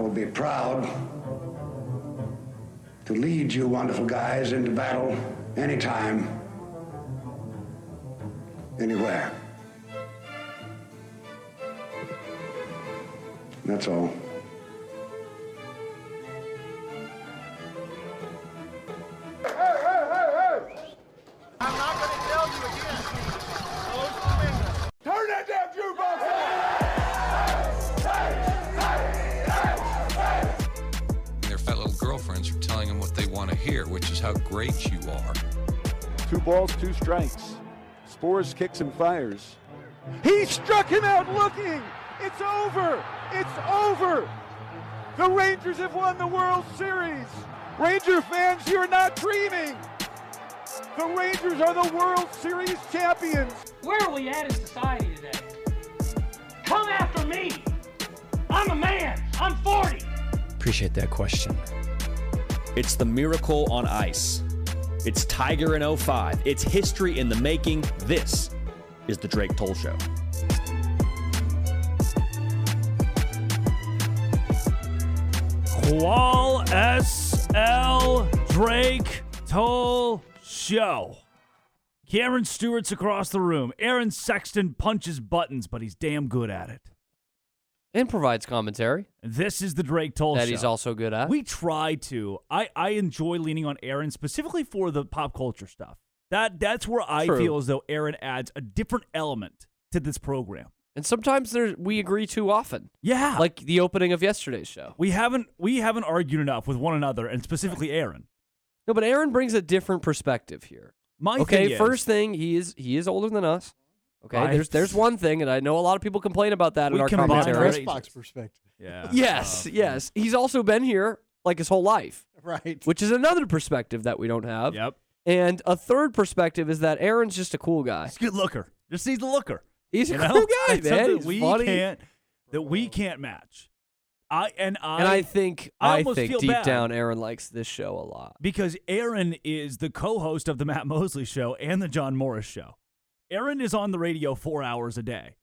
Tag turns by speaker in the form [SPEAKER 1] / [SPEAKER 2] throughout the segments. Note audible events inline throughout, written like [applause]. [SPEAKER 1] will be proud to lead you wonderful guys into battle anytime, anywhere. That's all.
[SPEAKER 2] I'm not going to tell you again. Close the window.
[SPEAKER 3] Turn that damn jukebox
[SPEAKER 4] and their fat little girlfriends are telling them what they want to hear, which is how great you are.
[SPEAKER 5] Two balls, two strikes. Spores kicks and fires. He struck him out looking. It's over. It's over. The Rangers have won the World Series. Ranger fans, you're not dreaming. The Rangers are the World Series champions.
[SPEAKER 6] Where are we at as society today? Come after me. I'm a man. I'm 40.
[SPEAKER 7] Appreciate that question.
[SPEAKER 8] It's the miracle on ice. It's Tiger in 05. It's history in the making. This is the Drake Toll Show.
[SPEAKER 9] Qual SL Drake Toll Show. Cameron Stewart's across the room. Aaron Sexton punches buttons, but he's damn good at it.
[SPEAKER 7] And provides commentary
[SPEAKER 9] This is the Drake Toll
[SPEAKER 7] that
[SPEAKER 9] Show.
[SPEAKER 7] he's also good at.
[SPEAKER 9] We try to. I, I enjoy leaning on Aaron specifically for the pop culture stuff. That that's where I
[SPEAKER 7] True.
[SPEAKER 9] feel as though Aaron adds a different element to this program.
[SPEAKER 7] and sometimes there we agree too often.
[SPEAKER 9] Yeah.
[SPEAKER 7] Like the opening of yesterday's show.
[SPEAKER 9] we haven't we haven't argued enough with one another and specifically Aaron.
[SPEAKER 7] No, but Aaron brings a different perspective here.
[SPEAKER 9] My
[SPEAKER 7] okay,
[SPEAKER 9] thing is-
[SPEAKER 7] first thing, he is he is older than us. Okay,
[SPEAKER 9] I-
[SPEAKER 7] there's there's one thing, and I know a lot of people complain about that
[SPEAKER 9] We
[SPEAKER 7] in our
[SPEAKER 9] combine
[SPEAKER 7] commentary.
[SPEAKER 9] our-
[SPEAKER 10] Xbox perspective,
[SPEAKER 9] Yeah.
[SPEAKER 7] Yes,
[SPEAKER 9] Uh,
[SPEAKER 7] yes. He's also been here like his whole life,
[SPEAKER 10] right?
[SPEAKER 7] which is another perspective that we don't have.
[SPEAKER 9] Yep.
[SPEAKER 7] And a third perspective is that Aaron's just a cool guy.
[SPEAKER 9] He's a good looker. Just he's a looker.
[SPEAKER 7] He's a
[SPEAKER 9] You know?
[SPEAKER 7] cool
[SPEAKER 9] [laughs]
[SPEAKER 7] guy,
[SPEAKER 9] That's
[SPEAKER 7] man.
[SPEAKER 9] something
[SPEAKER 7] He's
[SPEAKER 9] we
[SPEAKER 7] funny.
[SPEAKER 9] can't that we can't match. I and I
[SPEAKER 7] and I think
[SPEAKER 9] I
[SPEAKER 7] I,
[SPEAKER 9] almost
[SPEAKER 7] think
[SPEAKER 9] feel
[SPEAKER 7] deep
[SPEAKER 9] bad.
[SPEAKER 7] down Aaron likes this show a lot.
[SPEAKER 9] because Aaron is the co-host of the Matt Mosley show and the John Morris show. Aaron is on the radio 4 hours a day.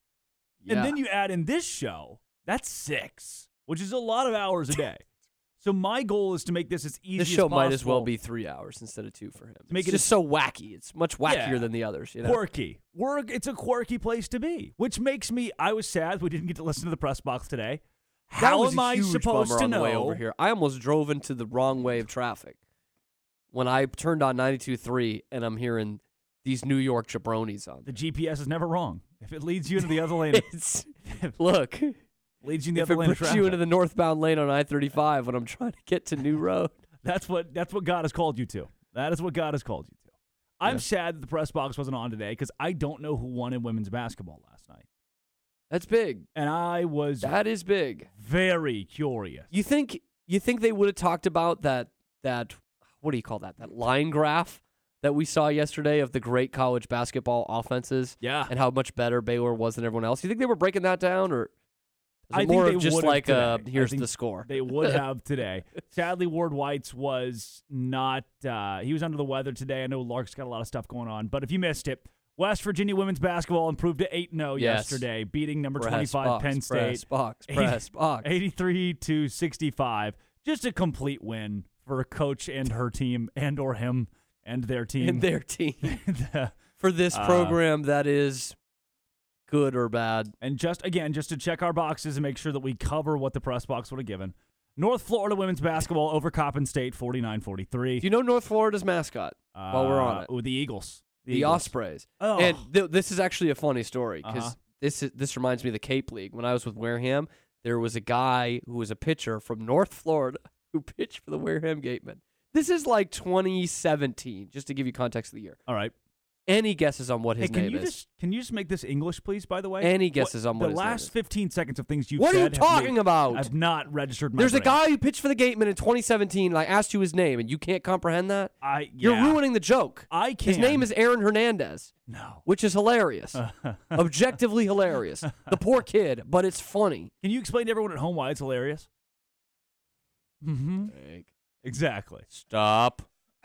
[SPEAKER 9] And then you add in this show, that's 6, which is a lot of hours
[SPEAKER 7] [laughs]
[SPEAKER 9] a day. so my goal is to make this as easy
[SPEAKER 7] this
[SPEAKER 9] as
[SPEAKER 7] show might as well
[SPEAKER 9] possible.
[SPEAKER 7] be three hours instead of two for him.
[SPEAKER 9] make
[SPEAKER 7] it's
[SPEAKER 9] it
[SPEAKER 7] just
[SPEAKER 9] as-
[SPEAKER 7] so wacky. It's much wackier
[SPEAKER 9] Yeah.
[SPEAKER 7] than the others. You know?
[SPEAKER 9] quirky. Work. It's a quirky place to be, which makes me. I was sad we didn't get to listen to the press box today.
[SPEAKER 7] That
[SPEAKER 9] How
[SPEAKER 7] was
[SPEAKER 9] am
[SPEAKER 7] a
[SPEAKER 9] I
[SPEAKER 7] huge
[SPEAKER 9] supposed
[SPEAKER 7] bummer
[SPEAKER 9] to
[SPEAKER 7] on
[SPEAKER 9] know?
[SPEAKER 7] The way over here, I almost drove into the wrong way of traffic when I turned on 92.3 and I'm hearing these New York jabronis on.
[SPEAKER 9] The GPS is never wrong. If it leads you into
[SPEAKER 7] [laughs]
[SPEAKER 9] the other lane, it
[SPEAKER 7] It's look.
[SPEAKER 9] leads you in the
[SPEAKER 7] If
[SPEAKER 9] other
[SPEAKER 7] it
[SPEAKER 9] lane
[SPEAKER 7] brings
[SPEAKER 9] of traffic.
[SPEAKER 7] you into the northbound lane on I-35 when I'm trying to get to New Road,
[SPEAKER 9] that's what that's what God has called you to. That is what God has called you to. I'm sad that the press box wasn't on today because I don't know who won in women's basketball last night,
[SPEAKER 7] that's big.
[SPEAKER 9] and I was
[SPEAKER 7] That is big.
[SPEAKER 9] very curious.
[SPEAKER 7] You think you think they would have talked about that that what do you call that that line graph that we saw yesterday of the great college basketball offenses?
[SPEAKER 9] Yeah.
[SPEAKER 7] and how much better Baylor was than everyone else. You think they were breaking that down, or is
[SPEAKER 9] I
[SPEAKER 7] it
[SPEAKER 9] think
[SPEAKER 7] more
[SPEAKER 9] they
[SPEAKER 7] of just
[SPEAKER 9] would've
[SPEAKER 7] like uh,
[SPEAKER 9] today. I
[SPEAKER 7] here's
[SPEAKER 9] think
[SPEAKER 7] the score? [laughs]
[SPEAKER 9] They would [laughs] have today. Sadly, Ward White's was not. Uh, he was under the weather today. I know Lark's got a lot of stuff going on, but if you missed it, West Virginia women's basketball improved to eight 0
[SPEAKER 7] Yes.
[SPEAKER 9] yesterday, beating number
[SPEAKER 7] Press
[SPEAKER 9] twenty five
[SPEAKER 7] box,
[SPEAKER 9] Penn State,
[SPEAKER 7] Press box,
[SPEAKER 9] Eighty-
[SPEAKER 7] press box.
[SPEAKER 9] eighty three to sixty five. Just a complete win for coach and her team, and or him and their team.
[SPEAKER 7] in their team
[SPEAKER 9] [laughs] The-
[SPEAKER 7] for this
[SPEAKER 9] Uh,
[SPEAKER 7] program that is good or bad.
[SPEAKER 9] And just again, just to check our boxes and make sure that we cover what the press box would have given. North Florida women's basketball over Coppin State 49
[SPEAKER 7] Do
[SPEAKER 9] 43.
[SPEAKER 7] you know North Florida's mascot? while we're on it,
[SPEAKER 9] With Uh, the Eagles.
[SPEAKER 7] the
[SPEAKER 9] Eagles.
[SPEAKER 7] Ospreys.
[SPEAKER 9] Oh.
[SPEAKER 7] And th- this is actually a funny story because
[SPEAKER 9] Uh-huh.
[SPEAKER 7] this is, this reminds me of the Cape League. When I was with Wareham, there was a guy who was a pitcher from North Florida [laughs] who pitched for the Wareham Gatemen. This is like 2017, just to give you context of the year.
[SPEAKER 9] All right.
[SPEAKER 7] Any guesses on what
[SPEAKER 9] Hey,
[SPEAKER 7] his
[SPEAKER 9] can
[SPEAKER 7] name
[SPEAKER 9] you
[SPEAKER 7] is?
[SPEAKER 9] just can you just make this English, please? By the way,
[SPEAKER 7] Any guesses on what
[SPEAKER 9] the
[SPEAKER 7] his name
[SPEAKER 9] last
[SPEAKER 7] is?
[SPEAKER 9] 15 seconds of things you've
[SPEAKER 7] What are you
[SPEAKER 9] said have made-
[SPEAKER 7] talking about?
[SPEAKER 9] I've not registered. My
[SPEAKER 7] There's a
[SPEAKER 9] brain.
[SPEAKER 7] guy who pitched for the Gatemen in 2017, and I asked you his name, and you can't comprehend that.
[SPEAKER 9] I
[SPEAKER 7] You're
[SPEAKER 9] yeah.
[SPEAKER 7] ruining the joke.
[SPEAKER 9] I can.
[SPEAKER 7] His name is Aaron Hernandez,
[SPEAKER 9] no. Uh.
[SPEAKER 7] which is hilarious, objectively hilarious. The poor kid, but it's funny.
[SPEAKER 9] Can you explain to [laughs] everyone at home why it's hilarious? Mm-hmm. Exactly.
[SPEAKER 7] Stop.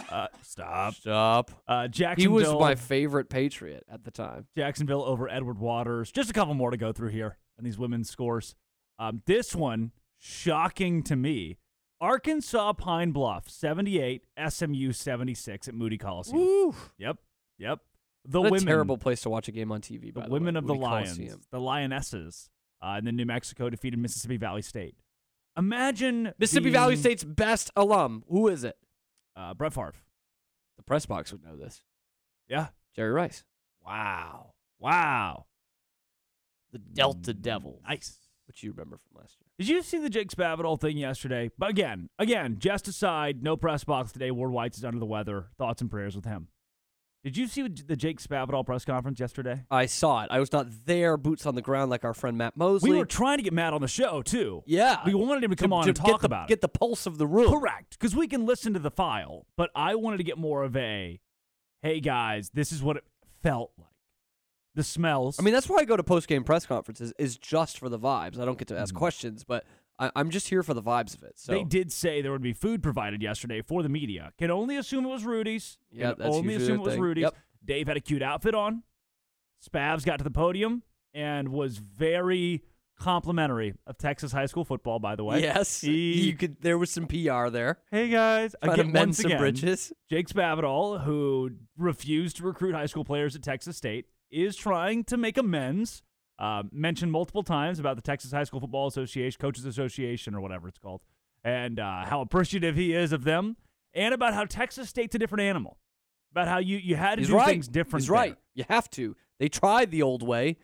[SPEAKER 9] Uh, stop.
[SPEAKER 7] Stop.
[SPEAKER 9] Uh,
[SPEAKER 7] He
[SPEAKER 9] Jacksonville.
[SPEAKER 7] was my favorite Patriot at the time.
[SPEAKER 9] Jacksonville over Edward Waters. Just a couple more to go through here and these women's scores. Um, this one shocking to me. Arkansas Pine Bluff 78, SMU 76 at Moody Coliseum.
[SPEAKER 7] Woo.
[SPEAKER 9] Yep. Yep. The
[SPEAKER 7] what a
[SPEAKER 9] women
[SPEAKER 7] terrible place to watch a game on TV.
[SPEAKER 9] the
[SPEAKER 7] by
[SPEAKER 9] women
[SPEAKER 7] way.
[SPEAKER 9] of the
[SPEAKER 7] Moody
[SPEAKER 9] Lions,
[SPEAKER 7] Coliseum.
[SPEAKER 9] the Lionesses, uh, and then New Mexico defeated Mississippi Valley State. Imagine
[SPEAKER 7] Mississippi
[SPEAKER 9] being,
[SPEAKER 7] Valley State's best alum. Who is it?
[SPEAKER 9] uh, Brett Favre.
[SPEAKER 7] The press box would know this.
[SPEAKER 9] Yeah.
[SPEAKER 7] Jerry Rice.
[SPEAKER 9] Wow. Wow.
[SPEAKER 7] The Delta Devil.
[SPEAKER 9] Nice.
[SPEAKER 7] Which you remember from last year.
[SPEAKER 9] Did you see the Jake Spavital thing yesterday? But again, again, just aside, no press box today. Ward White's is under the weather. Thoughts and prayers with him. Did you see what- the Jake Spavital press conference yesterday?
[SPEAKER 7] I saw it. I was not there, boots on the ground, like our friend Matt Mosley.
[SPEAKER 9] We were trying to get Matt on the show too.
[SPEAKER 7] yeah.
[SPEAKER 9] we wanted him to come on and
[SPEAKER 7] get
[SPEAKER 9] talk
[SPEAKER 7] the,
[SPEAKER 9] about it.
[SPEAKER 7] Get the pulse of the room.
[SPEAKER 9] Correct, because we can listen to the file, but I wanted to get more of a, hey guys, this is what it felt like. The smells.
[SPEAKER 7] I mean, that's why I go to post game press conferences is just for the vibes. I don't get to ask questions, but I, I'm just here for the vibes of it. So
[SPEAKER 9] Mm. they did say there would be food provided yesterday for the media. Can only assume it was Rudy's.
[SPEAKER 7] Yeah,
[SPEAKER 9] Can
[SPEAKER 7] that's usually
[SPEAKER 9] only assume
[SPEAKER 7] the
[SPEAKER 9] it was
[SPEAKER 7] thing.
[SPEAKER 9] Rudy's.
[SPEAKER 7] Yep.
[SPEAKER 9] Dave had a cute outfit on. Spavs got to the podium and was very complimentary of Texas high school football. By the way,
[SPEAKER 7] yes,
[SPEAKER 9] He-
[SPEAKER 7] you could. There was some PR there.
[SPEAKER 9] hey guys,
[SPEAKER 7] Trying
[SPEAKER 9] again,
[SPEAKER 7] to mend
[SPEAKER 9] once
[SPEAKER 7] some
[SPEAKER 9] again,
[SPEAKER 7] bridges.
[SPEAKER 9] Jake Spavital, who refused to recruit high school players at Texas State, is trying to make amends. Uh, mentioned multiple times about the Texas High School Football Association, Coaches Association, or whatever it's called, and uh, how appreciative he is of them, and about how Texas State's a different animal. About how you, you had to
[SPEAKER 7] He's
[SPEAKER 9] do
[SPEAKER 7] right.
[SPEAKER 9] things different.
[SPEAKER 7] He's right.
[SPEAKER 9] there.
[SPEAKER 7] You have to. They tried the old way,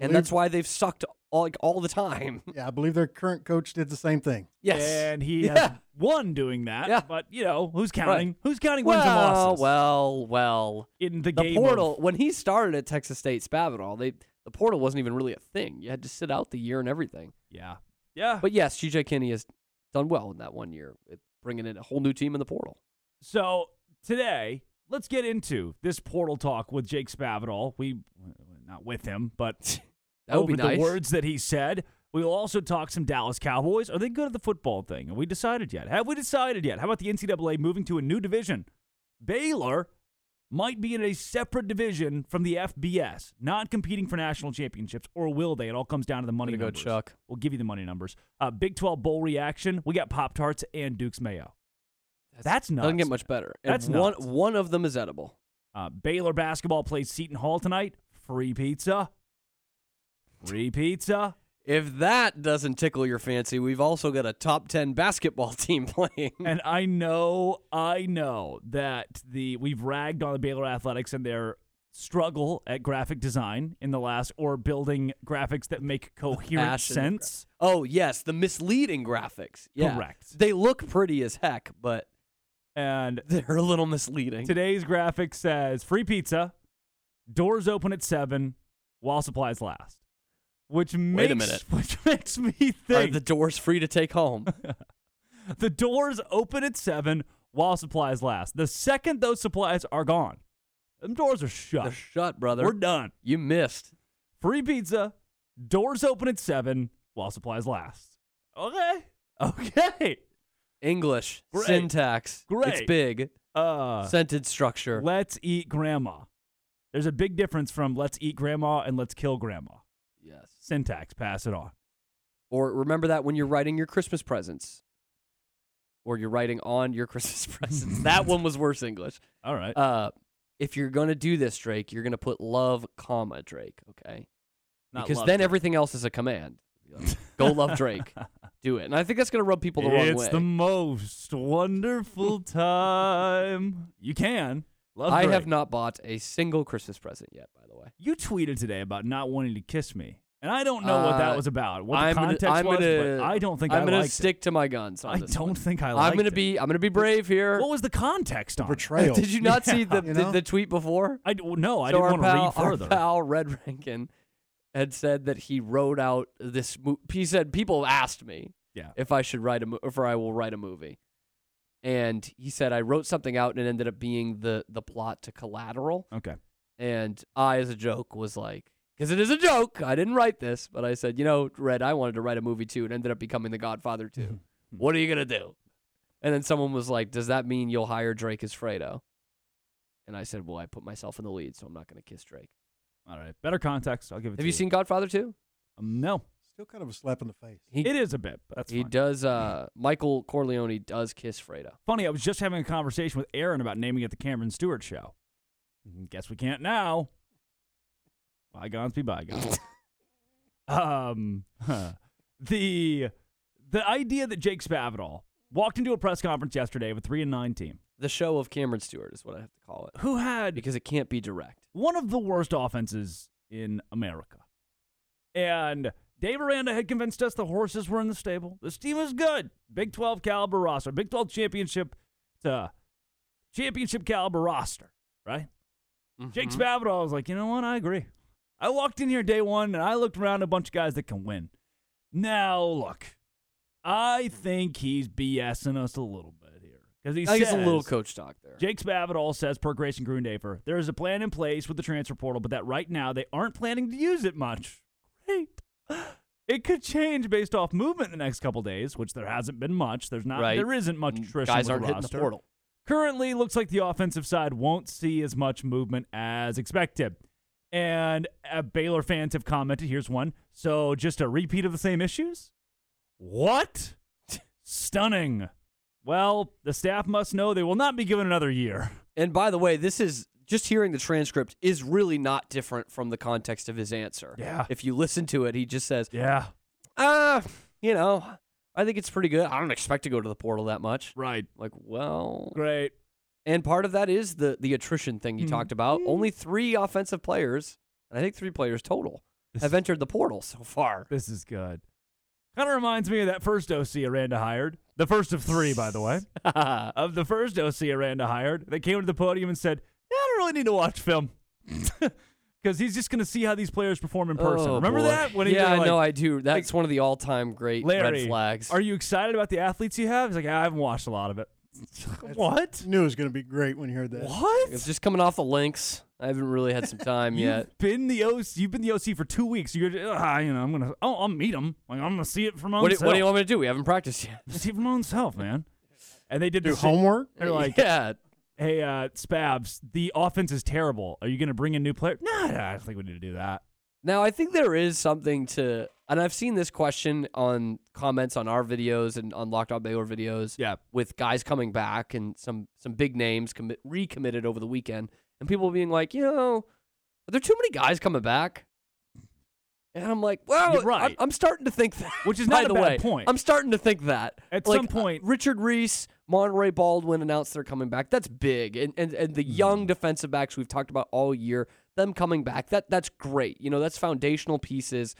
[SPEAKER 7] and that's why they've sucked all, like all the time. [laughs]
[SPEAKER 10] Yeah, I believe their current coach did the same thing.
[SPEAKER 7] Yes.
[SPEAKER 9] And he has
[SPEAKER 7] Yeah.
[SPEAKER 9] won doing that.
[SPEAKER 7] Yeah.
[SPEAKER 9] But, you know, who's counting?
[SPEAKER 7] Right.
[SPEAKER 9] Who's counting wins and
[SPEAKER 7] well,
[SPEAKER 9] losses
[SPEAKER 7] well, well.
[SPEAKER 9] in the,
[SPEAKER 7] The
[SPEAKER 9] game? of-
[SPEAKER 7] portal when he started at Texas State Spavital, they the portal wasn't even really a thing. You had to sit out the year and everything.
[SPEAKER 9] yeah. Yeah.
[SPEAKER 7] But yes, GJ Kinney has done well in that one year, it- bringing in a whole new team in the portal.
[SPEAKER 9] So today, let's get into this portal talk with Jake Spavital. We not with him, but
[SPEAKER 7] [laughs] That would be
[SPEAKER 9] over
[SPEAKER 7] nice.
[SPEAKER 9] the words that he said. We will also talk some Dallas Cowboys. Are they good at the football thing? Have we decided yet? Have we decided yet? How about the NCAA moving to a new division? Baylor might be in a separate division from the FBS, not competing for national championships, or will they? It all comes down to the money
[SPEAKER 7] Way to go,
[SPEAKER 9] numbers.
[SPEAKER 7] Chuck.
[SPEAKER 9] We'll give you the money numbers. Uh, Big 12 bowl reaction. We got Pop Tarts and Duke's Mayo. That's nuts.
[SPEAKER 7] Doesn't get much better. And
[SPEAKER 9] That's
[SPEAKER 7] one
[SPEAKER 9] nuts.
[SPEAKER 7] one of them is edible.
[SPEAKER 9] Uh, Baylor basketball plays Seton Hall tonight. Free pizza. Free pizza.
[SPEAKER 7] If that doesn't tickle your fancy, we've also got a top ten basketball [laughs] team playing.
[SPEAKER 9] And I know, I know that the we've ragged on the Baylor athletics and their struggle at graphic design in the last or building graphics that make coherent
[SPEAKER 7] Passion.
[SPEAKER 9] sense.
[SPEAKER 7] Oh yes, the misleading graphics. Yeah.
[SPEAKER 9] Correct.
[SPEAKER 7] They look pretty as heck, but
[SPEAKER 9] And
[SPEAKER 7] they're a little misleading.
[SPEAKER 9] today's graphic says free pizza, doors open at seven, while supplies last. Which makes
[SPEAKER 7] Wait a minute.
[SPEAKER 9] [laughs] which makes me
[SPEAKER 7] Are
[SPEAKER 9] think
[SPEAKER 7] the doors free to take home?
[SPEAKER 9] [laughs] The doors open at seven while supplies last. The second those supplies are gone, them doors are shut.
[SPEAKER 7] They're shut, brother.
[SPEAKER 9] We're done.
[SPEAKER 7] You missed.
[SPEAKER 9] Free pizza. Doors open at seven while supplies last. Okay. Okay.
[SPEAKER 7] English
[SPEAKER 9] Great.
[SPEAKER 7] syntax. It's
[SPEAKER 9] Great.
[SPEAKER 7] big.
[SPEAKER 9] Uh,
[SPEAKER 7] Sentence structure.
[SPEAKER 9] let's eat grandma. There's a big difference from let's eat grandma and let's kill grandma.
[SPEAKER 7] yes.
[SPEAKER 9] Syntax, pass it on.
[SPEAKER 7] Or remember that when you're writing your Christmas presents. Or you're writing on your [laughs] Christmas presents.
[SPEAKER 9] [laughs]
[SPEAKER 7] that one was worse English.
[SPEAKER 9] All right.
[SPEAKER 7] Uh, if you're gonna do this, Drake, you're gonna put love, comma Drake, okay?
[SPEAKER 9] Not
[SPEAKER 7] because
[SPEAKER 9] love
[SPEAKER 7] then
[SPEAKER 9] Drake.
[SPEAKER 7] everything else is a
[SPEAKER 9] [laughs]
[SPEAKER 7] command. Like, Go love Drake. Do it. And I think that's gonna rub people the wrong
[SPEAKER 9] it's
[SPEAKER 7] way.
[SPEAKER 9] the
[SPEAKER 7] [laughs]
[SPEAKER 9] most wonderful time. You can. Love
[SPEAKER 7] I
[SPEAKER 9] Drake.
[SPEAKER 7] have not bought a single Christmas present yet, by the way.
[SPEAKER 9] You tweeted today about not wanting to kiss me, and I don't know what that
[SPEAKER 7] Uh,
[SPEAKER 9] was about, what the
[SPEAKER 7] I'm gonna-
[SPEAKER 9] context
[SPEAKER 7] I'm
[SPEAKER 9] was.
[SPEAKER 7] gonna-
[SPEAKER 9] but I don't think
[SPEAKER 7] I'm
[SPEAKER 9] I
[SPEAKER 7] gonna
[SPEAKER 9] liked it.
[SPEAKER 7] stick to my guns. On
[SPEAKER 9] I
[SPEAKER 7] this
[SPEAKER 9] don't
[SPEAKER 7] one.
[SPEAKER 9] think I liked
[SPEAKER 7] I'm gonna
[SPEAKER 9] it.
[SPEAKER 7] be. I'm gonna be brave here.
[SPEAKER 9] What was the context on? it?
[SPEAKER 10] Betrayal.
[SPEAKER 7] [laughs] Did you not see the,
[SPEAKER 10] You
[SPEAKER 7] the,
[SPEAKER 10] know?
[SPEAKER 7] the tweet before?
[SPEAKER 9] I d- well, no, I
[SPEAKER 7] so
[SPEAKER 9] didn't
[SPEAKER 7] our
[SPEAKER 9] want
[SPEAKER 7] pal,
[SPEAKER 9] to read further.
[SPEAKER 7] Our pal Red Rankin had said that he wrote out this. Mo- he said people asked me
[SPEAKER 9] Yeah.
[SPEAKER 7] if I should write a mo- if I will write a movie, and he said I wrote something out and it ended up being the the plot to Collateral.
[SPEAKER 9] Okay.
[SPEAKER 7] And I, as a joke, was like, because it is a joke. I didn't write this, but I said, you know, Red, I wanted to write a movie too. It ended up becoming The Godfather
[SPEAKER 9] [laughs]
[SPEAKER 7] too. what are you gonna do? And then someone was like, does that mean you'll hire Drake as Fredo? And I said, well, I put myself in the lead, so I'm not gonna kiss Drake.
[SPEAKER 9] All right. Better context. I'll give it.
[SPEAKER 7] Have
[SPEAKER 9] to
[SPEAKER 7] you seen Godfather 2?
[SPEAKER 9] Um, no.
[SPEAKER 10] Still kind of a slap in the face.
[SPEAKER 7] He,
[SPEAKER 9] it is a bit. but That's
[SPEAKER 7] he
[SPEAKER 9] fine.
[SPEAKER 7] does. Uh, Michael Corleone does kiss Freda.
[SPEAKER 9] Funny, I was just having a conversation with Aaron about naming it the Cameron Stewart Show. Mm-hmm, Guess we can't now. Bygones
[SPEAKER 7] [laughs]
[SPEAKER 9] be bygones. um, huh. the the idea that Jake Spavital walked into a press conference yesterday with three and nine team,
[SPEAKER 7] The show of Cameron Stewart is what I have to call it
[SPEAKER 9] who had
[SPEAKER 7] because it can't be direct.
[SPEAKER 9] one of the worst offenses in America. And Dave Aranda had convinced us the horses were in the stable. This team is good. Big 12 caliber roster. Big 12 championship to championship caliber roster, right?
[SPEAKER 7] Mm-hmm.
[SPEAKER 9] Jake Spavital was like, you know what? I agree. I walked in here day one and I looked around a bunch of guys that can win. Now, look, I think he's BSing us a little bit here. Because he
[SPEAKER 7] I guess a little
[SPEAKER 9] says-
[SPEAKER 7] coach talk there.
[SPEAKER 9] Jake Spavital says per Grayson Grundafer, there is a plan in place with the transfer portal, but that right now they aren't planning to use it much. Great. It could change based off movement in the next couple days, which there hasn't been much. There's not
[SPEAKER 7] Right. Mm,
[SPEAKER 9] there isn't much attrition. with
[SPEAKER 7] Guys
[SPEAKER 9] the
[SPEAKER 7] aren't hitting the
[SPEAKER 9] roster.
[SPEAKER 7] portal.
[SPEAKER 9] Currently looks like the offensive side won't see as much movement as expected. And uh, Baylor fans have commented, here's one. So just a repeat of the same issues? What? [laughs] Stunning. Well, the staff must know they will not be given
[SPEAKER 7] [laughs]
[SPEAKER 9] another year.
[SPEAKER 7] And by the way, this is just hearing the transcript is really not different from the context of his answer.
[SPEAKER 9] Yeah.
[SPEAKER 7] If you listen to it, he just says,
[SPEAKER 9] Yeah.
[SPEAKER 7] "Uh, you know, I think it's pretty good. I don't expect to go to the portal that much."
[SPEAKER 9] Right.
[SPEAKER 7] Like, well,
[SPEAKER 9] Great. Mm-hmm.
[SPEAKER 7] and part of that is the the attrition thing you talked about. Only 3 offensive players, and I think 3 players total, have entered the portal so far.
[SPEAKER 9] This is good. Kind of reminds me of that first OC Aranda hired. The first of three, by
[SPEAKER 7] [laughs]
[SPEAKER 9] the way. of the first OC Aranda hired that came to the podium and said, yeah, I don't really need to watch film. [laughs] Because he's just going to see how these players perform in person.
[SPEAKER 7] Oh,
[SPEAKER 9] Remember
[SPEAKER 7] boy.
[SPEAKER 9] that? he
[SPEAKER 7] yeah,
[SPEAKER 9] did,
[SPEAKER 7] I know
[SPEAKER 9] like,
[SPEAKER 7] I do. That's one of the all-time great
[SPEAKER 9] Larry,
[SPEAKER 7] red flags.
[SPEAKER 9] are you excited about the athletes you have? He's like, "Yeah, I haven't watched a lot of it. what?
[SPEAKER 10] Knew it was going to be great when you heard that.
[SPEAKER 7] it's
[SPEAKER 9] What?
[SPEAKER 7] just coming off the links. I haven't really had some
[SPEAKER 9] [laughs]
[SPEAKER 7] time yet.
[SPEAKER 9] You've been the OC. You've been the OC for two weeks. You're, uh, you know, I'm gonna. Oh, I'll meet him. Like, I'm gonna see it from
[SPEAKER 7] What do, what do you
[SPEAKER 9] myself."
[SPEAKER 7] want me to do? We haven't practiced
[SPEAKER 9] [laughs]
[SPEAKER 7] yet.
[SPEAKER 9] Just even on self, man. And they did
[SPEAKER 10] Do
[SPEAKER 9] the same-
[SPEAKER 10] homework?
[SPEAKER 9] They're like,
[SPEAKER 7] yeah,
[SPEAKER 9] "Hey, uh, Spabs, the offense is terrible. Are you going to bring in new player?" Nah, nah, I don't think we need to do that.
[SPEAKER 7] Now, I think there is something to, and I've seen this question on comments on our videos and on Locked On Baylor videos.
[SPEAKER 9] Yeah.
[SPEAKER 7] with guys coming back and some some big names commit, recommitted over the weekend, and people being like, you know, are there too many guys coming back? And I'm like, well,
[SPEAKER 9] You're right.
[SPEAKER 7] I'm, I'm starting to think that.
[SPEAKER 9] Which is
[SPEAKER 7] by
[SPEAKER 9] not a
[SPEAKER 7] the
[SPEAKER 9] bad
[SPEAKER 7] way.
[SPEAKER 9] point.
[SPEAKER 7] I'm starting to think that.
[SPEAKER 9] At
[SPEAKER 7] Like,
[SPEAKER 9] some point-
[SPEAKER 7] uh, Richard Reese, Monterey Baldwin announced they're coming back. That's big. And and, and the
[SPEAKER 9] Hmm.
[SPEAKER 7] young defensive backs we've talked about all year, them coming back, that that's great. You know, that's foundational pieces.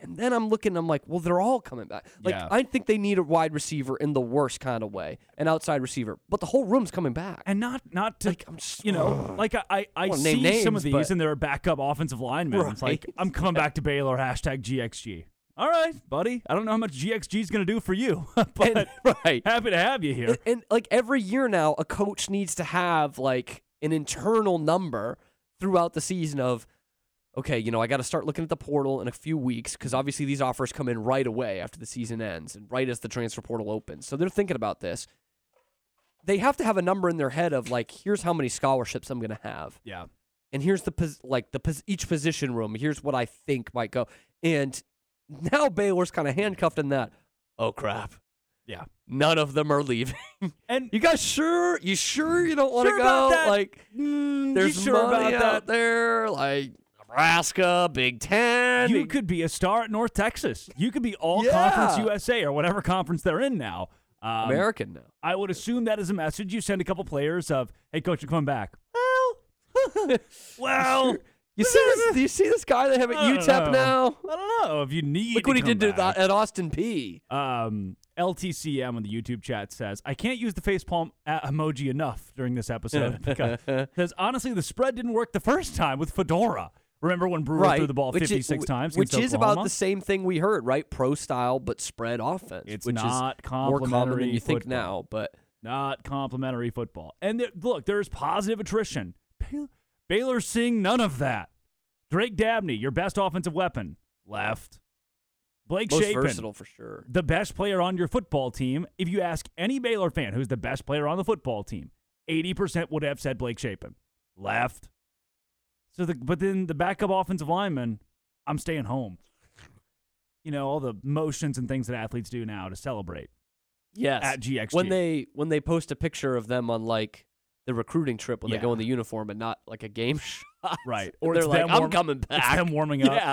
[SPEAKER 7] And then I'm looking, I'm like, well, they're all coming back. Like,
[SPEAKER 9] Yeah.
[SPEAKER 7] I think they need a wide receiver in the worst kind of way, an outside receiver. But the whole room's coming back.
[SPEAKER 9] And not, not to,
[SPEAKER 7] Like, I'm just-
[SPEAKER 9] you know, like I, I, I
[SPEAKER 7] wanna
[SPEAKER 9] see
[SPEAKER 7] name
[SPEAKER 9] some of
[SPEAKER 7] names,
[SPEAKER 9] these,
[SPEAKER 7] but-
[SPEAKER 9] and they're backup offensive linemen. It's like
[SPEAKER 7] Right.
[SPEAKER 9] I'm coming back to Baylor. Hashtag GXG. All right, buddy. I don't know how much GXG is going to do for you, [laughs] but
[SPEAKER 7] And- [laughs] right.
[SPEAKER 9] happy to have you here.
[SPEAKER 7] And, and, like every year now, a coach needs to have like an internal number throughout the season of, okay, you know, I got to start looking at the portal in a few weeks because obviously these offers come in right away after the season ends and right as the transfer portal opens. So they're thinking about this. They have to have a number in their head of like, here's how many scholarships I'm going to have
[SPEAKER 9] yeah,
[SPEAKER 7] and here's the pos- like the pos- each position room. Here's what I think might go. And now Baylor's kind of handcuffed in that. Oh crap.
[SPEAKER 9] Yeah.
[SPEAKER 7] None of them are leaving.
[SPEAKER 9] and
[SPEAKER 7] you guys sure? You sure you don't want to
[SPEAKER 9] Sure
[SPEAKER 7] go?
[SPEAKER 9] about that?
[SPEAKER 7] Like
[SPEAKER 9] mm, you
[SPEAKER 7] there's
[SPEAKER 9] sure
[SPEAKER 7] money
[SPEAKER 9] about
[SPEAKER 7] out
[SPEAKER 9] that.
[SPEAKER 7] there like Nebraska, Big 10.
[SPEAKER 9] you could be a star at North Texas. You could be all
[SPEAKER 7] Yeah.
[SPEAKER 9] conference USA or whatever conference they're in now. Um,
[SPEAKER 7] American now.
[SPEAKER 9] I would assume that is a message you send a couple players of, "Hey, coach, you come back." Well, [laughs] well, [laughs]
[SPEAKER 7] You see this do you see this guy they have at
[SPEAKER 9] I don't
[SPEAKER 7] UTEP
[SPEAKER 9] know.
[SPEAKER 7] E now?
[SPEAKER 9] I don't know if you need.
[SPEAKER 7] Look
[SPEAKER 9] to
[SPEAKER 7] what he
[SPEAKER 9] come
[SPEAKER 7] did to that
[SPEAKER 9] back.
[SPEAKER 7] at Austin P.
[SPEAKER 9] Um, LTCM on the YouTube chat says, I can't use the facepalm uh, emoji enough during
[SPEAKER 7] [laughs]
[SPEAKER 9] this episode. because, says, honestly, the spread didn't work the first time with Fedora. Remember when Brewer threw the ball
[SPEAKER 7] which is-
[SPEAKER 9] 56 times?
[SPEAKER 7] which
[SPEAKER 9] against
[SPEAKER 7] is about
[SPEAKER 9] Oklahoma?
[SPEAKER 7] the same thing we heard, right? Pro style, but spread offense.
[SPEAKER 9] It's
[SPEAKER 7] which
[SPEAKER 9] not
[SPEAKER 7] is more common than
[SPEAKER 9] complimentary
[SPEAKER 7] you think
[SPEAKER 9] football.
[SPEAKER 7] now. But
[SPEAKER 9] Not complimentary football. And there, look, there's positive attrition. Baylor, Baylor's seeing none of that. Drake Dabney, your best offensive weapon, left. Blake
[SPEAKER 7] most
[SPEAKER 9] Shapen,
[SPEAKER 7] versatile for sure.
[SPEAKER 9] the best player on your football team, if you ask any Baylor fan who's the best player on the football team, 80% would have said Blake Shapen. Left. So the but then the backup offensive lineman, I'm staying home. you know, all the motions and things that athletes do now to celebrate.
[SPEAKER 7] Yes.
[SPEAKER 9] At GXG.
[SPEAKER 7] When they when they post a picture of them on like the recruiting trip when
[SPEAKER 9] Yeah.
[SPEAKER 7] they go in the uniform and not like a game [laughs] shot.
[SPEAKER 9] Right.
[SPEAKER 7] Or they're
[SPEAKER 9] it's
[SPEAKER 7] like,
[SPEAKER 9] them
[SPEAKER 7] I'm
[SPEAKER 9] warm-
[SPEAKER 7] coming
[SPEAKER 9] it's
[SPEAKER 7] back.
[SPEAKER 9] them warming up.
[SPEAKER 7] Yeah.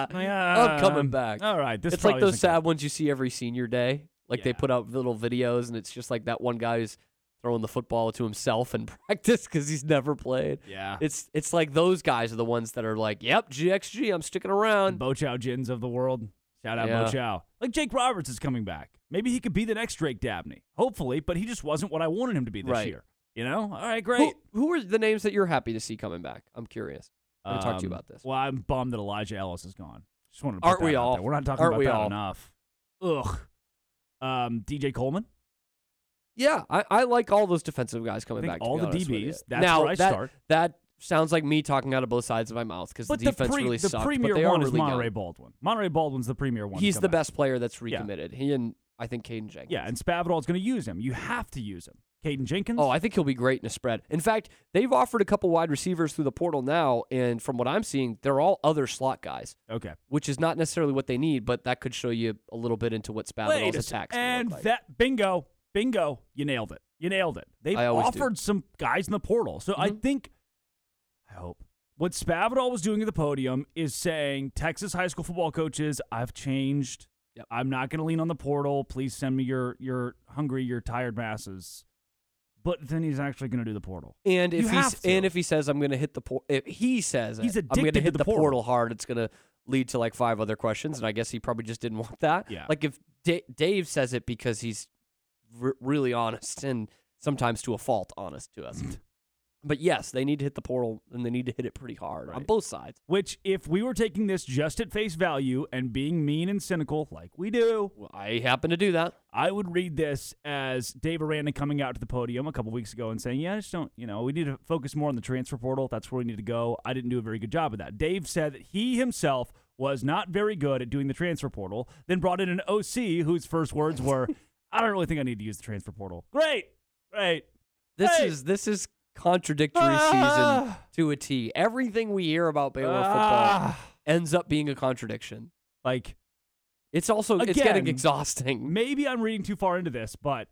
[SPEAKER 9] Like,
[SPEAKER 7] I'm coming
[SPEAKER 9] um,
[SPEAKER 7] back.
[SPEAKER 9] all right, this
[SPEAKER 7] It's like
[SPEAKER 9] probably
[SPEAKER 7] those
[SPEAKER 9] isn't good.
[SPEAKER 7] sad ones you see every senior day. Like they
[SPEAKER 9] Yeah.
[SPEAKER 7] put out little videos and it's just like that one guy who's throwing the football to himself in [laughs] practice because he's never played.
[SPEAKER 9] Yeah.
[SPEAKER 7] It's it's like those guys are the ones that are like, Yep, GXG, I'm sticking around.
[SPEAKER 9] Bochow Jins of the world. Shout out
[SPEAKER 7] Yeah.
[SPEAKER 9] Bochow. Like Jake Roberts is coming back. Maybe he could be the next Drake Dabney. Hopefully, but he just wasn't what I wanted him to be this
[SPEAKER 7] Right.
[SPEAKER 9] year. You know? All right, great.
[SPEAKER 7] Who, who are the names that you're happy to see coming back? I'm curious. I'm gonna talk to you
[SPEAKER 9] Um,
[SPEAKER 7] about this.
[SPEAKER 9] Well, I'm bummed that Elijah Ellis is gone. Just wanted to put
[SPEAKER 7] Aren't
[SPEAKER 9] that
[SPEAKER 7] we
[SPEAKER 9] out
[SPEAKER 7] all?
[SPEAKER 9] there. We're not talking
[SPEAKER 7] Aren't
[SPEAKER 9] about
[SPEAKER 7] we
[SPEAKER 9] that
[SPEAKER 7] all?
[SPEAKER 9] enough. Ugh. Um, DJ Coleman.
[SPEAKER 7] Yeah, I, I like all those defensive guys coming
[SPEAKER 9] think
[SPEAKER 7] back. to
[SPEAKER 9] all
[SPEAKER 7] be
[SPEAKER 9] the
[SPEAKER 7] honest with you.
[SPEAKER 9] DBs, that's
[SPEAKER 7] now,
[SPEAKER 9] where I
[SPEAKER 7] that,
[SPEAKER 9] start.
[SPEAKER 7] That sounds like me talking out of both sides of my mouth because the
[SPEAKER 9] But
[SPEAKER 7] defense
[SPEAKER 9] pre-
[SPEAKER 7] really
[SPEAKER 9] the
[SPEAKER 7] sucks.
[SPEAKER 9] premier
[SPEAKER 7] but they
[SPEAKER 9] one
[SPEAKER 7] are
[SPEAKER 9] is
[SPEAKER 7] really
[SPEAKER 9] Monterey
[SPEAKER 7] young.
[SPEAKER 9] Baldwin. Monterey Baldwin's the premier one. to
[SPEAKER 7] He's
[SPEAKER 9] come
[SPEAKER 7] the
[SPEAKER 9] back.
[SPEAKER 7] best player that's
[SPEAKER 9] Yeah.
[SPEAKER 7] recommitted. He and I think Caden Jenkins.
[SPEAKER 9] Yeah, and Spavital's going to use him. You have to use him. Caden Jenkins.
[SPEAKER 7] Oh, I think he'll be great in a spread. In fact, they've offered a couple wide receivers through the portal now, and from what I'm seeing, they're all other slot guys,
[SPEAKER 9] okay.
[SPEAKER 7] which is not necessarily what they need, but that could show you a little bit into what
[SPEAKER 9] Wait
[SPEAKER 7] Spavital's
[SPEAKER 9] a
[SPEAKER 7] attacks
[SPEAKER 9] second.
[SPEAKER 7] may look
[SPEAKER 9] And
[SPEAKER 7] like.
[SPEAKER 9] that bingo, bingo, you nailed it. You nailed it. They've
[SPEAKER 7] I always do. Mm-hmm.
[SPEAKER 9] offered some guys in the portal. So I think I hope what Spavital was doing at the podium is saying Texas high school football coaches, I've changed.
[SPEAKER 7] Yep.
[SPEAKER 9] I'm not going to lean on the portal. Please send me your your hungry, your tired masses. But then he's actually going to do the portal.
[SPEAKER 7] And
[SPEAKER 9] You
[SPEAKER 7] if he
[SPEAKER 9] have to.
[SPEAKER 7] and if he says I'm going to hit the portal, if he says
[SPEAKER 9] He's
[SPEAKER 7] it, I'm going
[SPEAKER 9] addicted to
[SPEAKER 7] to hit
[SPEAKER 9] the
[SPEAKER 7] the,
[SPEAKER 9] portal.
[SPEAKER 7] portal. hard, it's going to lead to like five other questions, and I guess he probably just didn't want that.
[SPEAKER 9] Yeah.
[SPEAKER 7] Like if D- Dave says it because he's r- really honest [laughs] and sometimes to a fault honest to us.
[SPEAKER 9] Mm.
[SPEAKER 7] but yes, they need to hit the portal and they need to hit it pretty hard on
[SPEAKER 9] Right.
[SPEAKER 7] both sides.
[SPEAKER 9] Which, if we were taking this just at face value and being mean and cynical like we do,
[SPEAKER 7] Well, I happen to do that.
[SPEAKER 9] I would read this as Dave Aranda coming out to the podium a couple weeks ago and saying, "Yeah, I just don't, you know, we need to focus more on the transfer portal. That's where we need to go." I didn't do a very good job of that. Dave said that he himself was not very good at doing the transfer portal. Then brought in an OC whose first words
[SPEAKER 7] [laughs]
[SPEAKER 9] were, "I don't really think I need to use the transfer portal." Great, great.
[SPEAKER 7] This
[SPEAKER 9] Hey!
[SPEAKER 7] is this is contradictory season
[SPEAKER 9] Ah.
[SPEAKER 7] to a T. Everything we hear about Baylor football
[SPEAKER 9] Ah.
[SPEAKER 7] ends up being a contradiction.
[SPEAKER 9] Like
[SPEAKER 7] It's also it's getting
[SPEAKER 9] Again,
[SPEAKER 7] exhausting. [laughs]
[SPEAKER 9] maybe I'm reading too far into this, but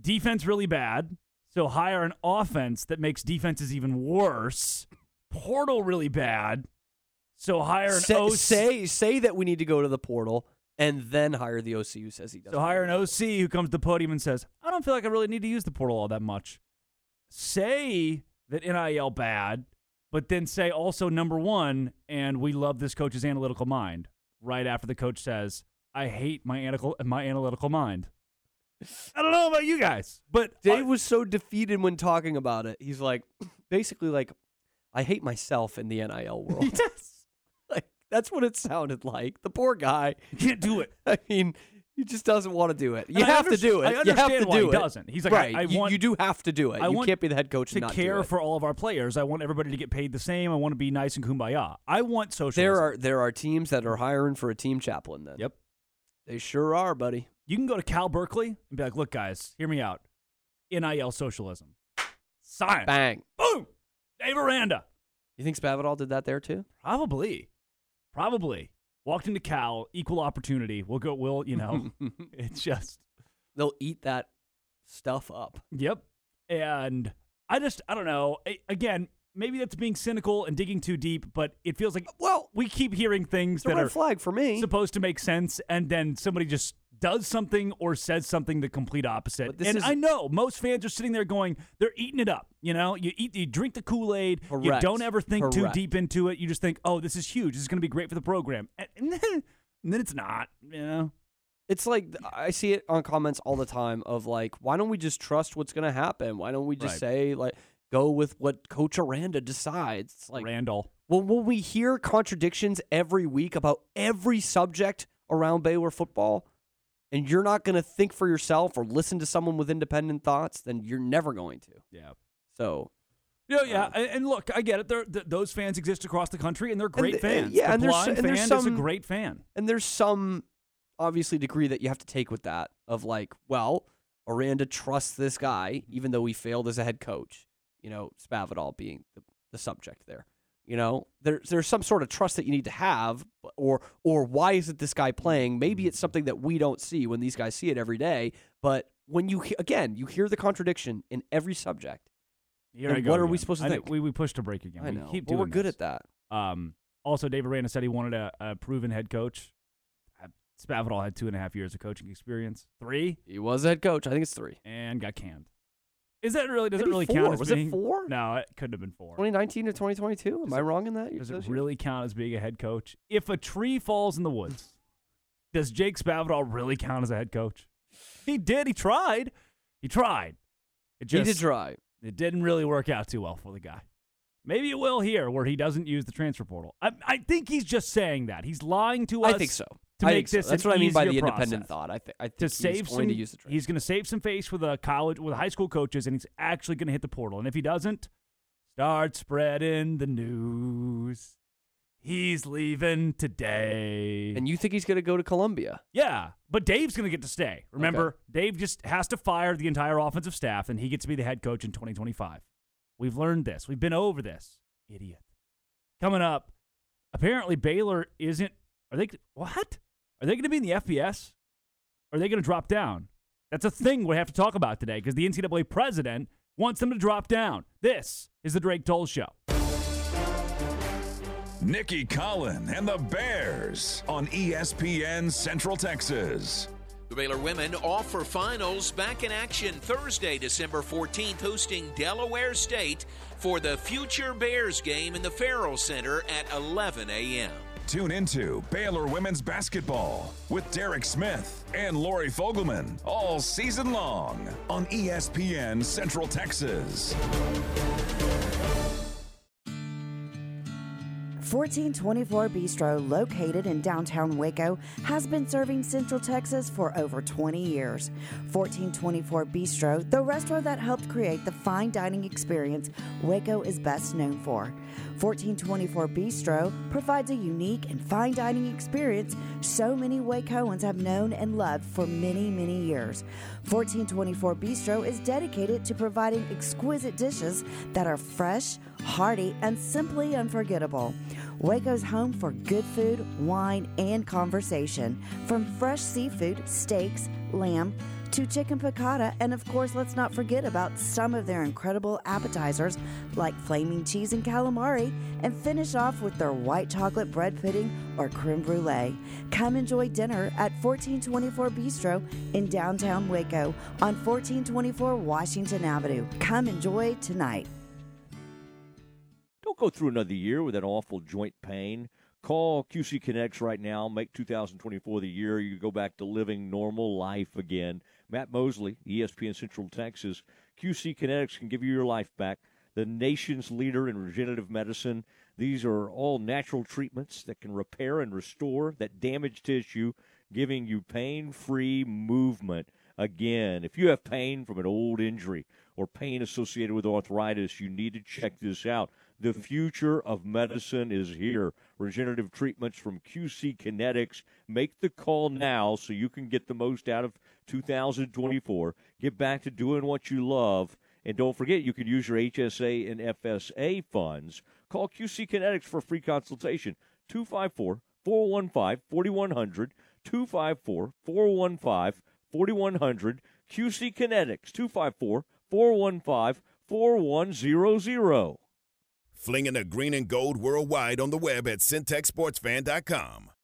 [SPEAKER 9] defense really bad. So hire an offense that makes defenses even worse. Portal really bad. So hire an
[SPEAKER 7] say,
[SPEAKER 9] OC.
[SPEAKER 7] say say that we need to go to the portal and then hire the OC who says he doesn't.
[SPEAKER 9] so hire an OC who comes to the podium and says, "I don't feel like I really need to use the portal all that much." Say that NIL bad, but then say also number one, and we love this coach's analytical mind. Right after the coach says, "I hate my analytical my analytical mind." I don't know about you guys, but
[SPEAKER 7] Dave was so defeated when talking about it. He's like, [clears throat] basically, like, I hate myself in the NIL world.
[SPEAKER 9] [laughs] yes.
[SPEAKER 7] [laughs] like, that's what it sounded like. The poor guy.
[SPEAKER 9] can't do it.
[SPEAKER 7] [laughs] I mean, he just doesn't want to do it. You
[SPEAKER 9] And I
[SPEAKER 7] have to
[SPEAKER 9] underst-
[SPEAKER 7] do it.
[SPEAKER 9] I
[SPEAKER 7] you have
[SPEAKER 9] understand
[SPEAKER 7] to
[SPEAKER 9] why
[SPEAKER 7] do
[SPEAKER 9] he
[SPEAKER 7] it.
[SPEAKER 9] doesn't. He's like, I-
[SPEAKER 7] right.
[SPEAKER 9] I
[SPEAKER 7] you,
[SPEAKER 9] want-
[SPEAKER 7] you do have to do it.
[SPEAKER 9] I
[SPEAKER 7] you
[SPEAKER 9] want
[SPEAKER 7] can't be the head coach
[SPEAKER 9] To
[SPEAKER 7] and not do
[SPEAKER 9] care
[SPEAKER 7] it.
[SPEAKER 9] for all of our players, I want everybody to get paid the same. I want to be nice and kumbaya. I want social.
[SPEAKER 7] There are there are teams that are hiring for a team chaplain. Then
[SPEAKER 9] Yep.
[SPEAKER 7] they sure are, buddy.
[SPEAKER 9] You can go to Cal Berkeley and be like, look, guys, hear me out. NIL socialism. Science.
[SPEAKER 7] Bang.
[SPEAKER 9] Boom. Dave Aranda.
[SPEAKER 7] You think Spavital did that there too?
[SPEAKER 9] Probably. Probably. Walked into Cal, equal opportunity. We'll go, we'll,
[SPEAKER 7] [laughs]
[SPEAKER 9] you know, [laughs] it's just.
[SPEAKER 7] They'll eat that stuff up.
[SPEAKER 9] Yep. And I just, I don't know. A- Again, maybe that's being cynical and digging too deep, but it feels like
[SPEAKER 7] Well,
[SPEAKER 9] we keep hearing things
[SPEAKER 7] it's a
[SPEAKER 9] that
[SPEAKER 7] red
[SPEAKER 9] are
[SPEAKER 7] flag for me.
[SPEAKER 9] supposed to make sense, and then somebody just does something or says something the complete opposite.
[SPEAKER 7] But this
[SPEAKER 9] And
[SPEAKER 7] is-
[SPEAKER 9] I know most fans are sitting there going, they're eating it up. You know, you eat, you drink the Kool Aid. You
[SPEAKER 7] Correct.
[SPEAKER 9] don't ever think too
[SPEAKER 7] Correct.
[SPEAKER 9] deep into it. You just think, oh, this is huge. This is going to be great for the program, and, and then, and then it's not. You know,
[SPEAKER 7] It's like th- I see it on comments all the time of like, why don't we just trust what's going to happen? Why don't we just
[SPEAKER 9] Right.
[SPEAKER 7] say like go with what Coach Aranda decides? It's like,
[SPEAKER 9] Randall.
[SPEAKER 7] well, when we hear contradictions every week about every subject around Baylor football, and you're not going to think for yourself or listen to someone with independent thoughts, then you're never going to.
[SPEAKER 9] Yeah.
[SPEAKER 7] So
[SPEAKER 9] Yeah,
[SPEAKER 7] Uh,
[SPEAKER 9] yeah, and, and look, I get it. They're, th- those fans exist across the country, and they're great
[SPEAKER 7] th-
[SPEAKER 9] fans.
[SPEAKER 7] yeah,
[SPEAKER 9] the
[SPEAKER 7] and there's-
[SPEAKER 9] blind
[SPEAKER 7] and there's
[SPEAKER 9] fan is a
[SPEAKER 7] some-
[SPEAKER 9] great fan.
[SPEAKER 7] and there's some obviously degree that you have to take with that of like, well, Aranda trusts this guy even though he failed as a head coach. You know, Spavital being the, the subject there. You You know, there's there's some sort of trust that you need to have, or or why isn't this guy playing? Maybe it's something that we don't see when these guys see it every day. But when you he- again, you hear the contradiction in every subject.
[SPEAKER 9] Here
[SPEAKER 7] And
[SPEAKER 9] I go
[SPEAKER 7] what are we
[SPEAKER 9] again.
[SPEAKER 7] supposed to
[SPEAKER 9] I know,
[SPEAKER 7] think?
[SPEAKER 9] We, we pushed a break again.
[SPEAKER 7] I
[SPEAKER 9] We
[SPEAKER 7] know,
[SPEAKER 9] keep
[SPEAKER 7] but we're
[SPEAKER 9] doing
[SPEAKER 7] good
[SPEAKER 9] this.
[SPEAKER 7] at that.
[SPEAKER 9] Um, also, Dave Aranda said he wanted a, a proven head coach. Uh, Spavital had two and a half years of coaching experience, three,
[SPEAKER 7] He was head coach. I think it's three.
[SPEAKER 9] and got canned. Is that really? Does
[SPEAKER 7] Maybe
[SPEAKER 9] it really
[SPEAKER 7] four.
[SPEAKER 9] count? As
[SPEAKER 7] Was it
[SPEAKER 9] being-
[SPEAKER 7] four?
[SPEAKER 9] No, it couldn't have been four.
[SPEAKER 7] 2019 to 2022. Am
[SPEAKER 9] Does
[SPEAKER 7] I
[SPEAKER 9] it-
[SPEAKER 7] wrong in that?
[SPEAKER 9] Does it
[SPEAKER 7] This year?
[SPEAKER 9] really count as being a head coach? If a tree falls in
[SPEAKER 7] [laughs]
[SPEAKER 9] the woods, does Jake Spavital really count as a head coach? He did. He tried. He tried. It
[SPEAKER 7] He
[SPEAKER 9] just
[SPEAKER 7] did try.
[SPEAKER 9] it didn't really work out too well for the guy. Maybe it will here, where he doesn't use the transfer portal. I, I think he's just saying that he's lying to us.
[SPEAKER 7] I think so.
[SPEAKER 9] To
[SPEAKER 7] I
[SPEAKER 9] make
[SPEAKER 7] think so.
[SPEAKER 9] this
[SPEAKER 7] That's
[SPEAKER 9] an
[SPEAKER 7] what I mean by the
[SPEAKER 9] easier
[SPEAKER 7] independent
[SPEAKER 9] process.
[SPEAKER 7] thought. I, th- I think
[SPEAKER 9] To
[SPEAKER 7] he's going
[SPEAKER 9] save some,
[SPEAKER 7] to use the transfer.
[SPEAKER 9] he's going to save some face with a college with high school coaches, and he's actually going to hit the portal. And if he doesn't, start spreading the news. He's leaving today.
[SPEAKER 7] And you think he's going to go to Columbia?
[SPEAKER 9] Yeah, but Dave's going to get to stay. Remember, Dave just has to fire the entire offensive staff, and he gets to be the head coach in 2025. We've learned this. We've been over this. Idiot. Coming up, apparently Baylor isn't. Are they what? Are they going to be in the FBS? Are they going to drop down? That's a thing we have to talk about today because the NCAA president wants them to drop down. This is the Drake Toll Show.
[SPEAKER 3] Nikki Collin and the Bears on E ESPN Central Texas.
[SPEAKER 11] The Baylor women off for finals back in action Thursday, December 14th, hosting Delaware State for the Future Bears game in the Farrell Center at 11 a.m.
[SPEAKER 3] Tune into Baylor Women's Basketball with Derek Smith and Lori Fogelman all season long on E ESPN Central Texas.
[SPEAKER 12] 1424 Bistro, located in downtown Waco, has been serving Central Texas for over 20 years. 1424 Bistro, the restaurant that helped create the fine dining experience Waco is best known for. 1424 Bistro provides a unique and fine dining experience so many Wacoans have known and loved for many, many years. 1424 Bistro is dedicated to providing exquisite dishes that are fresh, hearty, and simply unforgettable. Waco's home for good food, wine, and conversation. From fresh seafood, steaks, lamb, to chicken piccata, and of course, let's not forget about some of their incredible appetizers like flaming cheese and calamari, and finish off with their white chocolate bread pudding or creme brulee. Come enjoy dinner at 1424 Bistro in downtown Waco on 1424 Washington Avenue. Come enjoy tonight.
[SPEAKER 13] Don't go through another year with that awful joint pain. Call QC Connects right now. Make 2024 the year you go back to living normal life again. Matt Mosley, E ESPN Central Texas. QC Kinetics can give you your life back. The nation's leader in regenerative medicine. These are all natural treatments that can repair and restore that damaged tissue, giving you pain free movement again. If you have pain from an old injury or pain associated with arthritis, you need to check this out. The future of medicine is here. Regenerative treatments from QC Kinetics. Make the call now so you can get the most out of 2024. Get back to doing what you love. And don't forget, you can use your HSA and FSA funds. Call QC Kinetics for a free consultation. 254 415 4100. 254 415 4100. QC Kinetics. 254 415 4100.
[SPEAKER 14] Flinging the green and gold worldwide on the web at syntechsportsfan.com.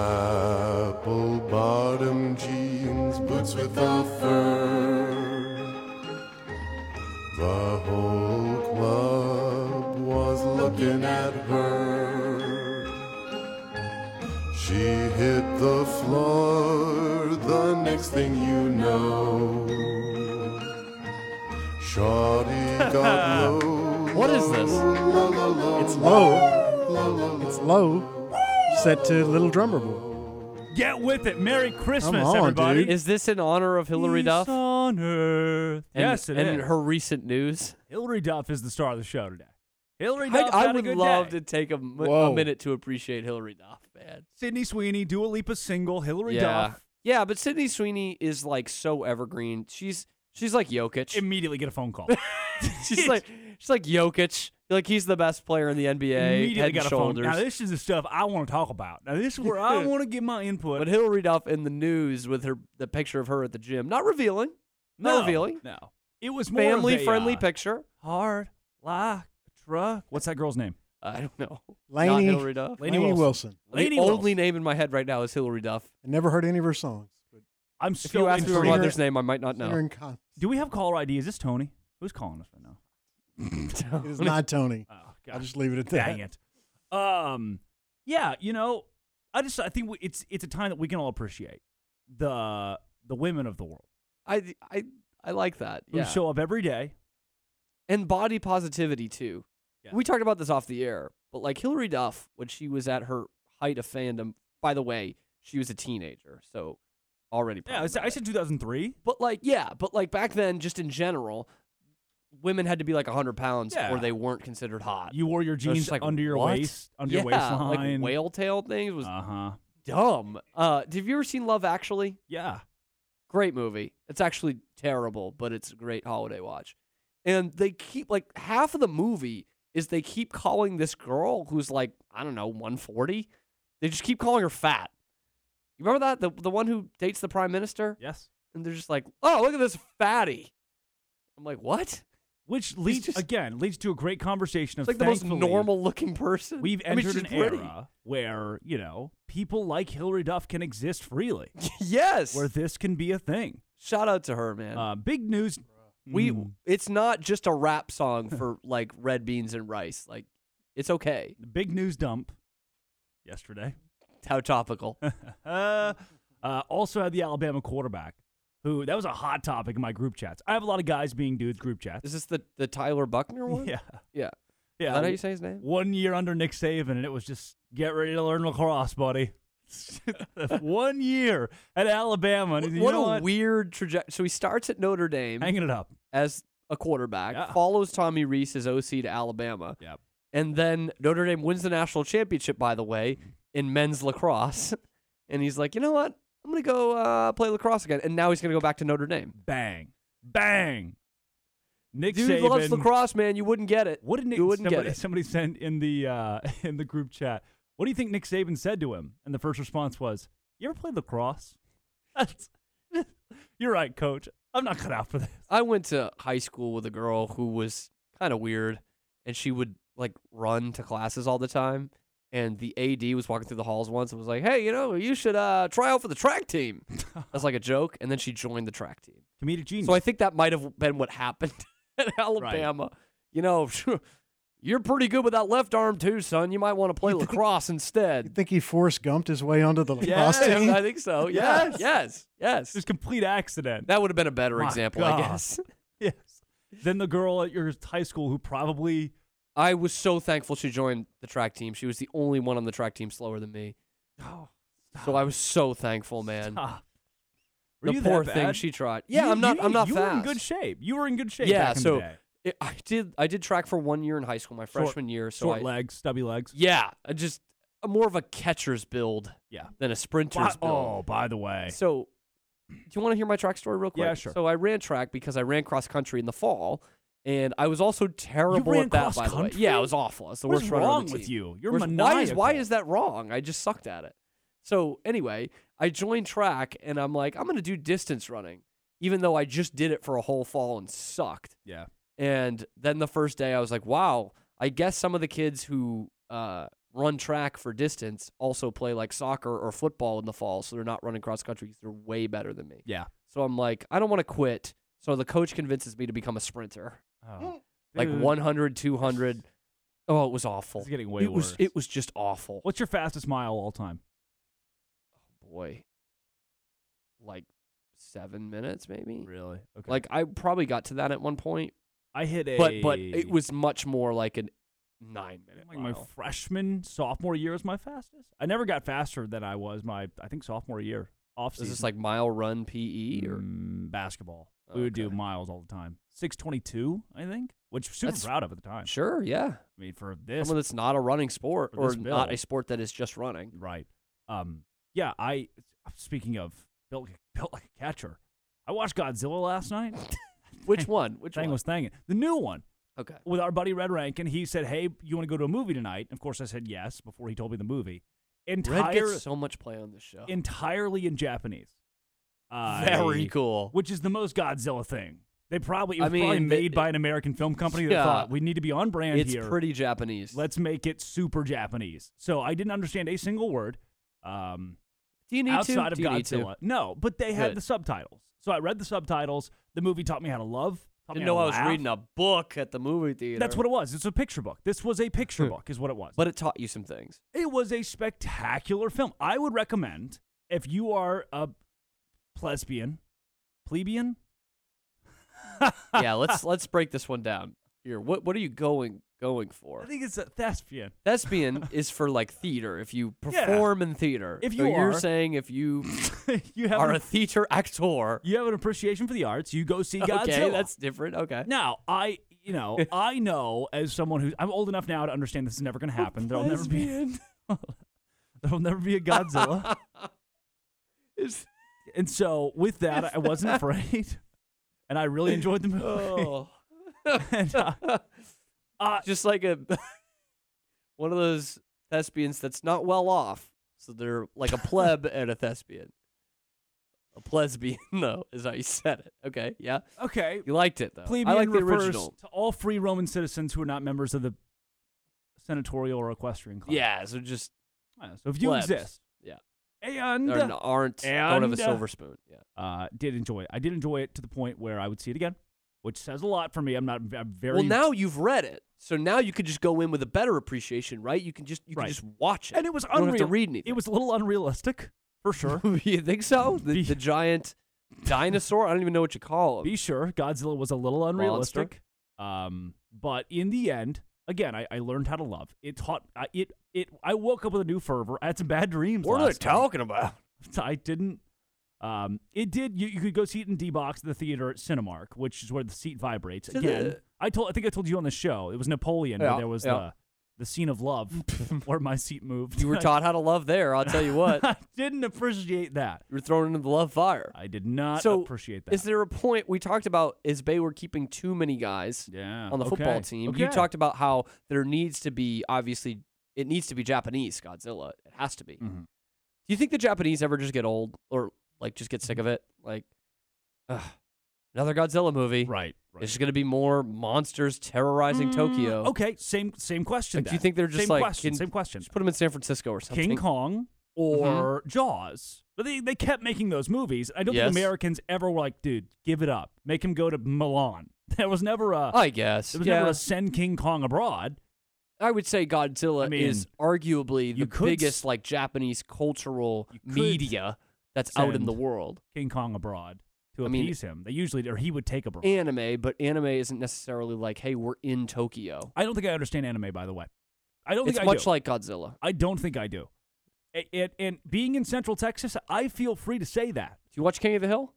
[SPEAKER 15] Apple bottom jeans, boots with a fur. The whole club was looking at her. She hit the floor, the next thing you know. Shawty got
[SPEAKER 7] [laughs]
[SPEAKER 15] low.
[SPEAKER 7] What is this?
[SPEAKER 10] It's low. It's low. Set to Little Drummer Boy.
[SPEAKER 9] Get with it. Merry Christmas,
[SPEAKER 10] Come on,
[SPEAKER 9] everybody.
[SPEAKER 10] dude.
[SPEAKER 7] Is this in honor of Hillary
[SPEAKER 9] Peace
[SPEAKER 7] Duff?
[SPEAKER 9] on earth.
[SPEAKER 7] And,
[SPEAKER 9] yes, it
[SPEAKER 7] and
[SPEAKER 9] is.
[SPEAKER 7] her recent news.
[SPEAKER 9] Hillary Duff is the star of the show today. Hillary
[SPEAKER 7] I,
[SPEAKER 9] Duff.
[SPEAKER 7] I
[SPEAKER 9] had
[SPEAKER 7] would
[SPEAKER 9] a good
[SPEAKER 7] love
[SPEAKER 9] day.
[SPEAKER 7] to take a, m- a
[SPEAKER 9] Whoa.
[SPEAKER 7] minute to appreciate Hillary Duff, man.
[SPEAKER 9] Sydney Sweeney, Dua Lipa single, Hillary
[SPEAKER 7] yeah.
[SPEAKER 9] Duff.
[SPEAKER 7] Yeah, but Sydney Sweeney is like so evergreen. She's she's like Jokic.
[SPEAKER 9] Immediately get a phone call.
[SPEAKER 7] [laughs] she's like she's like Jokic. Like he's the best player in the NBA.
[SPEAKER 9] Immediately
[SPEAKER 7] Head
[SPEAKER 9] got
[SPEAKER 7] and
[SPEAKER 9] a phone.
[SPEAKER 7] shoulders.
[SPEAKER 9] Now this is the stuff I want to talk about. Now this is
[SPEAKER 7] [laughs]
[SPEAKER 9] where I want to get my input.
[SPEAKER 7] But Hillary Duff in the news with her the picture of her at the gym, not revealing, not
[SPEAKER 9] No,
[SPEAKER 7] revealing.
[SPEAKER 9] No, it was more of a,
[SPEAKER 7] family friendly
[SPEAKER 9] uh,
[SPEAKER 7] picture.
[SPEAKER 9] Hard like a truck. What's that girl's name?
[SPEAKER 7] I don't know. [laughs]
[SPEAKER 10] Laney-
[SPEAKER 7] not Hillary Duff.
[SPEAKER 10] Laney Laney Wilson. Wilson.
[SPEAKER 7] the
[SPEAKER 10] Laney
[SPEAKER 7] only name in my head right now is Hillary Duff.
[SPEAKER 10] I never heard any of her songs.
[SPEAKER 9] I'm
[SPEAKER 7] If
[SPEAKER 9] so
[SPEAKER 7] you ask me her
[SPEAKER 9] intrigued.
[SPEAKER 7] mother's name, I might not know.
[SPEAKER 10] Sharon Con-
[SPEAKER 9] Do we have caller ID? Is this Tony? Who's calling us right now?
[SPEAKER 10] [laughs] It
[SPEAKER 9] [laughs]
[SPEAKER 10] is not Tony.
[SPEAKER 9] God.
[SPEAKER 10] I'll just leave it at that.
[SPEAKER 9] Dang it. Um, yeah, you know, I just I think we, it's it's a time that we can all appreciate the the women of the world
[SPEAKER 7] I I I like that.
[SPEAKER 9] who
[SPEAKER 7] Yeah.
[SPEAKER 9] show up every day.
[SPEAKER 7] and body positivity too. We talked about this off the air, but like Hillary Duff when she was at her height of fandom. By the way, she was a teenager, so already.
[SPEAKER 9] Yeah, I said, I said 2003.
[SPEAKER 7] But like, yeah, but like back then, just in general, women had to be like 100 pounds
[SPEAKER 9] Yeah.
[SPEAKER 7] or they weren't considered hot.
[SPEAKER 9] You wore your
[SPEAKER 7] So it's
[SPEAKER 9] jeans
[SPEAKER 7] just like,
[SPEAKER 9] under your
[SPEAKER 7] what?
[SPEAKER 9] waist, under your
[SPEAKER 7] Yeah,
[SPEAKER 9] waistline.
[SPEAKER 7] Like whale tail things was
[SPEAKER 9] uh-huh.
[SPEAKER 7] dumb. Uh, have you ever seen Love Actually?
[SPEAKER 9] Yeah.
[SPEAKER 7] Great movie. It's actually terrible, but it's a great holiday watch. And they keep like half of the movie is they keep calling this girl who's like, I don't know, 140. They just keep calling her fat. You remember that? The the one who dates the prime minister?
[SPEAKER 9] Yes.
[SPEAKER 7] And they're just like, oh, look at this fatty. I'm like, what?
[SPEAKER 9] Which leads again leads to a great conversation of
[SPEAKER 7] It's like the most
[SPEAKER 9] thankfully,
[SPEAKER 7] normal looking person.
[SPEAKER 9] We've
[SPEAKER 7] I mean,
[SPEAKER 9] entered
[SPEAKER 7] she's
[SPEAKER 9] an
[SPEAKER 7] pretty.
[SPEAKER 9] era where you know people like Hillary Duff can exist freely.
[SPEAKER 7] [laughs] yes,
[SPEAKER 9] where this can be a thing.
[SPEAKER 7] Shout out to her, man.
[SPEAKER 9] Uh, big news.
[SPEAKER 7] We
[SPEAKER 9] Mm.
[SPEAKER 7] it's not just a rap
[SPEAKER 9] [laughs]
[SPEAKER 7] song for like red beans and rice. Like it's okay.
[SPEAKER 9] Big news dump yesterday.
[SPEAKER 7] How topical.
[SPEAKER 9] [laughs] uh, uh, also had the Alabama quarterback, who that was a hot topic in my group chats. I have a lot of guys being dudes group chats.
[SPEAKER 7] Is this the the Tyler Buckner one?
[SPEAKER 9] [laughs] Yeah,
[SPEAKER 7] yeah,
[SPEAKER 9] yeah.
[SPEAKER 7] Is that how you say his name?
[SPEAKER 9] One year under Nick Saban, and it was just get ready to learn lacrosse, buddy. [laughs] one year at Alabama. And you
[SPEAKER 7] what
[SPEAKER 9] know
[SPEAKER 7] a
[SPEAKER 9] what?
[SPEAKER 7] weird trajectory. So he starts at Notre Dame,
[SPEAKER 9] hanging it up
[SPEAKER 7] as a quarterback,
[SPEAKER 9] Yeah.
[SPEAKER 7] follows Tommy Reese as OC to Alabama.
[SPEAKER 9] Yep.
[SPEAKER 7] And then Notre Dame wins the national championship, by the way, in men's lacrosse. [laughs] And he's like, you know what? I'm gonna go uh, play lacrosse again. And now he's gonna go back to Notre Dame.
[SPEAKER 9] Bang, bang. Nick
[SPEAKER 7] Dude
[SPEAKER 9] Saban
[SPEAKER 7] loves lacrosse, man. You wouldn't get it.
[SPEAKER 9] What did Nick?
[SPEAKER 7] You wouldn't
[SPEAKER 9] somebody,
[SPEAKER 7] get it.
[SPEAKER 9] Somebody sent in the uh, [laughs] in the group chat. What do you think Nick Saban said to him? And the first response was, "You ever played lacrosse?" [laughs] That's- You're right, Coach.
[SPEAKER 7] [laughs]
[SPEAKER 9] I'm not cut out for this.
[SPEAKER 7] I went to high school with a girl who was kind of weird, and she would like run to classes all the time. And the AD was walking through the halls once and was like, "Hey, you know, you should uh, try out for the track
[SPEAKER 9] [laughs]
[SPEAKER 7] team." That's like a joke, and then she joined the track team.
[SPEAKER 9] Comedic
[SPEAKER 7] [laughs]
[SPEAKER 9] genius.
[SPEAKER 7] So I think that might have been what happened at Alabama. You know, [laughs] You're pretty good with that left arm too, son. You might want to play lacrosse instead.
[SPEAKER 10] think he forced gumped his way onto the lacrosse
[SPEAKER 7] Yeah,
[SPEAKER 10] team?
[SPEAKER 7] I think so. Yeah. Yes. Yes. Yes.
[SPEAKER 9] Just complete accident.
[SPEAKER 7] That would have been a better example, I guess.
[SPEAKER 9] [laughs] yes. Then the girl at your high school who probably
[SPEAKER 7] I was so thankful she joined the track team. She was the only one on the track team slower than me.
[SPEAKER 9] Oh,
[SPEAKER 7] so I was so thankful, man.
[SPEAKER 9] Stop. Were
[SPEAKER 7] The
[SPEAKER 9] you that
[SPEAKER 7] poor thing
[SPEAKER 9] bad?
[SPEAKER 7] she tried. Yeah,
[SPEAKER 9] You-
[SPEAKER 7] I'm not.
[SPEAKER 9] you-
[SPEAKER 7] I'm not
[SPEAKER 9] you
[SPEAKER 7] fast.
[SPEAKER 9] were in good shape. You were in good shape
[SPEAKER 7] Yeah.
[SPEAKER 9] back in the
[SPEAKER 7] so
[SPEAKER 9] day.
[SPEAKER 7] It, I did. I did track for one year in high school, my
[SPEAKER 9] Short-
[SPEAKER 7] freshman year. So
[SPEAKER 9] short
[SPEAKER 7] I,
[SPEAKER 9] legs, stubby legs.
[SPEAKER 7] Yeah, I just I'm more of a catcher's build.
[SPEAKER 9] Yeah.
[SPEAKER 7] Than a sprinter's
[SPEAKER 9] By-
[SPEAKER 7] build.
[SPEAKER 9] oh, by the way.
[SPEAKER 7] So, do you want to hear my track story real quick?
[SPEAKER 9] Yeah, sure.
[SPEAKER 7] So I ran track because I ran cross country in the fall, and I was also terrible
[SPEAKER 9] ran
[SPEAKER 7] at that. By the
[SPEAKER 9] cross-country?
[SPEAKER 7] way, yeah, I was awful. I was the
[SPEAKER 9] What is
[SPEAKER 7] worst runner on
[SPEAKER 9] wrong
[SPEAKER 7] the
[SPEAKER 9] with
[SPEAKER 7] team.
[SPEAKER 9] you? You're
[SPEAKER 7] Where's- why is why
[SPEAKER 9] maniacal.
[SPEAKER 7] is that wrong? I just sucked at it. So anyway, I joined track, and I'm like, I'm gonna do distance running, even though I just did it for a whole fall and sucked.
[SPEAKER 9] Yeah.
[SPEAKER 7] And then the first day, I was like, wow, I guess some of the kids who uh, run track for distance also play like soccer or football in the fall. So they're not running cross country because they're way better than me.
[SPEAKER 9] Yeah.
[SPEAKER 7] So I'm like, I don't want to quit. So the coach convinces me to become a sprinter.
[SPEAKER 9] Oh,
[SPEAKER 7] [gasps] Like
[SPEAKER 9] dude.
[SPEAKER 7] 100, 200. Oh, it was awful.
[SPEAKER 9] It's getting way
[SPEAKER 7] it Was,
[SPEAKER 9] worse.
[SPEAKER 7] it was just awful.
[SPEAKER 9] What's your fastest mile all time?
[SPEAKER 7] Boy. Like seven minutes, maybe?
[SPEAKER 9] Really? Okay.
[SPEAKER 7] Like I probably got to that at one point.
[SPEAKER 9] I hit a
[SPEAKER 7] But but it was much more like an nine minute.
[SPEAKER 9] like my
[SPEAKER 7] mile.
[SPEAKER 9] freshman sophomore year was my fastest. I never got faster than I was my I think sophomore year off Mm,
[SPEAKER 7] Is this like mile run E. PE or
[SPEAKER 9] basketball? We would do miles all the time. Six twenty two, I think, which super
[SPEAKER 7] That's-
[SPEAKER 9] proud of at the time.
[SPEAKER 7] Sure, yeah.
[SPEAKER 9] I mean for this,
[SPEAKER 7] Someone that's not a running sport
[SPEAKER 9] for
[SPEAKER 7] or
[SPEAKER 9] this
[SPEAKER 7] not
[SPEAKER 9] bill.
[SPEAKER 7] a sport that is just running.
[SPEAKER 9] Right. Um. Yeah. I. Speaking of [laughs] built built like a catcher, I watched Godzilla last night.
[SPEAKER 7] [laughs] Which one? Which
[SPEAKER 9] thing
[SPEAKER 7] one?
[SPEAKER 9] was thangin'? The new one.
[SPEAKER 7] Okay.
[SPEAKER 9] With our buddy Red Rankin, he said, "Hey, you want to go to a movie tonight?" Of course, I said yes before he told me the movie. Entire
[SPEAKER 7] Red gets so much play on this show.
[SPEAKER 9] entirely in Japanese. I-
[SPEAKER 7] Very cool.
[SPEAKER 9] Which is the most Godzilla thing. They probably it
[SPEAKER 7] I
[SPEAKER 9] was probably
[SPEAKER 7] mean,
[SPEAKER 9] made
[SPEAKER 7] it-
[SPEAKER 9] by an American film company that
[SPEAKER 7] Yeah.
[SPEAKER 9] thought we need to be on brand
[SPEAKER 7] It's
[SPEAKER 9] here.
[SPEAKER 7] pretty Japanese.
[SPEAKER 9] Let's make it super Japanese. So I didn't understand a single word. Um,
[SPEAKER 7] Do you need to?
[SPEAKER 9] outside of
[SPEAKER 7] Do you need to?
[SPEAKER 9] Godzilla? No, but they had
[SPEAKER 7] Good.
[SPEAKER 9] the subtitles. So I read the subtitles. The movie taught me how to love. Taught
[SPEAKER 7] Didn't
[SPEAKER 9] me how
[SPEAKER 7] know
[SPEAKER 9] to
[SPEAKER 7] I was
[SPEAKER 9] laugh.
[SPEAKER 7] reading a book at the movie theater.
[SPEAKER 9] That's what it was. It's a picture book. This was a picture book, is what it was.
[SPEAKER 7] Hmm. But it taught you some things.
[SPEAKER 9] It was a spectacular film. I would recommend if you are a plesbian, plebeian.
[SPEAKER 7] yeah, let's let's break this one down. Here, what what are you going going for?
[SPEAKER 9] I think it's a thespian. [laughs]
[SPEAKER 7] Thespian is for like theater. If you
[SPEAKER 9] Yeah.
[SPEAKER 7] perform in theater,
[SPEAKER 9] If
[SPEAKER 7] So
[SPEAKER 9] you
[SPEAKER 7] you're
[SPEAKER 9] are-
[SPEAKER 7] saying if you
[SPEAKER 9] [laughs] You have
[SPEAKER 7] are
[SPEAKER 9] an-
[SPEAKER 7] a theater actor,
[SPEAKER 9] you have an appreciation for the arts. You go see
[SPEAKER 7] [laughs]
[SPEAKER 9] Godzilla.
[SPEAKER 7] okay, that's different. Okay,
[SPEAKER 9] Now, I, you know,
[SPEAKER 7] [laughs]
[SPEAKER 9] [laughs] I know as someone who I'm old enough now to understand this is never going to happen. There'll never be [laughs] there'll never be
[SPEAKER 7] [laughs]
[SPEAKER 9] a Godzilla. and so with that,
[SPEAKER 7] [laughs]
[SPEAKER 9] I wasn't afraid, and I really enjoyed the movie.
[SPEAKER 7] Oh.
[SPEAKER 9] [laughs] And, uh, [laughs]
[SPEAKER 7] just like a [laughs] one of those thespians that's not well off. So they're like a
[SPEAKER 9] [laughs]
[SPEAKER 7] pleb and a thespian. A plesbian, [laughs] though, is how you said it. Okay, yeah.
[SPEAKER 9] Okay.
[SPEAKER 7] You liked it though.
[SPEAKER 9] Plebeian
[SPEAKER 7] I like the
[SPEAKER 9] refers
[SPEAKER 7] original.
[SPEAKER 9] to all free Roman citizens who are not members of the senatorial or equestrian class.
[SPEAKER 7] Yeah, so just
[SPEAKER 9] Yeah, so if you
[SPEAKER 7] plebs.
[SPEAKER 9] exist,
[SPEAKER 7] yeah,
[SPEAKER 9] and
[SPEAKER 7] Or n- aren't- don't have a
[SPEAKER 9] and-
[SPEAKER 7] silver spoon, yeah.
[SPEAKER 9] uh, did enjoy it. I did enjoy it to the point where I would see it again, which says a lot for me. I'm not I'm very
[SPEAKER 7] Well, now you've read it, so now you could just go in with a better appreciation, right? You can just you
[SPEAKER 9] Right.
[SPEAKER 7] can just watch it,
[SPEAKER 9] and it was
[SPEAKER 7] you
[SPEAKER 9] unreal.
[SPEAKER 7] don't have to read anything.
[SPEAKER 9] It was a little unrealistic for sure.
[SPEAKER 7] [laughs] you think so? The, the giant dinosaur? I don't even know what you call him.
[SPEAKER 9] Be sure, Godzilla was a little
[SPEAKER 7] Monster.
[SPEAKER 9] unrealistic. Um, but in the end, again, I, I learned how to love. It taught I it it. I woke up with a new fervor. I had some bad dreams.
[SPEAKER 7] What are they
[SPEAKER 9] last night.
[SPEAKER 7] talking about?
[SPEAKER 9] [laughs] I didn't. Um, it did. You, you could go see it in D box, the theater at Cinemark, which is where the seat vibrates.
[SPEAKER 7] To
[SPEAKER 9] Again,
[SPEAKER 7] the-
[SPEAKER 9] I told. I think I told you on the show. It was Napoleon
[SPEAKER 7] Yeah,
[SPEAKER 9] where there was
[SPEAKER 7] yeah.
[SPEAKER 9] the the scene
[SPEAKER 7] [laughs]
[SPEAKER 9] of love where my seat moved.
[SPEAKER 7] You
[SPEAKER 9] [laughs]
[SPEAKER 7] were taught how to love there. I'll tell you what.
[SPEAKER 9] I didn't appreciate that.
[SPEAKER 7] You were thrown into the love fire.
[SPEAKER 9] I did not
[SPEAKER 7] so
[SPEAKER 9] appreciate that.
[SPEAKER 7] Is there a point we talked about? Is Bay were keeping too many guys?
[SPEAKER 9] Yeah.
[SPEAKER 7] On the
[SPEAKER 9] okay,
[SPEAKER 7] football team, you
[SPEAKER 9] okay.
[SPEAKER 7] talked about how there needs to be obviously it needs to be Japanese Godzilla. It has to be.
[SPEAKER 9] Mm-hmm.
[SPEAKER 7] Do you think the Japanese ever just get old or like just get sick
[SPEAKER 9] Mm-hmm.
[SPEAKER 7] of it? Like, ugh, another Godzilla movie.
[SPEAKER 9] Right. right. Mm,
[SPEAKER 7] It's just gonna be more monsters terrorizing Tokyo.
[SPEAKER 9] Okay, same same question.
[SPEAKER 7] Like, do you
[SPEAKER 9] then.
[SPEAKER 7] think they're just
[SPEAKER 9] same
[SPEAKER 7] like
[SPEAKER 9] question,
[SPEAKER 7] can-
[SPEAKER 9] same question?
[SPEAKER 7] Just put them in San Francisco or something. Mm-hmm.
[SPEAKER 9] King Kong or Jaws. But they, they kept making those movies. I don't
[SPEAKER 7] Yes.
[SPEAKER 9] think Americans ever were like, dude, give it up. Make him go to Milan. [laughs] There was never a
[SPEAKER 7] I guess,
[SPEAKER 9] There was
[SPEAKER 7] yeah.
[SPEAKER 9] never a send King Kong abroad.
[SPEAKER 7] I would say Godzilla
[SPEAKER 9] I mean,
[SPEAKER 7] is arguably the
[SPEAKER 9] you could
[SPEAKER 7] biggest
[SPEAKER 9] s-
[SPEAKER 7] like Japanese cultural
[SPEAKER 9] could
[SPEAKER 7] media that's out in the
[SPEAKER 9] send
[SPEAKER 7] world.
[SPEAKER 9] King Kong abroad to
[SPEAKER 7] I mean-
[SPEAKER 9] appease him. They usually, or he would take abroad.
[SPEAKER 7] Anime, but anime isn't necessarily like, hey, we're in Tokyo.
[SPEAKER 9] I don't think I understand anime, by the way. I don't
[SPEAKER 7] It's
[SPEAKER 9] think I
[SPEAKER 7] much
[SPEAKER 9] do.
[SPEAKER 7] like Godzilla.
[SPEAKER 9] I don't think I do. A- And, and being in Central Texas, I feel free to say that.
[SPEAKER 7] Do you watch King of the Hill?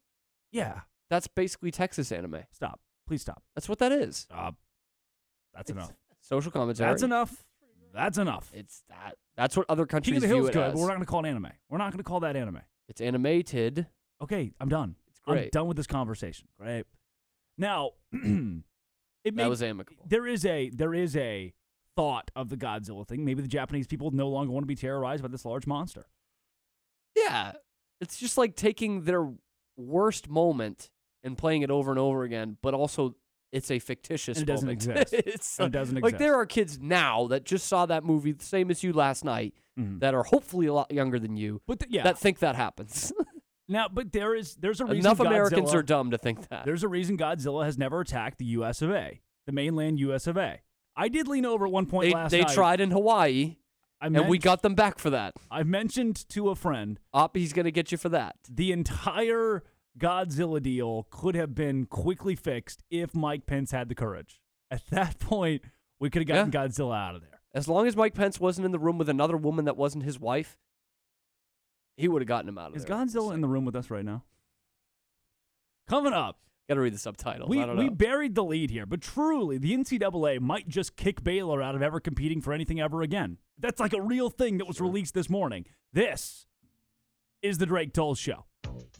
[SPEAKER 9] Yeah.
[SPEAKER 7] That's basically Texas anime.
[SPEAKER 9] Stop. Please stop.
[SPEAKER 7] That's what that is.
[SPEAKER 9] Stop. That's enough.
[SPEAKER 7] Social commentary.
[SPEAKER 9] That's enough. That's enough.
[SPEAKER 7] It's that. That's what other countries
[SPEAKER 9] King of the
[SPEAKER 7] view
[SPEAKER 9] Hill's
[SPEAKER 7] it
[SPEAKER 9] good,
[SPEAKER 7] as.
[SPEAKER 9] but we're not going to call it anime. We're not going to call that anime.
[SPEAKER 7] It's animated.
[SPEAKER 9] Okay, I'm done. It's I'm
[SPEAKER 7] great.
[SPEAKER 9] done with this conversation. Great. Now, [clears throat] it
[SPEAKER 7] That
[SPEAKER 9] may-
[SPEAKER 7] was amicable.
[SPEAKER 9] There is a there is a thought of the Godzilla thing. Maybe the Japanese people no longer want to be terrorized by this large monster.
[SPEAKER 7] Yeah. It's just like taking their worst moment and playing it over and over again, but also it's a fictitious
[SPEAKER 9] And it doesn't
[SPEAKER 7] moment. [laughs]
[SPEAKER 9] exist.
[SPEAKER 7] it's
[SPEAKER 9] And it doesn't
[SPEAKER 7] Like there
[SPEAKER 9] exist.
[SPEAKER 7] are kids now that just saw that movie the same as you last night that are hopefully a lot younger than you
[SPEAKER 9] Mm-hmm. But th- yeah.
[SPEAKER 7] that think that
[SPEAKER 9] [laughs]
[SPEAKER 7] happens.
[SPEAKER 9] Now, but there is
[SPEAKER 7] [laughs]
[SPEAKER 9] there's a reason
[SPEAKER 7] Enough Americans
[SPEAKER 9] Godzilla-
[SPEAKER 7] are dumb to think that.
[SPEAKER 9] Uh, There's a reason Godzilla has never attacked the U.S. of A. The mainland U.S. of A. I did lean over at one point
[SPEAKER 7] They,
[SPEAKER 9] last
[SPEAKER 7] they
[SPEAKER 9] night.
[SPEAKER 7] tried in Hawaii
[SPEAKER 9] I
[SPEAKER 7] and we
[SPEAKER 9] meant-
[SPEAKER 7] got them back for that.
[SPEAKER 9] I mentioned to a friend.
[SPEAKER 7] Op, he's going to get you for that.
[SPEAKER 9] The entire Godzilla deal could have been quickly fixed if Mike Pence had the courage. At that [laughs] point, we could have gotten Godzilla out of there.
[SPEAKER 7] As long as Mike Pence wasn't in the room with another woman that wasn't his wife, he would have gotten him out of
[SPEAKER 9] Is
[SPEAKER 7] there.
[SPEAKER 9] Godzilla in the room with us right now? Coming up.
[SPEAKER 7] Got to read the subtitles.
[SPEAKER 9] We,
[SPEAKER 7] I don't
[SPEAKER 9] we
[SPEAKER 7] know.
[SPEAKER 9] buried the lead here, but truly, the NCAA might just kick Baylor out of ever competing for anything ever again. That's like a real thing that was released this morning. This is the Drake Toll Show.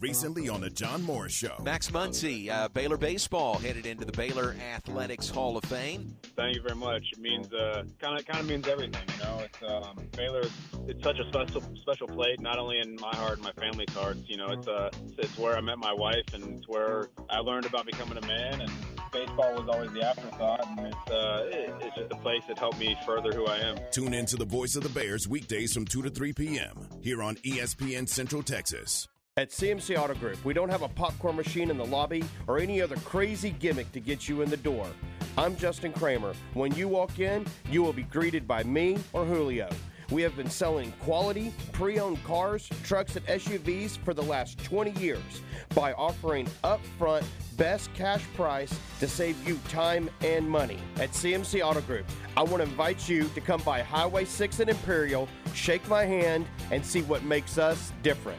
[SPEAKER 14] Recently on the John Morris Show.
[SPEAKER 11] Max Muncy, uh, Baylor baseball headed into the Baylor Athletics Hall of Fame.
[SPEAKER 16] Thank you very much. It means uh, kind of kind of means everything, you know. It's um, Baylor. It's such a special special place, not only in my heart, and my family's hearts. You know, it's uh, it's where I met my wife, and it's where I learned about becoming a man. And baseball was always the afterthought. And it's uh, it, it's just a place that helped me further who I am.
[SPEAKER 14] Tune in to the Voice of the Bears weekdays from 2 to 3 p.m. here on E ESPN Central Texas.
[SPEAKER 17] At CMC Auto Group, we don't have a popcorn machine in the lobby or any other crazy gimmick to get you in the door. I'm Justin Kramer. When you walk in, you will be greeted by me or Julio. We have been selling quality, pre owned cars, trucks, and SUVs for the last 20 years by offering upfront best cash price to save you time and money. At CMC Auto Group, I want to invite you to come by Highway 6 in Imperial, shake my hand, and see what makes us different.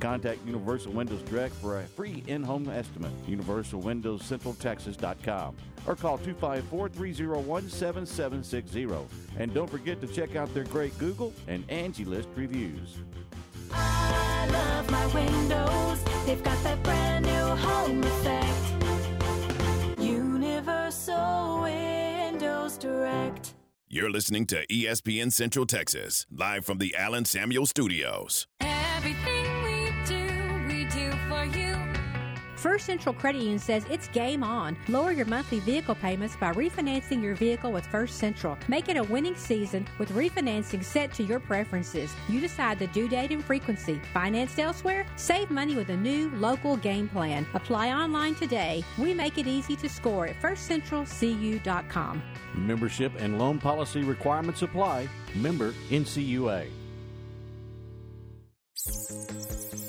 [SPEAKER 18] Contact Universal Windows Direct for a free in-home estimate. UniversalWindowsCentralTexas.com or call 254-301-7760. And don't forget to check out their great Google and Angie List reviews.
[SPEAKER 19] I love my windows. They've got that brand new home effect. Universal Windows Direct.
[SPEAKER 14] You're listening to E ESPN Central Texas, live from the Allen Samuel Studios.
[SPEAKER 20] Everything we do, we do for you. First Central Credit Union says it's game on. Lower your monthly vehicle payments by refinancing your vehicle with First Central. Make it a winning season with refinancing set to your preferences. You decide the due date and frequency. Financed elsewhere? Save money with a new local game plan. Apply online today. We make it easy to score at firstcentralcu.com.
[SPEAKER 18] Membership and loan policy requirements apply. Member NCUA.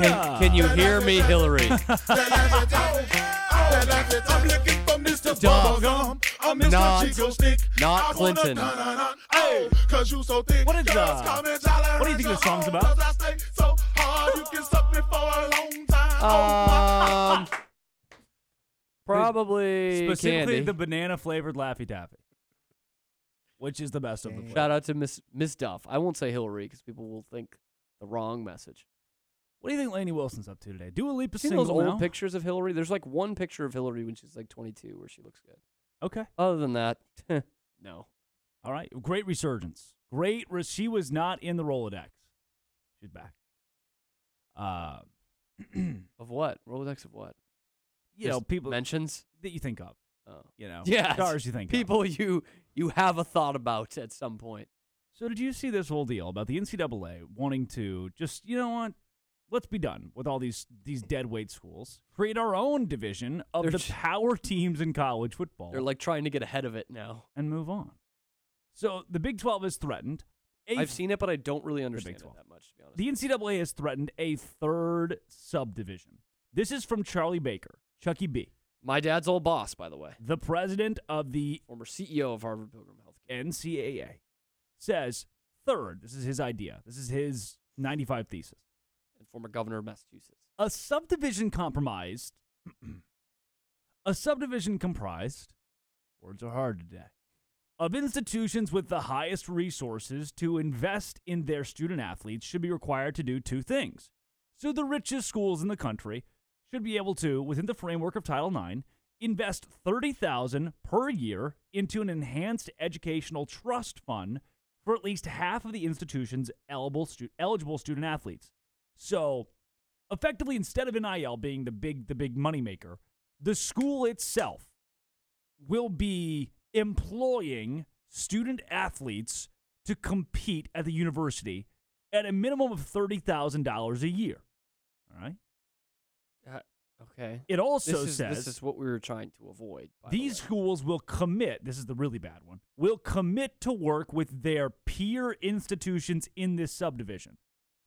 [SPEAKER 7] Can, can you hear me, Hillary?
[SPEAKER 21] I'm looking for Mr.
[SPEAKER 7] Duh.
[SPEAKER 21] Bubblegum. I'm Mr.
[SPEAKER 7] Not-
[SPEAKER 21] Chico Stick.
[SPEAKER 7] not
[SPEAKER 21] I wanna
[SPEAKER 7] Clinton.
[SPEAKER 21] na-na-na. Ay, Cause you so thick. What is
[SPEAKER 9] uh, what do you think this song's about?
[SPEAKER 21] So hard you can suck me for a long time.
[SPEAKER 7] Um, probably
[SPEAKER 9] Specifically
[SPEAKER 7] candy.
[SPEAKER 9] the banana flavored Laffy Taffy, which is the best of the flavors.
[SPEAKER 7] Shout out to Miss Miss Duff. I won't say Hillary because people will think the wrong message.
[SPEAKER 9] What do you think Laney Wilson's up to today? Do a leap of
[SPEAKER 7] See those
[SPEAKER 9] single
[SPEAKER 7] old
[SPEAKER 9] now?
[SPEAKER 7] pictures of Hillary? There's like one picture of Hillary when she's like 22 where she looks good.
[SPEAKER 9] Okay.
[SPEAKER 7] Other than that, [laughs] no.
[SPEAKER 9] All right. Great resurgence. Great. Re- she was not in the Rolodex. She's back. Uh, [clears throat]
[SPEAKER 7] of what? Rolodex of what?
[SPEAKER 9] You know,
[SPEAKER 7] Just
[SPEAKER 9] people
[SPEAKER 7] mentions
[SPEAKER 9] that you think of.
[SPEAKER 7] Oh.
[SPEAKER 9] You know,
[SPEAKER 7] [laughs] yeah,
[SPEAKER 9] stars you think of.
[SPEAKER 7] people you you have a thought about at some point.
[SPEAKER 9] So did you see this whole deal about the NCAA wanting to just you know what? Let's be done with all these these dead weight schools. Create our own division of the power teams in college football.
[SPEAKER 7] They're like trying to get ahead of it now
[SPEAKER 9] and move on. So the Big Twelve is threatened. A
[SPEAKER 7] I've seen it, but I don't really understand it
[SPEAKER 9] 12.
[SPEAKER 7] that much to be honest.
[SPEAKER 9] The NCAA has threatened a third subdivision. This is from Charlie Baker, Chucky B.
[SPEAKER 7] My dad's old boss, by the way.
[SPEAKER 9] The president of the
[SPEAKER 7] former CEO of Harvard Pilgrim Healthcare.
[SPEAKER 9] NCAA says third. This is his idea. This is his 95 thesis.
[SPEAKER 7] And former governor of Massachusetts.
[SPEAKER 9] A subdivision compromised. [clears throat] a subdivision comprised. Words are hard today. Of institutions with the highest resources to invest in their student athletes should be required to do two things. So, the richest schools in the country should be able to, within the framework of Title IX, invest $30,000 per year into an enhanced educational trust fund for at least half of the institution's eligible, stu- eligible student athletes. So, effectively, instead of NIL being the big, the big moneymaker, the school itself will be employing student athletes to compete at the university at a minimum of $30,000 a year. All right.
[SPEAKER 7] Uh, okay.
[SPEAKER 9] It also
[SPEAKER 7] This is-
[SPEAKER 9] says-
[SPEAKER 7] this is what we were trying to avoid. by the way.
[SPEAKER 9] These schools will commit, this is the really bad one, will commit to work with their peer institutions in this subdivision.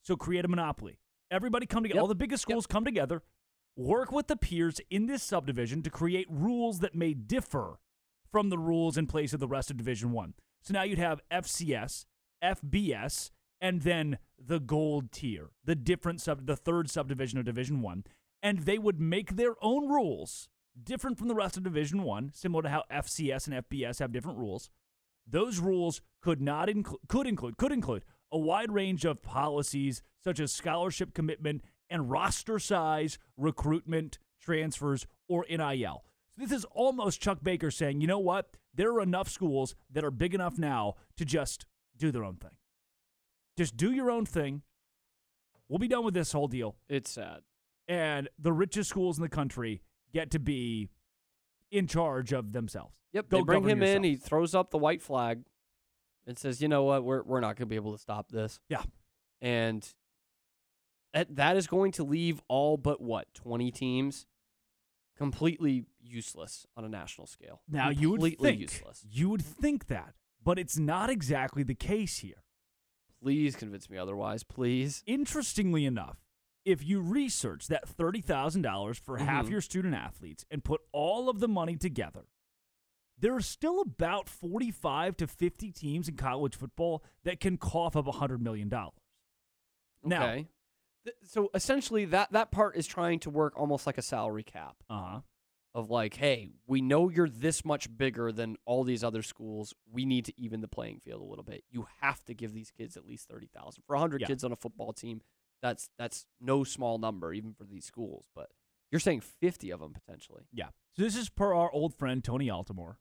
[SPEAKER 9] So create a monopoly. Everybody come together, all the biggest schools come together, work with the peers in this subdivision to create rules that may differ from the rules in place of the rest of Division 1. So now you'd have FCS, FBS, and then the gold tier, the different sub the third subdivision of Division 1, and they would make their own rules different from the rest of Division 1, similar to how FCS and FBS have different rules. Those rules could not include could include could include a wide range of policies such as scholarship commitment and roster size, recruitment, transfers, or NIL. So this is almost Chuck Baker saying, you know what? There are enough schools that are big enough now to just do their own thing. Just do your own thing. We'll be done with this whole deal.
[SPEAKER 7] It's sad.
[SPEAKER 9] And the richest schools in the country get to be in charge of themselves.
[SPEAKER 7] Yep,
[SPEAKER 9] Go
[SPEAKER 7] they bring
[SPEAKER 9] govern
[SPEAKER 7] him in.
[SPEAKER 9] yourself.
[SPEAKER 7] He throws up the white flag and says, "You know what? We're we're not going to be able to stop this."
[SPEAKER 9] Yeah,
[SPEAKER 7] and that that is going to leave all but what twenty teams completely useless on a national scale.
[SPEAKER 9] Now
[SPEAKER 7] completely
[SPEAKER 9] you would think
[SPEAKER 7] useless.
[SPEAKER 9] you would think that, but it's not exactly the case here.
[SPEAKER 7] Please convince me otherwise, please.
[SPEAKER 9] Interestingly enough, if you research that $30,000 for half
[SPEAKER 7] Mhm.
[SPEAKER 9] your student athletes and put all of the money together, there are still about 45 to 50 teams in college football that can cough up $100 million. Now,
[SPEAKER 7] Okay. Th- so essentially, that that part is trying to work almost like a salary cap.
[SPEAKER 9] Uh-huh.
[SPEAKER 7] Of like, hey, we know you're this much bigger than all these other schools. We need to even the playing field a little bit. You have to give these kids at least thirty thousand for hundred
[SPEAKER 9] Yeah.
[SPEAKER 7] kids on a football team. That's that's no small number even for these schools. But you're saying fifty of them potentially.
[SPEAKER 9] yeah. So this is per our old friend Tony
[SPEAKER 7] [laughs]
[SPEAKER 9] Altimore.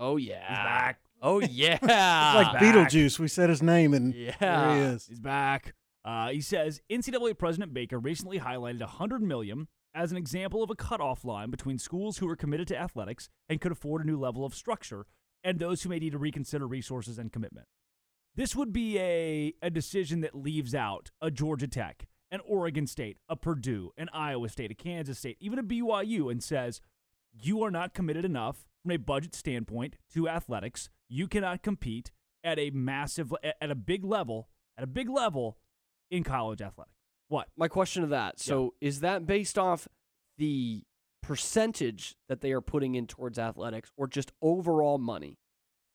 [SPEAKER 7] Oh yeah.
[SPEAKER 9] [laughs]
[SPEAKER 7] Oh yeah.
[SPEAKER 10] It's like Beetlejuice. We said his name, and there he
[SPEAKER 9] Yeah,
[SPEAKER 10] is.
[SPEAKER 9] he's back. Uh, he says NCAA President Baker recently highlighted 100 million as an example of a cutoff line between schools who are committed to athletics and could afford a new level of structure, and those who may need to reconsider resources and commitment. This would be a a decision that leaves out a Georgia Tech, an Oregon State, a Purdue, an Iowa State, a Kansas State, even a BYU, and says you are not committed enough from a budget standpoint to athletics. You cannot compete at a massive, at a big level, at a big level in college athletics. What?
[SPEAKER 7] My question to that.
[SPEAKER 9] Yeah.
[SPEAKER 7] So is that based off the percentage that they are putting in towards athletics or just overall money?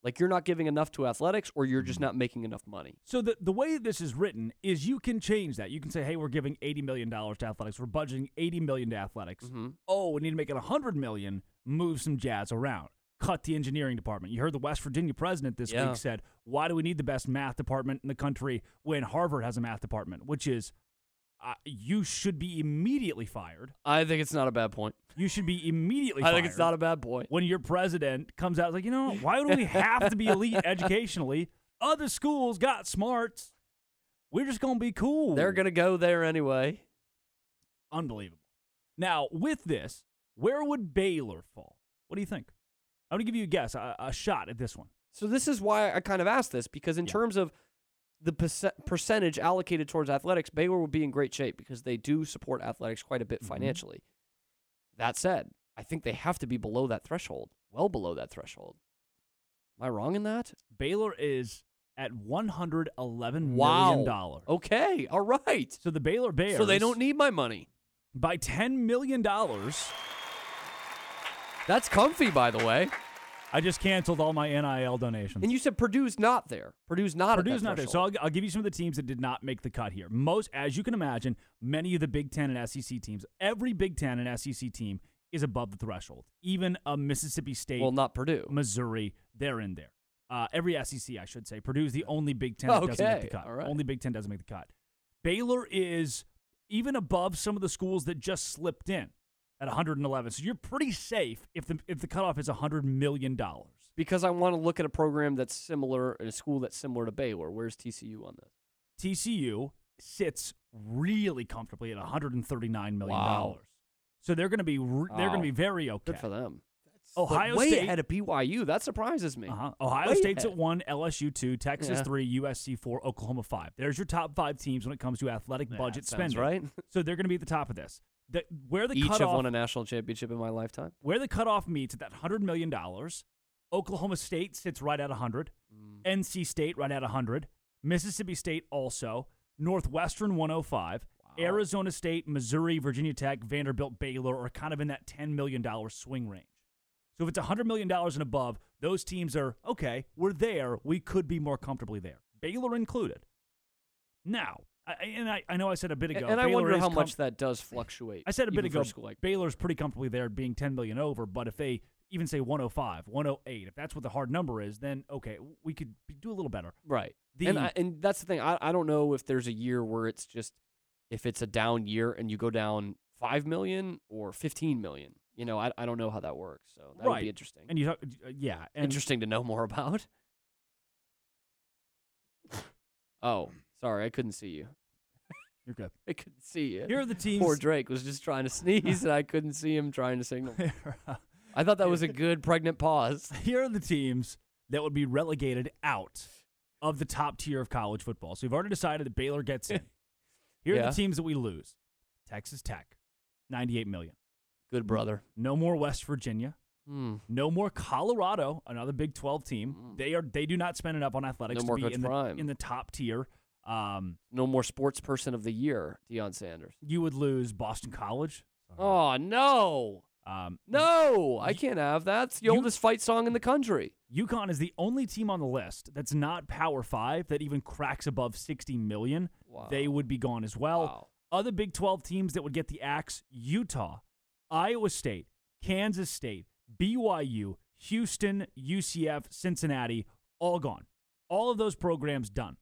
[SPEAKER 7] Like you're not giving enough to athletics or you're
[SPEAKER 9] Mm-hmm.
[SPEAKER 7] just not making enough money.
[SPEAKER 9] So the the way that this is written is you can change that. You can say, hey, we're giving eighty million dollars to athletics. We're budgeting eighty million to athletics. Oh, we need to make it hundred million. Move some jazz around. Cut the engineering department. You heard the West Virginia president this
[SPEAKER 7] Yeah.
[SPEAKER 9] week said, "Why do we need the best math department in the country when Harvard has a math department?" Which is, uh, you should be immediately fired.
[SPEAKER 7] I think it's not a bad point.
[SPEAKER 9] You should be immediately.
[SPEAKER 7] I think it's
[SPEAKER 9] fired
[SPEAKER 7] not a bad point.
[SPEAKER 9] When your president comes out like, you know, why do we have to
[SPEAKER 7] [laughs]
[SPEAKER 9] be elite educationally? Other schools got smarts. We're just gonna be cool.
[SPEAKER 7] They're going to go there anyway.
[SPEAKER 9] Unbelievable. Now, with this, where would Baylor fall? What do you think? I'm going to give you a guess, a, a shot at this one.
[SPEAKER 7] So this is why I kind of asked this because in terms of the perce- percentage allocated towards athletics, Baylor will be in great shape because they do support athletics quite a bit
[SPEAKER 9] Mm-hmm.
[SPEAKER 7] financially. That said, I think they have to be below that threshold, well below that threshold. Am I wrong in that?
[SPEAKER 9] Baylor is at $111 million.
[SPEAKER 7] Wow. Okay. All right.
[SPEAKER 9] So the Baylor Bears.
[SPEAKER 7] So they don't need my money.
[SPEAKER 9] By $10 million.
[SPEAKER 7] That's comfy, by the way.
[SPEAKER 9] I just canceled all my NIL donations.
[SPEAKER 7] And you said Purdue's not there. Purdue's not.
[SPEAKER 9] Mm. Purdue's
[SPEAKER 7] at that
[SPEAKER 9] not there. So I'll, I'll give you some of the teams that did not make the cut here. Most, as you can imagine, many of the Big Ten and SEC teams, every Big Ten and SEC team is above the threshold. Even a Mississippi State.
[SPEAKER 7] Well, not Purdue.
[SPEAKER 9] Missouri, they're in there. Uh, every SEC, I should say. Purdue's the only Big Ten that doesn't make the
[SPEAKER 7] Okay,
[SPEAKER 9] cut.
[SPEAKER 7] all right.
[SPEAKER 9] Only Big Ten doesn't make the cut. Baylor is even above some of the schools that just slipped in at 111. So you're pretty safe if the if the cutoff is 100 million dollars.
[SPEAKER 7] because I want to look at a program that's similar, a school that's similar to Baylor. Where's TCU on this?
[SPEAKER 9] TCU sits really comfortably at 139 million
[SPEAKER 7] Wow.
[SPEAKER 9] dollars. So they're going to be re- they're going
[SPEAKER 7] Wow.
[SPEAKER 9] to be very okay.
[SPEAKER 7] Good for them. But
[SPEAKER 9] Ohio
[SPEAKER 7] way
[SPEAKER 9] State
[SPEAKER 7] ahead of BYU. That surprises me.
[SPEAKER 9] Uh-huh. Ohio
[SPEAKER 7] Way
[SPEAKER 9] State's at
[SPEAKER 7] ahead.
[SPEAKER 9] one, LSU two, Texas
[SPEAKER 7] Yeah.
[SPEAKER 9] three, USC four, Oklahoma five. There's your top five teams when it comes to athletic
[SPEAKER 7] Yeah,
[SPEAKER 9] budget
[SPEAKER 7] that sounds
[SPEAKER 9] spending.
[SPEAKER 7] right.
[SPEAKER 9] So they're going to be at the top of this. The, where the
[SPEAKER 7] Each
[SPEAKER 9] cutoff,
[SPEAKER 7] have won a national championship in my lifetime.
[SPEAKER 9] where the cutoff meets at that hundred million dollars, Oklahoma State sits right at hundred,
[SPEAKER 7] Mm.
[SPEAKER 9] NC State right at hundred, Mississippi State also, Northwestern one hundred five, Arizona State, Missouri, Virginia Tech, Vanderbilt, Baylor are kind of in that ten million dollar swing range. So if it's hundred million dollars and above, those teams are okay. We're there. We could be more comfortably there, Baylor included. Now, I, and I, I know I said a bit
[SPEAKER 7] A-
[SPEAKER 9] ago,
[SPEAKER 7] and I
[SPEAKER 9] Baylor
[SPEAKER 7] wonder
[SPEAKER 9] is
[SPEAKER 7] how
[SPEAKER 9] com-
[SPEAKER 7] much that does fluctuate.
[SPEAKER 9] I said a bit
[SPEAKER 7] even for
[SPEAKER 9] ago,
[SPEAKER 7] school like
[SPEAKER 9] Baylor's pretty comfortably there being 10 million over, but if they even say 105, 108, if that's what the hard number is, then okay, we could be- do a little better.
[SPEAKER 7] Right.
[SPEAKER 9] The-
[SPEAKER 7] and I, and that's the thing. I, I don't know if there's a year where it's just if it's a down year and you go down five million or fifteen million. You know, I, I don't know how that works. So that would
[SPEAKER 9] Right.
[SPEAKER 7] be interesting.
[SPEAKER 9] And you talk, uh, yeah, and
[SPEAKER 7] interesting to know more about. [laughs] oh, sorry, I couldn't see you.
[SPEAKER 9] You're good.
[SPEAKER 7] I couldn't see you.
[SPEAKER 9] Here are the
[SPEAKER 7] Poor
[SPEAKER 9] teams-
[SPEAKER 7] Drake was just trying to sneeze, and I couldn't see him trying to signal.
[SPEAKER 9] [laughs]
[SPEAKER 7] I thought that was a good pregnant pause.
[SPEAKER 9] Here are the teams that would be relegated out of the top tier of college football. So we've already decided that Baylor gets
[SPEAKER 7] [laughs]
[SPEAKER 9] in. Here are
[SPEAKER 7] Yeah.
[SPEAKER 9] the teams that we lose. Texas Tech, 98 million.
[SPEAKER 7] Good brother.
[SPEAKER 9] No more West Virginia.
[SPEAKER 7] Hmm.
[SPEAKER 9] No more Colorado, another Big 12 team. They are they do not spend enough on athletics
[SPEAKER 7] Mm. No
[SPEAKER 9] to
[SPEAKER 7] more
[SPEAKER 9] be
[SPEAKER 7] Coach
[SPEAKER 9] in the,
[SPEAKER 7] Prime.
[SPEAKER 9] in the top tier. Um,
[SPEAKER 7] no more sports person of the year, Deion Sanders.
[SPEAKER 9] You would lose Boston College.
[SPEAKER 7] Oh no!
[SPEAKER 9] Um,
[SPEAKER 7] no, I can't have that. It's the oldest fight song in the country.
[SPEAKER 9] UConn is the only team on the list that's not Power Five that even cracks above 60 million. They would be gone as well. Other Big 12 teams that would get the axe Utah, Iowa State, Kansas State, BYU, Houston, UCF, Cincinnati, all gone. All of those programs done.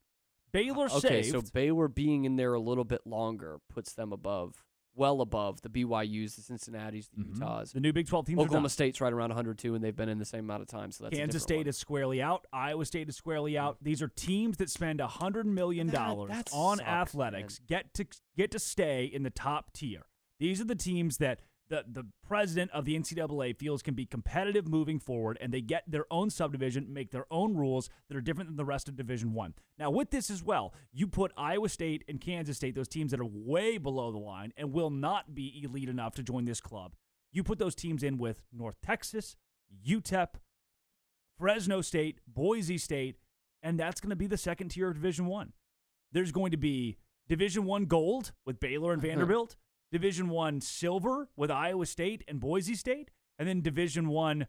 [SPEAKER 9] Baylor
[SPEAKER 7] okay,
[SPEAKER 9] saved.
[SPEAKER 7] so Baylor being in there a little bit longer puts them above, well above the BYU's, the Cincinnati's, the Utahs.
[SPEAKER 9] Mm-hmm. The new Big 12 teams are
[SPEAKER 7] Oklahoma
[SPEAKER 9] done.
[SPEAKER 7] State's right around 102, and they've been in the same amount of time. So that's a
[SPEAKER 9] Kansas
[SPEAKER 7] different
[SPEAKER 9] State is squarely out. Iowa State is squarely out. These are teams that spend hundred million dollars
[SPEAKER 7] that
[SPEAKER 9] on
[SPEAKER 7] sucks,
[SPEAKER 9] athletics get to get to stay in the top tier. These are the teams that the the president of the NCAA feels can be competitive moving forward, and they get their own subdivision, make their own rules that are different than the rest of Division One. Now, with this as well, you put Iowa State and Kansas State, those teams that are way below the line and will not be elite enough to join this club. You put those teams in with North Texas, E UTEP, Fresno State, Boise State, and that's going to be the second tier of Division One. There's going to be Division One gold with Baylor and
[SPEAKER 7] Mm-hmm.
[SPEAKER 9] Vanderbilt, Division One silver with Iowa State and Boise State, and then Division One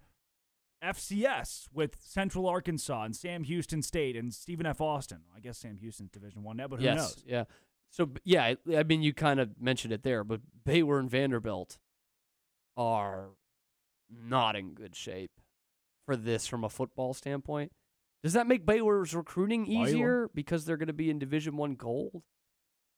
[SPEAKER 9] FCS with Central Arkansas and Sam Houston State and Stephen F. Austin. I guess Sam Houston's Division One now, but who
[SPEAKER 7] yes,
[SPEAKER 9] knows?
[SPEAKER 7] yeah. So b- yeah, I- I mean, you kind of mentioned it there, but Baylor and Vanderbilt are not in good shape for this from a football standpoint. Does that make Baylor's recruiting
[SPEAKER 9] Baylor.
[SPEAKER 7] easier because they're going to be in Division One Gold?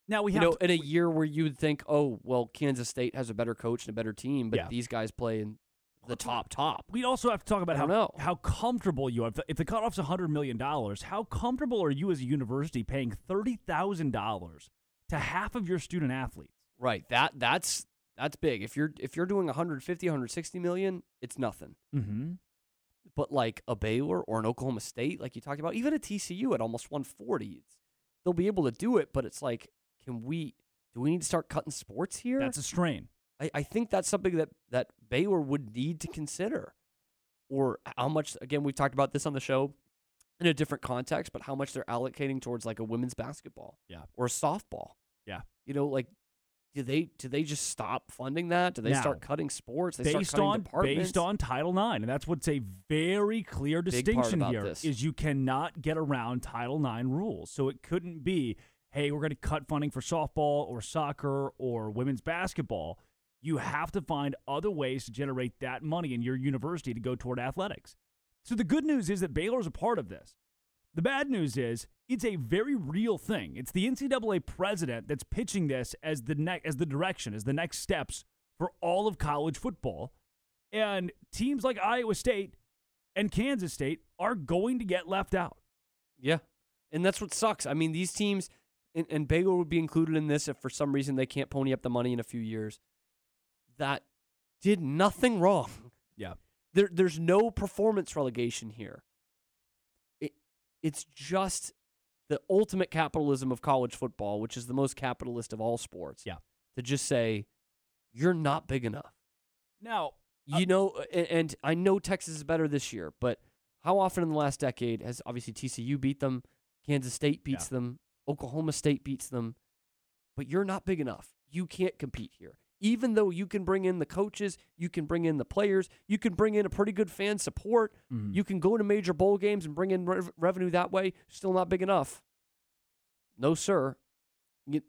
[SPEAKER 9] Now we
[SPEAKER 7] you
[SPEAKER 9] have
[SPEAKER 7] know,
[SPEAKER 9] to-
[SPEAKER 7] in a year where you'd think, oh, well, Kansas State has a better coach and a better team, but
[SPEAKER 9] Yeah.
[SPEAKER 7] these guys play in the top top.
[SPEAKER 9] We'd also have to talk about
[SPEAKER 7] I
[SPEAKER 9] how
[SPEAKER 7] don't know.
[SPEAKER 9] how comfortable you are. If the- If the cutoff's hundred million dollars, how comfortable are you as a university paying thirty thousand dollars to half of your student athletes?
[SPEAKER 7] Right. That that's that's big. If you're if you're doing 150, 160 million, it's nothing.
[SPEAKER 9] Mm-hmm.
[SPEAKER 7] But like a Baylor or an Oklahoma State, like you talked about, even a TCU at almost 140, it's, they'll be able to do it. But it's like, can we? Do we need to start cutting sports here?
[SPEAKER 9] That's a strain.
[SPEAKER 7] I, I think that's something that that Baylor would need to consider, or how much. Again, we've talked about this on the show in a different context, but how much they're allocating towards like a women's basketball
[SPEAKER 9] Yeah.
[SPEAKER 7] or softball.
[SPEAKER 9] Yeah.
[SPEAKER 7] You know, like do they do they just stop funding that? Do they
[SPEAKER 9] Now,
[SPEAKER 7] start cutting sports? They start
[SPEAKER 9] based
[SPEAKER 7] cutting
[SPEAKER 9] on
[SPEAKER 7] departments.
[SPEAKER 9] based on Title IX, and that's what's a very clear
[SPEAKER 7] Big part
[SPEAKER 9] distinction
[SPEAKER 7] about
[SPEAKER 9] here
[SPEAKER 7] this.
[SPEAKER 9] is you cannot get around Title IX rules. So it couldn't be, hey, we're going to cut funding for softball or soccer or women's basketball. You have to find other ways to generate that money in your university to go toward athletics. So the good news is that Baylor's a part of this. The bad news is it's a very real thing. It's the NCAA president that's pitching this as the ne- as the direction, as the next steps for all of college football. And teams like Iowa State and Kansas State are going to get left out.
[SPEAKER 7] Yeah. And that's what sucks. I mean, these teams and, and Baylor would be included in this if for some reason they can't pony up the money in a few years. That did nothing wrong.
[SPEAKER 9] Yeah.
[SPEAKER 7] There there's no performance relegation here. It it's just the ultimate capitalism of college football, which is the most capitalist of all sports.
[SPEAKER 9] Yeah.
[SPEAKER 7] To just say, you're not big enough.
[SPEAKER 9] Now,
[SPEAKER 7] You know, and, and I know Texas is better this year, but how often in the last decade has obviously TCU beat them, Kansas State beats
[SPEAKER 9] Yeah.
[SPEAKER 7] them, Oklahoma State beats them, but you're not big enough. You can't compete here. Even though you can bring in the coaches, you can bring in the players, you can bring in a pretty good fan support,
[SPEAKER 9] Mhm.
[SPEAKER 7] you can go to major bowl games and bring in rev- revenue that way, still not big enough. No, sir. You-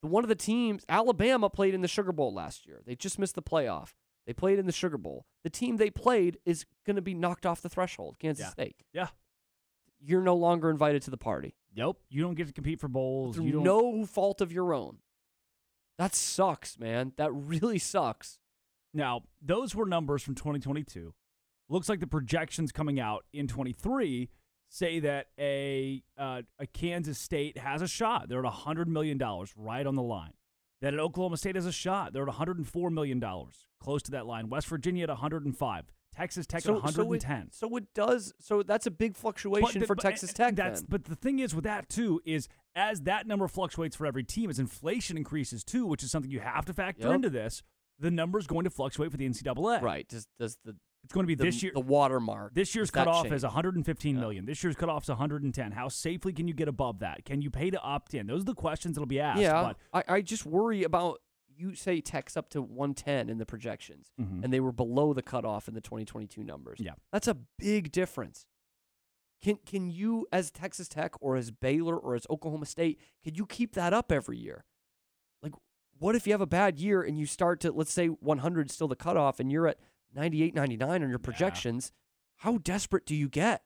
[SPEAKER 7] one of the teams, Alabama, played in the Sugar Bowl last year. They just missed the playoff. They played in the Sugar Bowl. The team they played is going to be knocked off the threshold. Kansas
[SPEAKER 9] Yeah.
[SPEAKER 7] State.
[SPEAKER 9] Yeah.
[SPEAKER 7] You're no longer invited to the party
[SPEAKER 9] Nope. You don't get to compete for bowls.
[SPEAKER 7] through
[SPEAKER 9] You don't,
[SPEAKER 7] no fault of your own. That sucks, man. That really sucks.
[SPEAKER 9] Now, those were numbers from 2022. Looks like the projections coming out in 23 say that a uh, a Kansas State has a shot. They're at 100 million dollars, right on the line. That an Oklahoma State has a shot. They're at 104 million dollars, close to that line. West Virginia at 105. Texas Tech at
[SPEAKER 7] So it,
[SPEAKER 9] 110.
[SPEAKER 7] so it does. So that's a big fluctuation
[SPEAKER 9] But the-
[SPEAKER 7] for
[SPEAKER 9] but- eh,
[SPEAKER 7] Texas Tech.
[SPEAKER 9] That's,
[SPEAKER 7] then.
[SPEAKER 9] But the thing is with that too is as that number fluctuates for every team, as inflation increases too, which is something you have to factor
[SPEAKER 7] Yep.
[SPEAKER 9] into this, the number's going to fluctuate for the NCAA.
[SPEAKER 7] Right. Does does the
[SPEAKER 9] It's going to be
[SPEAKER 7] The-
[SPEAKER 9] this year.
[SPEAKER 7] the watermark.
[SPEAKER 9] This year's
[SPEAKER 7] Does that
[SPEAKER 9] cutoff
[SPEAKER 7] change?
[SPEAKER 9] is 115 million. This year's cutoff is 110. How safely can you get above that? Can you pay to opt in? Those are the questions that'll be asked.
[SPEAKER 7] yeah,
[SPEAKER 9] but
[SPEAKER 7] I, I just worry about you say Tech's up to 110 in the projections,
[SPEAKER 9] Mhm.
[SPEAKER 7] and they were below the cutoff in the 2022 numbers.
[SPEAKER 9] Yeah.
[SPEAKER 7] that's a big difference. Can can you as Texas Tech or as Baylor or as Oklahoma State can you keep that up every year? Like, what if you have a bad year and you start to let's say 100 is still the cutoff and you're at 98, 99 on your projections? How desperate do you get?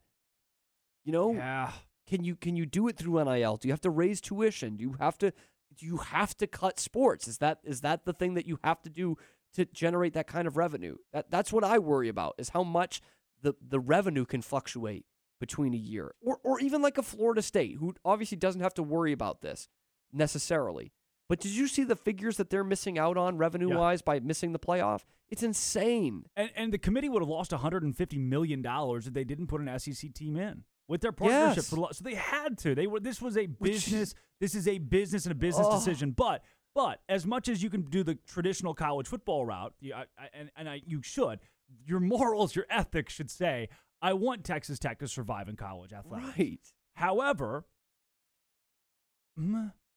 [SPEAKER 7] You know, can you can you do it through NIL? Do you have to raise tuition? Do you have to do you have to cut sports? Is that is that the thing that you have to do to generate that kind of revenue? That that's what I worry about is how much the the revenue can fluctuate between a year. Or or even like a Florida State who obviously doesn't have to worry about this necessarily. But did you see the figures that they're missing out on revenue wise by missing the playoff? It's insane.
[SPEAKER 9] And, and the committee would have lost 150 million dollars if they didn't put an SEC team in with their partnership.
[SPEAKER 7] Yes.
[SPEAKER 9] For, lo- so they had to. They were. This was a business. This is a business and a business
[SPEAKER 7] Ugh.
[SPEAKER 9] decision. But but as much as you can do the traditional college football route, you, I, I, and and I, you should, your morals, your ethics should say, I want Texas Tech to survive in college athletics.
[SPEAKER 7] Right.
[SPEAKER 9] However,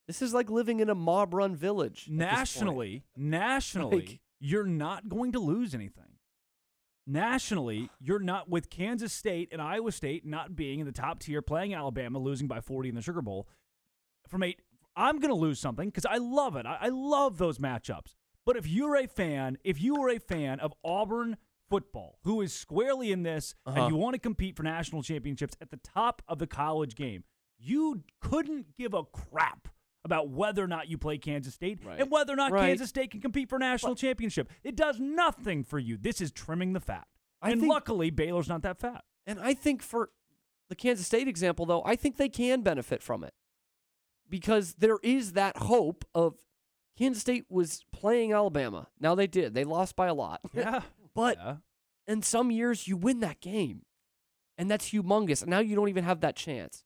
[SPEAKER 7] This is like living in a mob run village. at this point.
[SPEAKER 9] nationally, nationally,
[SPEAKER 7] Like-
[SPEAKER 9] you're not going to lose anything. Nationally, you're not with Kansas State and Iowa State not being in the top tier, playing Alabama, losing by 40 in the Sugar Bowl. From eight, I'm going to lose something because I love it. I, I love those matchups. But if you're a fan, if you are a fan of Auburn football, who is squarely in this,
[SPEAKER 7] Uh-huh.
[SPEAKER 9] and you want to compete for national championships at the top of the college game, you couldn't give a crap about whether or not you play Kansas State and whether or not
[SPEAKER 7] Right.
[SPEAKER 9] Kansas State can compete for a national championship. It does nothing for you. This is trimming the fat. and luckily, Baylor's not that fat.
[SPEAKER 7] And I think for the Kansas State example, though, I think they can benefit from it because there is that hope of Kansas State was playing Alabama. Now they did. They lost by a lot.
[SPEAKER 9] Yeah.
[SPEAKER 7] [laughs] but in some years, you win that game, and that's humongous. And now you don't even have that chance.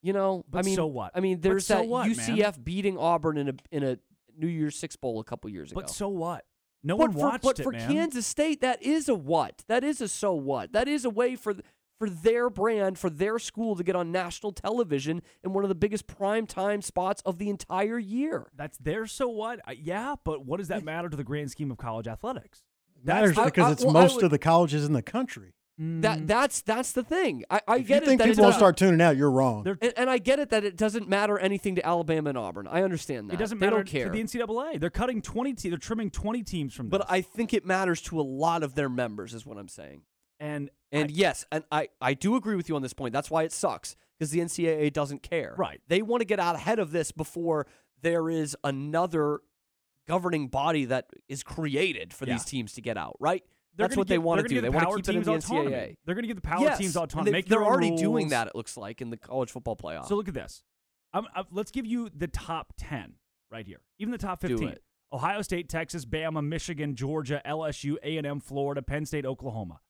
[SPEAKER 7] You know, I
[SPEAKER 9] But
[SPEAKER 7] mean,
[SPEAKER 9] so what?
[SPEAKER 7] I mean,
[SPEAKER 9] But
[SPEAKER 7] there's
[SPEAKER 9] so
[SPEAKER 7] that
[SPEAKER 9] what, man?
[SPEAKER 7] UCF beating Auburn in a in a New Year's Six bowl a couple years ago.
[SPEAKER 9] But so what? No
[SPEAKER 7] But
[SPEAKER 9] one
[SPEAKER 7] for-
[SPEAKER 9] watched
[SPEAKER 7] But
[SPEAKER 9] it,
[SPEAKER 7] for
[SPEAKER 9] man.
[SPEAKER 7] Kansas State, that is a what? That is a so what? That is a way for th- for their brand, for their school to get on national television in one of the biggest prime time spots of the entire year.
[SPEAKER 9] That's their so what? Uh, yeah, but what does that matter to the grand scheme of college athletics?
[SPEAKER 10] matters
[SPEAKER 7] I-
[SPEAKER 10] because
[SPEAKER 7] I-
[SPEAKER 10] it's
[SPEAKER 7] well, I
[SPEAKER 10] most
[SPEAKER 7] would-
[SPEAKER 10] of the colleges in the country.
[SPEAKER 9] Mm.
[SPEAKER 7] That that's that's the thing. I, I
[SPEAKER 10] If you
[SPEAKER 7] get it.
[SPEAKER 10] think
[SPEAKER 7] that it
[SPEAKER 10] people will
[SPEAKER 7] doesn't-
[SPEAKER 10] start tuning out, you're wrong.
[SPEAKER 7] and, and I get it that it doesn't matter anything to Alabama and Auburn. I understand that.
[SPEAKER 9] It doesn't
[SPEAKER 7] they
[SPEAKER 9] matter
[SPEAKER 7] don't care.
[SPEAKER 9] to the NCAA. They're cutting 20 te- they're trimming 20 teams from
[SPEAKER 7] but I think it matters to a lot of their members, is what I'm saying.
[SPEAKER 9] And
[SPEAKER 7] and yes, and I I do agree with you on this point. That's why it sucks because the NCAA doesn't care. Right. They want to get out ahead of this before there is another governing body that is created for
[SPEAKER 9] Yeah.
[SPEAKER 7] these teams to get out. Right.
[SPEAKER 9] They're
[SPEAKER 7] That's
[SPEAKER 9] gonna
[SPEAKER 7] what they
[SPEAKER 9] give-
[SPEAKER 7] want to
[SPEAKER 9] they're gonna
[SPEAKER 7] do.
[SPEAKER 9] give
[SPEAKER 7] They
[SPEAKER 9] the
[SPEAKER 7] want to
[SPEAKER 9] power
[SPEAKER 7] keep it in
[SPEAKER 9] teams
[SPEAKER 7] the
[SPEAKER 9] autonomy.
[SPEAKER 7] NCAA.
[SPEAKER 9] They're gonna give the power
[SPEAKER 7] Yes,
[SPEAKER 9] teams
[SPEAKER 7] and
[SPEAKER 9] autonomy.
[SPEAKER 7] they-
[SPEAKER 9] Make
[SPEAKER 7] They're
[SPEAKER 9] their own
[SPEAKER 7] already doing
[SPEAKER 9] rules.
[SPEAKER 7] that. It looks like in the college football playoff.
[SPEAKER 9] So look at this. I'm, i let's give you the top 10 right here. Even the top
[SPEAKER 7] Do
[SPEAKER 9] 15.
[SPEAKER 7] it.
[SPEAKER 9] Ohio State, Texas, Bama, Michigan, Georgia, LSU, A&M, Florida, Penn State, Oklahoma.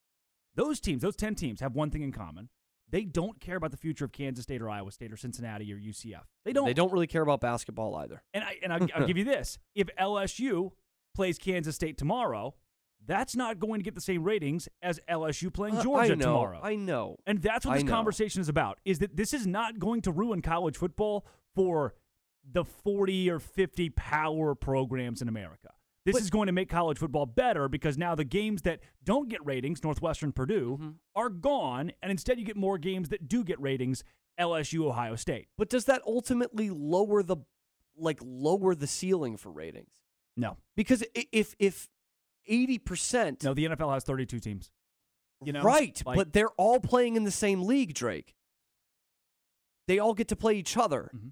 [SPEAKER 9] Those teams, those 10 teams have one thing in common. They don't care about the future of Kansas State or Iowa State or Cincinnati or UCF. They don't
[SPEAKER 7] They don't really care about basketball either.
[SPEAKER 9] And I
[SPEAKER 7] [laughs]
[SPEAKER 9] and I'll, I'll give you this: if LSU plays Kansas State tomorrow, that's not going to get the same ratings as LSU playing
[SPEAKER 7] Uh, I
[SPEAKER 9] Georgia
[SPEAKER 7] know,
[SPEAKER 9] tomorrow.
[SPEAKER 7] I know,
[SPEAKER 9] and that's what
[SPEAKER 7] I
[SPEAKER 9] this
[SPEAKER 7] know.
[SPEAKER 9] conversation is about: is that this is not going to ruin college football for the forty or fifty power programs in America. This is going to make college football better because now the games that don't get ratings, Northwestern, Purdue,
[SPEAKER 7] Mm-hmm.
[SPEAKER 9] are gone, and instead you get more games that do get ratings, LSU, Ohio State.
[SPEAKER 7] But does that ultimately lower the like lower the ceiling for ratings?
[SPEAKER 9] No,
[SPEAKER 7] Because i- if if eighty percent,
[SPEAKER 9] no, the NFL has thirty-two teams. You know,
[SPEAKER 7] right?
[SPEAKER 9] like-
[SPEAKER 7] but they're all playing in the same league, Drake. They all get to play each other.
[SPEAKER 9] Mm-hmm.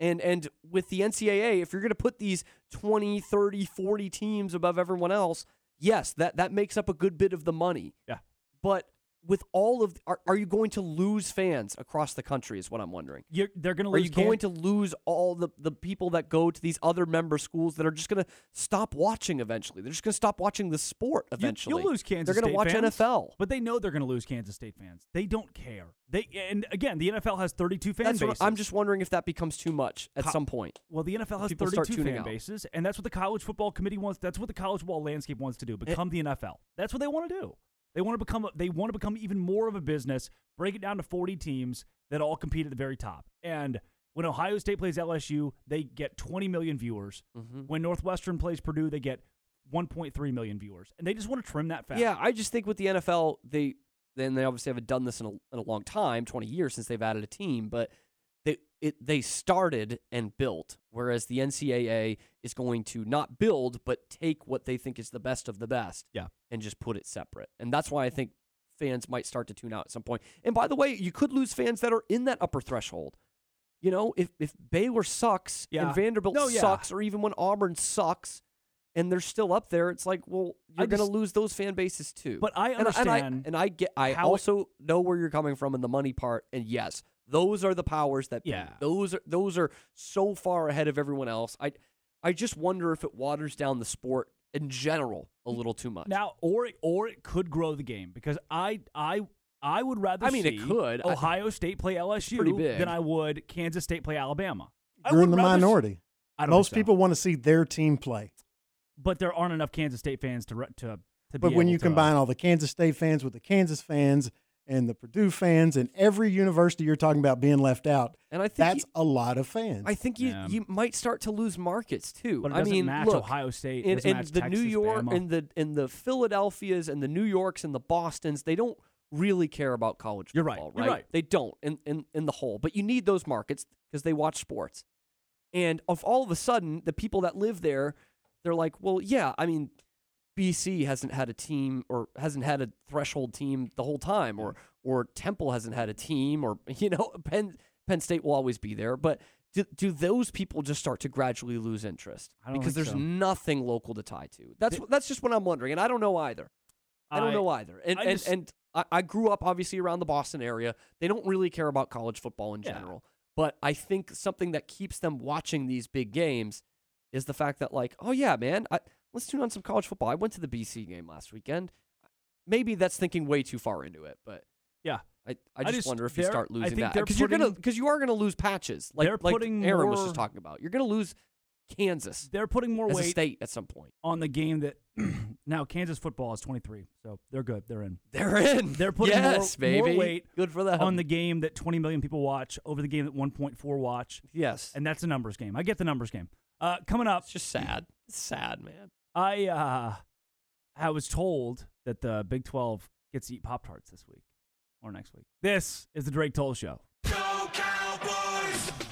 [SPEAKER 7] And and with the NCAA, if you're going to put these 20, 30, 40 teams above everyone else, yes, that that makes up a good bit of the money.
[SPEAKER 9] Yeah.
[SPEAKER 7] But with all of are, are you going to lose fans across the country is what I'm wondering.
[SPEAKER 9] You're, they're going to
[SPEAKER 7] Are
[SPEAKER 9] lose.
[SPEAKER 7] you going to lose all the, the people that go to these other member schools that are just going to stop watching eventually? They're just going to stop watching the sport eventually.
[SPEAKER 9] You, will lose Kansas.
[SPEAKER 7] They're
[SPEAKER 9] going to
[SPEAKER 7] watch NFL.
[SPEAKER 9] but they know they're going to lose Kansas State fans. They don't care. They and again, the NFL has 32 fan
[SPEAKER 7] That's what-
[SPEAKER 9] bases.
[SPEAKER 7] I'm just wondering if that becomes too much at
[SPEAKER 9] Co-
[SPEAKER 7] some point.
[SPEAKER 9] well, the NFL has
[SPEAKER 7] people start
[SPEAKER 9] 32
[SPEAKER 7] tuning
[SPEAKER 9] fan
[SPEAKER 7] out.
[SPEAKER 9] bases,
[SPEAKER 7] Eh.
[SPEAKER 9] and that's what the college football committee wants. That's what the college football landscape wants to do. Become the NFL. That's what they want to do. They want to become they want to become even more of a business. Break it down to 40 teams that all compete at the very top. And when Ohio State plays LSU, they get 20 million viewers.
[SPEAKER 7] Mm-hmm.
[SPEAKER 9] When Northwestern plays Purdue, they get 1.3 million viewers. And they just want to trim that fat.
[SPEAKER 7] Yeah, I just think with the NFL, they then they obviously haven't done this in a, in a long time, twenty years since they've added a team, but they it they started and built, whereas the NCAA is going to not build but take what they think is the best of the best,
[SPEAKER 9] yeah,
[SPEAKER 7] and just put it separate. And that's why I think fans might start to tune out at some point. And by the way, you could lose fans that are in that upper threshold. You know, if if Baylor sucks
[SPEAKER 9] Yeah.
[SPEAKER 7] and Vanderbilt
[SPEAKER 9] No, yeah.
[SPEAKER 7] sucks, or even when Auburn sucks, and they're still up there, it's like, well,
[SPEAKER 9] I
[SPEAKER 7] you're going to
[SPEAKER 9] just-
[SPEAKER 7] lose those fan bases too.
[SPEAKER 9] But I
[SPEAKER 7] And and I-
[SPEAKER 9] understand
[SPEAKER 7] and I, get, I
[SPEAKER 9] how it-
[SPEAKER 7] also know where you're coming from in the money part, and yes, those are the powers that. be.
[SPEAKER 9] Yeah.
[SPEAKER 7] those are those are so far ahead of everyone else. I, I just wonder if it waters down the sport in general a little too much.
[SPEAKER 9] Now, or or it could grow the game because I I I would rather.
[SPEAKER 7] I mean, it
[SPEAKER 9] see
[SPEAKER 7] could. I-
[SPEAKER 9] Ohio State play
[SPEAKER 7] Pretty
[SPEAKER 9] LSU
[SPEAKER 7] big.
[SPEAKER 9] than I would Kansas State play Alabama. I
[SPEAKER 10] You're
[SPEAKER 9] would
[SPEAKER 10] in the
[SPEAKER 9] rather s-
[SPEAKER 10] minority.
[SPEAKER 9] I don't
[SPEAKER 10] Most
[SPEAKER 9] think so.
[SPEAKER 10] people want to see their team play.
[SPEAKER 9] but there aren't enough Kansas State fans to re- to. to
[SPEAKER 10] But
[SPEAKER 9] be
[SPEAKER 10] when
[SPEAKER 9] able
[SPEAKER 10] you
[SPEAKER 9] to-
[SPEAKER 10] combine all the Kansas State fans with the Kansas fans and the Purdue fans and every university you're talking about being left out,
[SPEAKER 7] And I think
[SPEAKER 10] that's
[SPEAKER 7] you-
[SPEAKER 10] a lot of fans.
[SPEAKER 7] I think you,
[SPEAKER 10] Yeah.
[SPEAKER 7] you might start to lose markets too.
[SPEAKER 9] But it
[SPEAKER 7] I
[SPEAKER 9] doesn't
[SPEAKER 7] mean,
[SPEAKER 9] match
[SPEAKER 7] look,
[SPEAKER 9] Ohio State, it
[SPEAKER 7] and,
[SPEAKER 9] doesn't
[SPEAKER 7] and
[SPEAKER 9] match
[SPEAKER 7] the New
[SPEAKER 9] Texas,
[SPEAKER 7] York
[SPEAKER 9] Bama.
[SPEAKER 7] and the and the Philadelphias and the New Yorks and the Bostons. They don't really care about college
[SPEAKER 9] You're right,
[SPEAKER 7] football,
[SPEAKER 9] you're right.
[SPEAKER 7] They don't in, in in the whole. But you need those markets because they watch sports. And of all of a sudden, the people that live there, they're like, well, yeah, I mean, BC hasn't had a team or hasn't had a threshold team the whole time,
[SPEAKER 9] Mm.
[SPEAKER 7] or or Temple hasn't had a team, or [laughs] you know, Penn Penn State will always be there. But do, do those people just start to gradually lose interest
[SPEAKER 9] I don't
[SPEAKER 7] because
[SPEAKER 9] think
[SPEAKER 7] there's
[SPEAKER 9] so.
[SPEAKER 7] nothing local to tie to? That's wh- that's just what I'm wondering, and I don't know either. I don't
[SPEAKER 9] I-
[SPEAKER 7] know either. And
[SPEAKER 9] I
[SPEAKER 7] and,
[SPEAKER 9] just-
[SPEAKER 7] and I, I grew up obviously around the Boston area. They don't really care about college football in
[SPEAKER 9] Yeah.
[SPEAKER 7] general. But I think something that keeps them watching these big games is the fact that like, oh yeah, man, I, let's tune on some college football. I went to the BC game last weekend. Maybe that's thinking way too far into it, but
[SPEAKER 9] Yeah.
[SPEAKER 7] I, I
[SPEAKER 9] I
[SPEAKER 7] just,
[SPEAKER 9] just-
[SPEAKER 7] wonder if you
[SPEAKER 9] they're-
[SPEAKER 7] start
[SPEAKER 9] I
[SPEAKER 7] losing
[SPEAKER 9] think
[SPEAKER 7] that
[SPEAKER 9] they're
[SPEAKER 7] because you're gonna
[SPEAKER 9] putting-
[SPEAKER 7] because you are gonna lose patches like
[SPEAKER 9] They're
[SPEAKER 7] like
[SPEAKER 9] putting
[SPEAKER 7] Aaron was
[SPEAKER 9] more-
[SPEAKER 7] just talking about. You're gonna lose Kansas.
[SPEAKER 9] They're putting more
[SPEAKER 7] as a
[SPEAKER 9] weight-
[SPEAKER 7] state at some point.
[SPEAKER 9] on the game that [clears throat] now Kansas football is 23, so they're good. They're in.
[SPEAKER 7] They're in.
[SPEAKER 9] They're putting
[SPEAKER 7] Yes,
[SPEAKER 9] more, more
[SPEAKER 7] baby.
[SPEAKER 9] weight
[SPEAKER 7] Good for them.
[SPEAKER 9] on the game that 20 million people watch over the game that 1.4 watch.
[SPEAKER 7] Yes,
[SPEAKER 9] and that's a numbers game. I get the numbers game. Uh, coming up, it's
[SPEAKER 7] just sad. It's sad,
[SPEAKER 9] [laughs]
[SPEAKER 7] man.
[SPEAKER 9] I uh, I was told that the Big 12 gets to eat Pop Tarts this week or next week. This is the Drake Toll Show.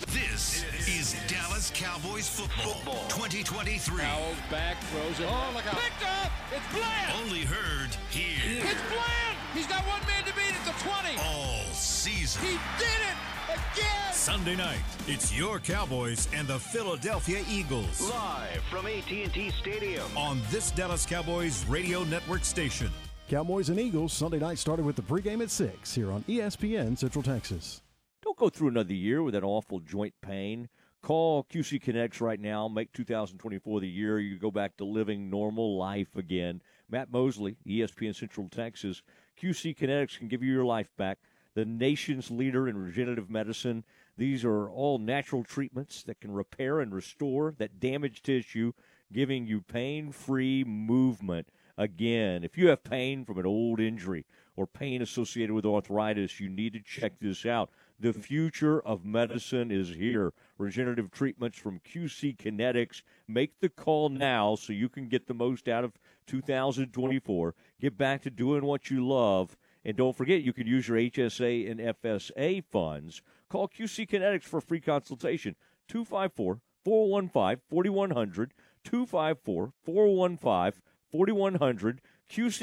[SPEAKER 4] This is Dallas Cowboys football, 2023. Cowls back, throws it.
[SPEAKER 5] Oh, look out.
[SPEAKER 4] Picked up. It's Bland. Only heard here.
[SPEAKER 5] It's Bland. He's got one man to beat at the 20.
[SPEAKER 4] All season.
[SPEAKER 5] He did it again.
[SPEAKER 4] Sunday night, it's your Cowboys and the Philadelphia Eagles. Live from AT&T Stadium. On this Dallas Cowboys radio network station.
[SPEAKER 6] Cowboys and Eagles Sunday night started with the pregame at 6 here on E ESPN Central Texas.
[SPEAKER 13] Don't go through another year with that awful joint pain. Call QC Connects right now. Make 2024 the year you go back to living normal life again. Matt Mosley, E ESPN Central Texas. QC Kinetics can give you your life back. The nation's leader in regenerative medicine. These are all natural treatments that can repair and restore that damaged tissue, giving you pain free movement. Again, if you have pain from an old injury or pain associated with arthritis, you need to check this out. The future of medicine is here. Regenerative treatments from QC Kinetics. Make the call now so you can get the most out of 2024. Get back to doing what you love. And don't forget, you can use your HSA and FSA funds. Call QC Kinetics for a free consultation. 254 415 4100. 254 415 4100.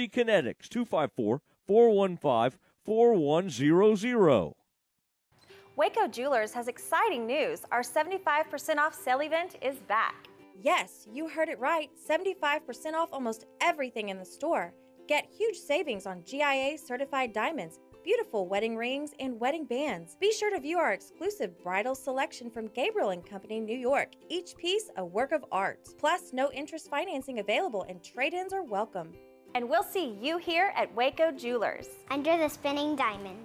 [SPEAKER 13] QC Kinetics. 254 415 4100.
[SPEAKER 22] Waco Jewelers has exciting news. Our 75% off sale event is back.
[SPEAKER 23] Yes, you heard it right 75% off almost everything in the store. Get huge savings on GIA certified diamonds, beautiful wedding rings, and wedding bands. Be sure to view our exclusive bridal selection from Gabriel and Company New York, each piece a work of art. Plus, no interest financing available and trade ins are welcome.
[SPEAKER 22] And we'll see you here at Waco Jewelers. Under the spinning diamond.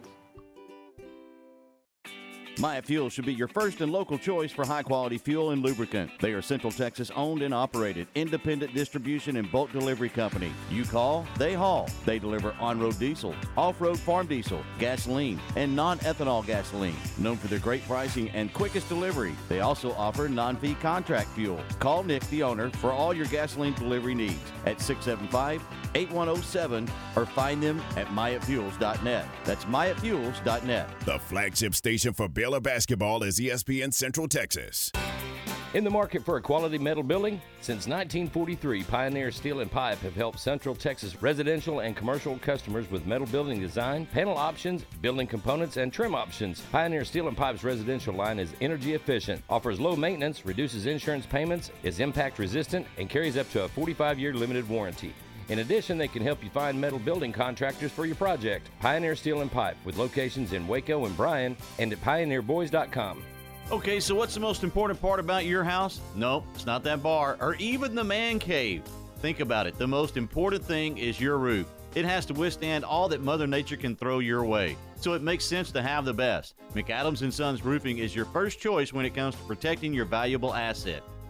[SPEAKER 24] Maya Fuels should be your first and local choice for high quality fuel and lubricant. They are Central Texas owned and operated, independent distribution and bulk delivery company. You call, they haul. They deliver on road diesel, off road farm diesel, gasoline, and non ethanol gasoline. Known for their great pricing and quickest delivery, they also offer non fee contract fuel. Call Nick, the owner, for all your gasoline delivery needs at 675 8107 or find them at myafuels.net. That's myafuels.net.
[SPEAKER 14] The flagship station for Baylor basketball is E ESPN Central Texas.
[SPEAKER 3] In the market for a quality metal building? Since 1943, Pioneer Steel and Pipe have helped Central Texas residential and commercial customers with metal building design, panel options, building components, and trim options. Pioneer Steel and Pipe's residential line is energy efficient, offers low maintenance, reduces insurance payments, is impact resistant, and carries up to a 45 year limited warranty. In addition, they can help you find metal building contractors for your project. Pioneer Steel and Pipe, with locations in Waco and Bryan, and at pioneerboys.com.
[SPEAKER 18] Okay, so what's the most important part about your house? Nope, it's not that bar or even the man cave. Think about it the most important thing is your roof. It has to withstand all that Mother Nature can throw your way, so it makes sense to have the best. McAdams and Sons Roofing is your first choice when it comes to protecting your valuable asset.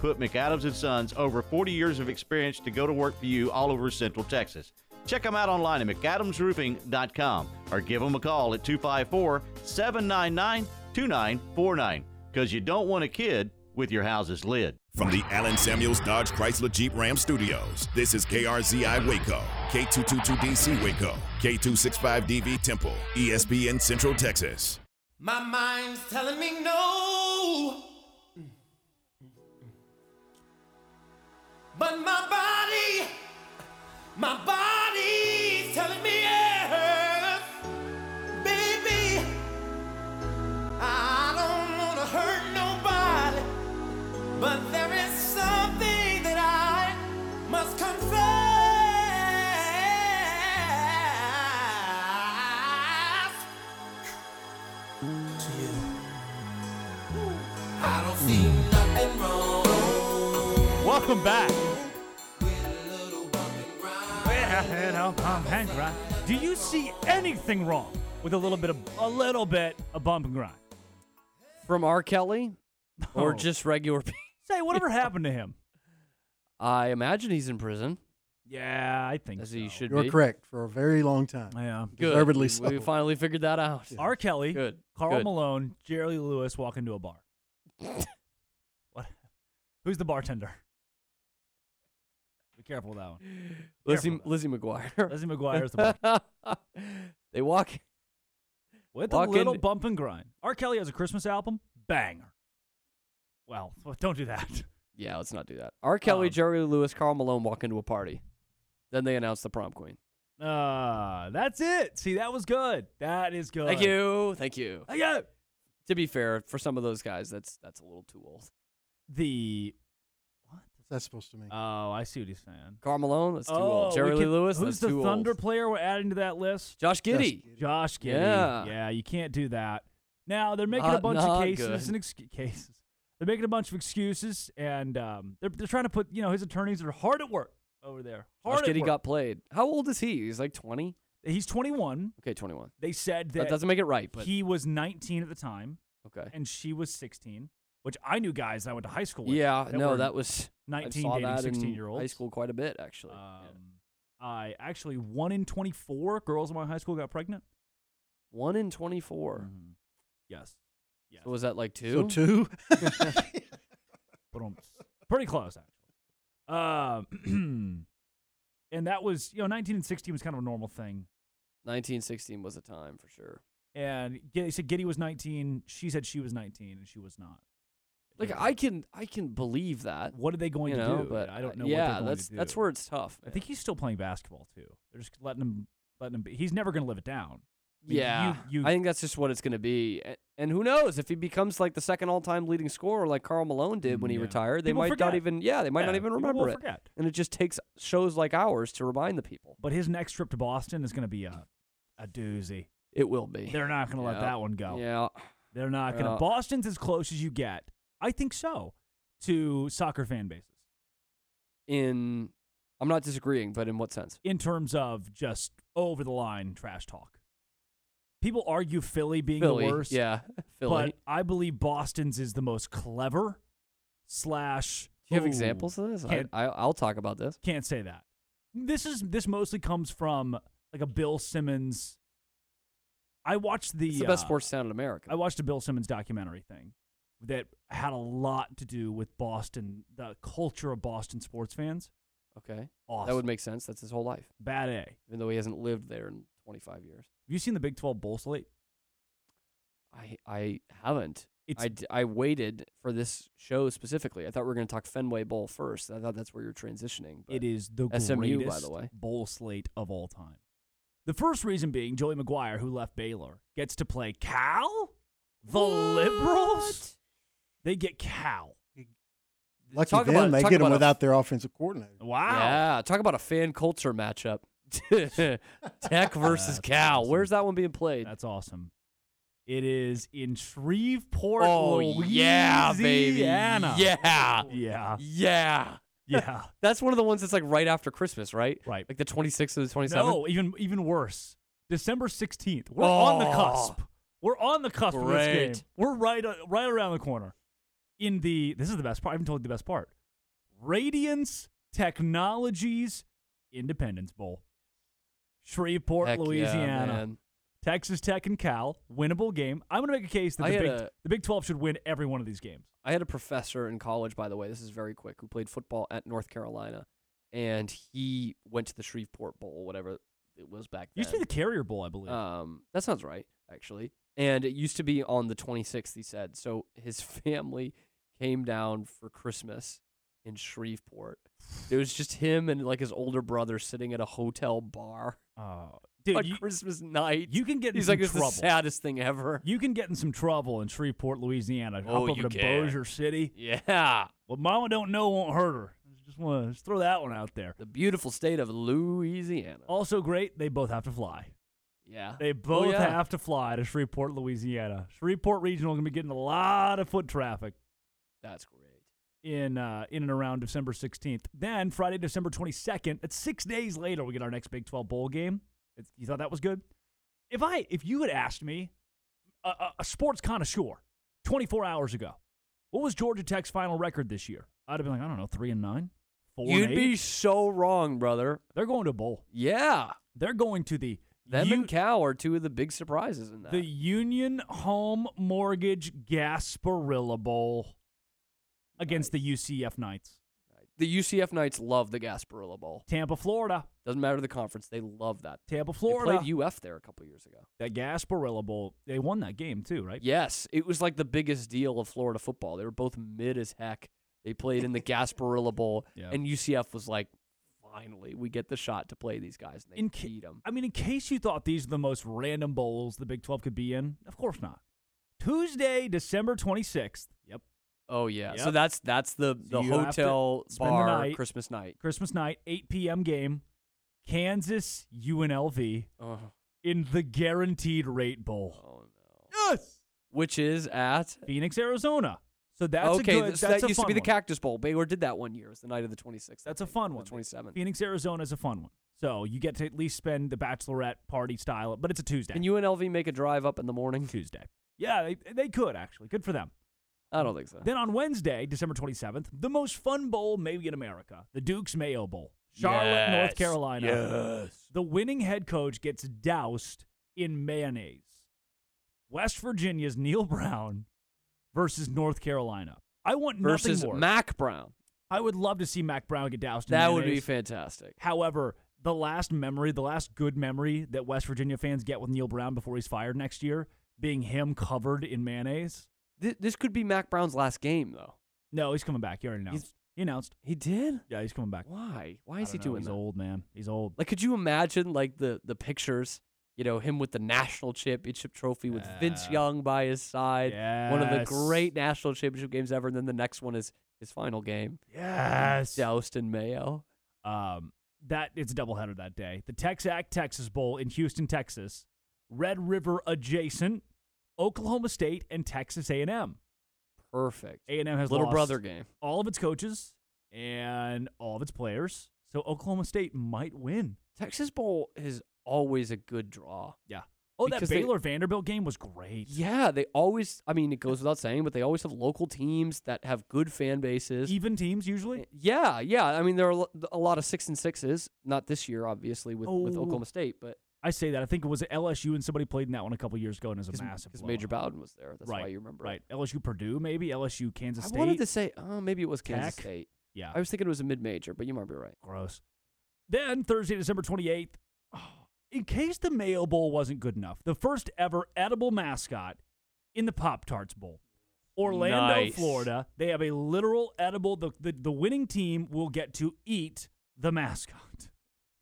[SPEAKER 18] Put McAdams and Sons over 40 years of experience to go to work for you all over Central Texas. Check them out online at McAdamsRoofing.com or give them a call at 254 799 2949 because you don't want a kid with your house's lid.
[SPEAKER 14] From the Allen Samuels Dodge Chrysler Jeep Ram Studios, this is KRZI Waco, K222DC Waco, K265DV Temple, E ESPN Central Texas.
[SPEAKER 21] My mind's telling me no. But my body, my body's telling me yes. Baby, I don't want to hurt nobody. But there is something that I must confess to you. I don't see nothing wrong.
[SPEAKER 9] Welcome back.
[SPEAKER 21] Well, you know,
[SPEAKER 9] I'm hanging around. Do you see anything wrong with a little bit of a little bit of bump and grind?
[SPEAKER 7] From R. Kelly, or
[SPEAKER 9] No.
[SPEAKER 7] just regular? pe-
[SPEAKER 9] Say whatever happened to him.
[SPEAKER 7] I imagine he's in prison.
[SPEAKER 9] Yeah, I think
[SPEAKER 7] as he should
[SPEAKER 10] You're
[SPEAKER 7] be.
[SPEAKER 10] correct for a very long time.
[SPEAKER 9] Yeah,
[SPEAKER 7] Good.
[SPEAKER 10] deservedly
[SPEAKER 7] We-
[SPEAKER 10] so.
[SPEAKER 7] We finally figured that out.
[SPEAKER 9] [laughs] R. Kelly,
[SPEAKER 7] Good.
[SPEAKER 9] Carl
[SPEAKER 7] Good.
[SPEAKER 9] Malone, Jerry Lewis walk into a bar. what? Who's the bartender? Be careful with that one.
[SPEAKER 7] Lizzie,
[SPEAKER 9] Careful
[SPEAKER 7] Lizzie McGuire.
[SPEAKER 9] Lizzie McGuire's the one.
[SPEAKER 7] [laughs] they walk
[SPEAKER 9] with a
[SPEAKER 7] walk
[SPEAKER 9] little
[SPEAKER 7] in-
[SPEAKER 9] bump and grind. R. Kelly has a Christmas album, banger. Well, [laughs] don't do that.
[SPEAKER 7] Yeah, let's not do that. R. Kelly,
[SPEAKER 9] Um.
[SPEAKER 7] Jerry Lewis, Carl Malone walk into a party. Then they announce the prom queen.
[SPEAKER 9] Uh, that's it. See, that was good. That is good.
[SPEAKER 7] Thank you. Thank you.
[SPEAKER 9] Thank you.
[SPEAKER 7] To be fair, for some of those guys, that's that's a little too old.
[SPEAKER 9] The
[SPEAKER 10] What's that supposed to mean?
[SPEAKER 9] oh, I see what he's saying.
[SPEAKER 7] Carl Malone, that's too
[SPEAKER 9] Oh,
[SPEAKER 7] old.
[SPEAKER 9] we
[SPEAKER 7] Jerry Lee
[SPEAKER 9] can-
[SPEAKER 7] Lewis, that's
[SPEAKER 9] Who's the
[SPEAKER 7] too
[SPEAKER 9] Thunder
[SPEAKER 7] old.
[SPEAKER 9] player we're adding to that list?
[SPEAKER 7] Josh Giddey.
[SPEAKER 9] Josh Giddey.
[SPEAKER 7] Yeah.
[SPEAKER 9] you can't do that. Now they're making a
[SPEAKER 7] Not-
[SPEAKER 9] bunch of
[SPEAKER 7] not
[SPEAKER 9] cases
[SPEAKER 7] good.
[SPEAKER 9] and ex- cases. They're making a bunch of excuses, and um, they're they're trying to put you know his attorneys are hard at work over there. Hard
[SPEAKER 7] Josh
[SPEAKER 9] at
[SPEAKER 7] Giddey
[SPEAKER 9] work.
[SPEAKER 7] got played. How old is he? He's like twenty.
[SPEAKER 9] He's twenty one.
[SPEAKER 7] Okay, twenty one.
[SPEAKER 9] They said that
[SPEAKER 7] That doesn't make it right, but-
[SPEAKER 9] he was nineteen at the time.
[SPEAKER 7] Okay,
[SPEAKER 9] and she was sixteen, which I knew guys I went to high school with.
[SPEAKER 7] Yeah, no,
[SPEAKER 9] were
[SPEAKER 7] that was
[SPEAKER 9] nineteen
[SPEAKER 7] I saw
[SPEAKER 9] dating Um,
[SPEAKER 7] that in
[SPEAKER 9] sixteen year olds.
[SPEAKER 7] High school quite a bit actually.
[SPEAKER 9] I actually one in twenty four girls in my high school got pregnant.
[SPEAKER 7] One in twenty four.
[SPEAKER 9] Mm-hmm. Yes. Yes.
[SPEAKER 7] So was that like two?
[SPEAKER 9] So two? [laughs] Boom. Pretty close, actually. Um, [clears throat] and that was, you know, 19 and 16 was kind of a normal thing.
[SPEAKER 7] Nineteen sixteen was a time for sure.
[SPEAKER 9] And Giddy he said Giddy was 19. She said she was 19, and she was not.
[SPEAKER 7] Like I can I can believe that.
[SPEAKER 9] What are they going
[SPEAKER 7] you
[SPEAKER 9] to
[SPEAKER 7] know,
[SPEAKER 9] do?
[SPEAKER 7] But uh,
[SPEAKER 9] I don't know.
[SPEAKER 7] Yeah,
[SPEAKER 9] what they're going
[SPEAKER 7] that's
[SPEAKER 9] to do.
[SPEAKER 7] that's where it's tough.
[SPEAKER 9] I think he's still playing basketball too. They're just letting him, letting him. Be. He's never going to live it down. I mean,
[SPEAKER 7] yeah,
[SPEAKER 9] you, you
[SPEAKER 7] I think that's just what it's going to be. A- And, And who knows if he becomes like the second all-time leading scorer, like Carl Malone did when he retired? They
[SPEAKER 9] People
[SPEAKER 7] might
[SPEAKER 9] forget.
[SPEAKER 7] not even, yeah, they might not
[SPEAKER 9] Yeah,
[SPEAKER 7] even
[SPEAKER 9] people will
[SPEAKER 7] remember it.
[SPEAKER 9] forget.
[SPEAKER 7] And it just takes shows like ours to remind the people.
[SPEAKER 9] But his next trip to Boston is going to be a, a doozy.
[SPEAKER 7] It will be.
[SPEAKER 9] They're not going to let
[SPEAKER 7] Yeah.
[SPEAKER 9] that one go.
[SPEAKER 7] Yeah.
[SPEAKER 9] They're not going to.
[SPEAKER 7] Yeah.
[SPEAKER 9] Boston's as close as you get, I think so, to soccer fan bases
[SPEAKER 7] In, I'm not disagreeing, but in what sense?
[SPEAKER 9] in terms of just over the line trash talk. People argue Philly being
[SPEAKER 7] Philly,
[SPEAKER 9] the worst.
[SPEAKER 7] yeah, Philly.
[SPEAKER 9] But I believe Boston's is the most clever slash.
[SPEAKER 7] Do you have
[SPEAKER 9] Ooh,
[SPEAKER 7] examples of this? I,
[SPEAKER 9] can't-
[SPEAKER 7] I, I'll talk about this.
[SPEAKER 9] Can't say that. This is this mostly comes from like a Bill Simmons. I watched the
[SPEAKER 7] It's the best
[SPEAKER 9] uh,
[SPEAKER 7] sports town in America.
[SPEAKER 9] I watched a Bill Simmons documentary thing that had a lot to do with Boston, the culture of Boston sports fans.
[SPEAKER 7] Okay, that
[SPEAKER 9] Awesome.
[SPEAKER 7] would make sense. That's his whole life.
[SPEAKER 9] Bad A. Have
[SPEAKER 7] even though he hasn't lived there in 25 years.
[SPEAKER 9] you seen the Big Twelve bowl slate?
[SPEAKER 7] I I haven't.
[SPEAKER 9] It's-
[SPEAKER 7] I, d- I waited for this show specifically. I thought we were going to talk Fenway Bowl first. I thought that's where you're transitioning. but
[SPEAKER 9] It is the
[SPEAKER 7] SMU,
[SPEAKER 9] greatest
[SPEAKER 7] by the way.
[SPEAKER 9] bowl slate of all time. The first reason being Joey McGuire, who left Baylor, gets to play Cal. The liberals, they get Cal.
[SPEAKER 10] Lucky
[SPEAKER 7] Talk
[SPEAKER 10] them,
[SPEAKER 7] about-
[SPEAKER 10] they
[SPEAKER 7] talk
[SPEAKER 10] get
[SPEAKER 7] about
[SPEAKER 10] him
[SPEAKER 7] a-
[SPEAKER 10] without their offensive coordinator.
[SPEAKER 9] Wow.
[SPEAKER 7] Yeah, talk about a fan culture matchup. [laughs] Tech
[SPEAKER 9] [laughs]
[SPEAKER 7] versus Cal. Where's that one being played?
[SPEAKER 9] That's awesome. It is in Shreveport,
[SPEAKER 7] Oh, yeah, baby.
[SPEAKER 9] Louisiana.
[SPEAKER 7] Yeah.
[SPEAKER 9] yeah,
[SPEAKER 7] Yeah.
[SPEAKER 9] Yeah.
[SPEAKER 7] [laughs] that's one of the ones that's like right after Christmas, right?
[SPEAKER 9] Right.
[SPEAKER 7] Like the 26th or the 27th.
[SPEAKER 9] No, even even worse. December sixteenth. We're on the
[SPEAKER 7] Oh.
[SPEAKER 9] cusp. We're on the cusp of
[SPEAKER 7] Great.
[SPEAKER 9] this game. We're right uh, right around the corner. In the this is the best part. I haven't told you the best part. Radiance Technologies Independence Bowl, Shreveport,
[SPEAKER 7] Heck yeah,
[SPEAKER 9] Louisiana.
[SPEAKER 7] man.
[SPEAKER 9] Texas Tech and Cal, winnable game. I'm going to make a case that
[SPEAKER 7] I
[SPEAKER 9] the
[SPEAKER 7] had
[SPEAKER 9] Big,
[SPEAKER 7] a-
[SPEAKER 9] the Big 12 should win every one of these games.
[SPEAKER 7] I had a professor in college, by the way, this is very quick, who played football at North Carolina, and he went to the Shreveport Bowl, whatever it was back then.
[SPEAKER 9] Used to be the Carrier Bowl, I believe.
[SPEAKER 7] Um, that sounds right, actually. And it used to be on the 26th, he said. So his [laughs] family came down for Christmas in Shreveport. It was just him and like his older brother sitting at a hotel bar.
[SPEAKER 9] Oh, dude,
[SPEAKER 7] on
[SPEAKER 9] you-
[SPEAKER 7] Christmas night.
[SPEAKER 9] You can get in
[SPEAKER 7] He's
[SPEAKER 9] some
[SPEAKER 7] like, "It's the
[SPEAKER 9] trouble.
[SPEAKER 7] saddest thing ever.
[SPEAKER 9] You can get in some trouble in Shreveport, Louisiana.
[SPEAKER 7] Oh,
[SPEAKER 9] Hop over
[SPEAKER 7] you
[SPEAKER 9] to
[SPEAKER 7] can.
[SPEAKER 9] Bossier City.
[SPEAKER 7] Yeah.
[SPEAKER 9] What Mama don't know won't hurt her. Just want to just throw that one out there.
[SPEAKER 7] The beautiful state of Louisiana.
[SPEAKER 9] Also great, they both have to fly.
[SPEAKER 7] Yeah.
[SPEAKER 9] They
[SPEAKER 7] Oh,
[SPEAKER 9] both
[SPEAKER 7] yeah.
[SPEAKER 9] have to fly to Shreveport, Louisiana. Shreveport Regional going to be getting a lot of foot traffic
[SPEAKER 7] That's great.
[SPEAKER 9] in uh, in and around December 16th. Then Friday, December 22nd, that's six days later, we get our next Big 12 bowl game. It's, you thought that was good? If I if you had asked me, a, a, a sports connoisseur, 24 hours ago, what was Georgia Tech's final record this year? I'd have been like, I don't know, three and nine, four. and
[SPEAKER 7] You'd be
[SPEAKER 9] eight.
[SPEAKER 7] so wrong, brother.
[SPEAKER 9] They're going to bowl.
[SPEAKER 7] Yeah.
[SPEAKER 9] They're going to the
[SPEAKER 7] Them
[SPEAKER 9] U-
[SPEAKER 7] and Cal are two of the big surprises in that.
[SPEAKER 9] the Union Home Mortgage Gasparilla Bowl against the UCF Knights,
[SPEAKER 7] the UCF Knights love the Gasparilla Bowl.
[SPEAKER 9] Tampa, Florida.
[SPEAKER 7] Doesn't matter the conference, they love that.
[SPEAKER 9] Tampa,
[SPEAKER 7] They
[SPEAKER 9] Florida.
[SPEAKER 7] played UF there a couple years ago.
[SPEAKER 9] That Gasparilla Bowl, they won that game too, right?
[SPEAKER 7] Yes, it was like the biggest deal of Florida football. They were both mid as heck. They played [laughs] in the Gasparilla Bowl,
[SPEAKER 9] Yeah.
[SPEAKER 7] and UCF was like, finally, we get the shot to play these guys. And they
[SPEAKER 9] In ca-
[SPEAKER 7] beat them.
[SPEAKER 9] I mean, in case you thought these are the most random bowls the Big 12 could be in, of course not. Tuesday, December 26th. Yep.
[SPEAKER 7] [laughs] Oh, yeah. So
[SPEAKER 9] Yep.
[SPEAKER 7] that's that's the, the
[SPEAKER 9] you have to
[SPEAKER 7] hotel
[SPEAKER 9] spend the
[SPEAKER 7] bar
[SPEAKER 9] night.
[SPEAKER 7] Christmas night.
[SPEAKER 9] Christmas night, 8 p.m. game. Kansas UNLV in the guaranteed rate bowl.
[SPEAKER 7] Oh,
[SPEAKER 9] no. Yes!
[SPEAKER 7] Which is at?
[SPEAKER 9] Phoenix, Arizona. So that's
[SPEAKER 7] okay,
[SPEAKER 9] a good,
[SPEAKER 7] th- so
[SPEAKER 9] that's
[SPEAKER 7] that
[SPEAKER 9] a
[SPEAKER 7] used to
[SPEAKER 9] fun
[SPEAKER 7] be the
[SPEAKER 9] one.
[SPEAKER 7] Cactus Bowl. Baylor did that one year. It was the night of the 26th.
[SPEAKER 9] That's a fun one.
[SPEAKER 7] 27th.
[SPEAKER 9] Phoenix, Arizona is a fun one. So you get to at least spend the bachelorette party style, but it's a Tuesday.
[SPEAKER 7] Can UNLV make a drive up in the morning?
[SPEAKER 9] Tuesday. Yeah, they, they could actually. Good for them.
[SPEAKER 7] I don't think so.
[SPEAKER 9] Then on Wednesday, December 27th, the most fun bowl maybe in America, the Duke's Mayo Bowl. Charlotte, North
[SPEAKER 7] Yes.
[SPEAKER 9] Carolina.
[SPEAKER 7] Yes.
[SPEAKER 9] The winning head coach gets doused in mayonnaise. West Virginia's Neil Brown versus North Carolina. I want
[SPEAKER 7] Versus
[SPEAKER 9] nothing more.
[SPEAKER 7] Mac Brown.
[SPEAKER 9] I would love to see Mac Brown get doused in
[SPEAKER 7] That would
[SPEAKER 9] mayonnaise.
[SPEAKER 7] be fantastic.
[SPEAKER 9] However, the last memory, the last good memory that West Virginia fans get with Neil Brown before he's fired next year, being him covered in mayonnaise.
[SPEAKER 7] Th- this could be Mac Brown's last game, though.
[SPEAKER 9] No, he's coming back. He already announced. he announced.
[SPEAKER 7] He did?
[SPEAKER 9] Yeah, he's coming back.
[SPEAKER 7] Why? Why
[SPEAKER 9] I
[SPEAKER 7] is he
[SPEAKER 9] don't know.
[SPEAKER 7] doing
[SPEAKER 9] He's
[SPEAKER 7] that?
[SPEAKER 9] old, man. He's old.
[SPEAKER 7] Like, could you imagine like the the pictures? you know, him with the national championship trophy with Vince Young by his side. One of the
[SPEAKER 9] Yes.
[SPEAKER 7] great national championship games ever. And then the next one is his final game.
[SPEAKER 9] Yes.
[SPEAKER 7] Doused in Mayo.
[SPEAKER 9] Um, that it's a doubleheader that day. The Texac Texas Bowl in Houston, Texas. Red River adjacent, Oklahoma State and Texas A and M.
[SPEAKER 7] Perfect.
[SPEAKER 9] A and M has
[SPEAKER 7] Little
[SPEAKER 9] lost
[SPEAKER 7] brother game.
[SPEAKER 9] All of its coaches and all of its players. So Oklahoma State might win.
[SPEAKER 7] Texas Bowl is always a good draw.
[SPEAKER 9] Yeah. Oh,
[SPEAKER 7] Because
[SPEAKER 9] that
[SPEAKER 7] they-
[SPEAKER 9] Baylor Vanderbilt game was great.
[SPEAKER 7] Yeah, they always. I mean, it goes without saying, but they always have local teams that have good fan bases.
[SPEAKER 9] Even teams usually.
[SPEAKER 7] Yeah, yeah. I mean, there are a lo- a lot of six and sixes. Not this year, obviously, with, with
[SPEAKER 9] Oh.
[SPEAKER 7] Oklahoma State, but
[SPEAKER 9] I say that. I think it was LSU and somebody played in that one a couple years ago and it was a massive.
[SPEAKER 7] because Major
[SPEAKER 9] blowout.
[SPEAKER 7] Bowden was there. That's
[SPEAKER 9] right,
[SPEAKER 7] why you remember. it.
[SPEAKER 9] Right. LSU Purdue, maybe LSU Kansas State.
[SPEAKER 7] I wanted to say, oh, maybe it was Kansas
[SPEAKER 9] Tech?
[SPEAKER 7] State.
[SPEAKER 9] Yeah.
[SPEAKER 7] I was thinking it was a mid major, but you might be right.
[SPEAKER 9] Gross. Then Thursday, December 28th, [sighs] in case the Mayo Bowl wasn't good enough, the first ever edible mascot in the Pop Tarts Bowl. Orlando,
[SPEAKER 7] Nice.
[SPEAKER 9] Florida. They have a literal edible. The, the, the winning team will get to eat the mascot.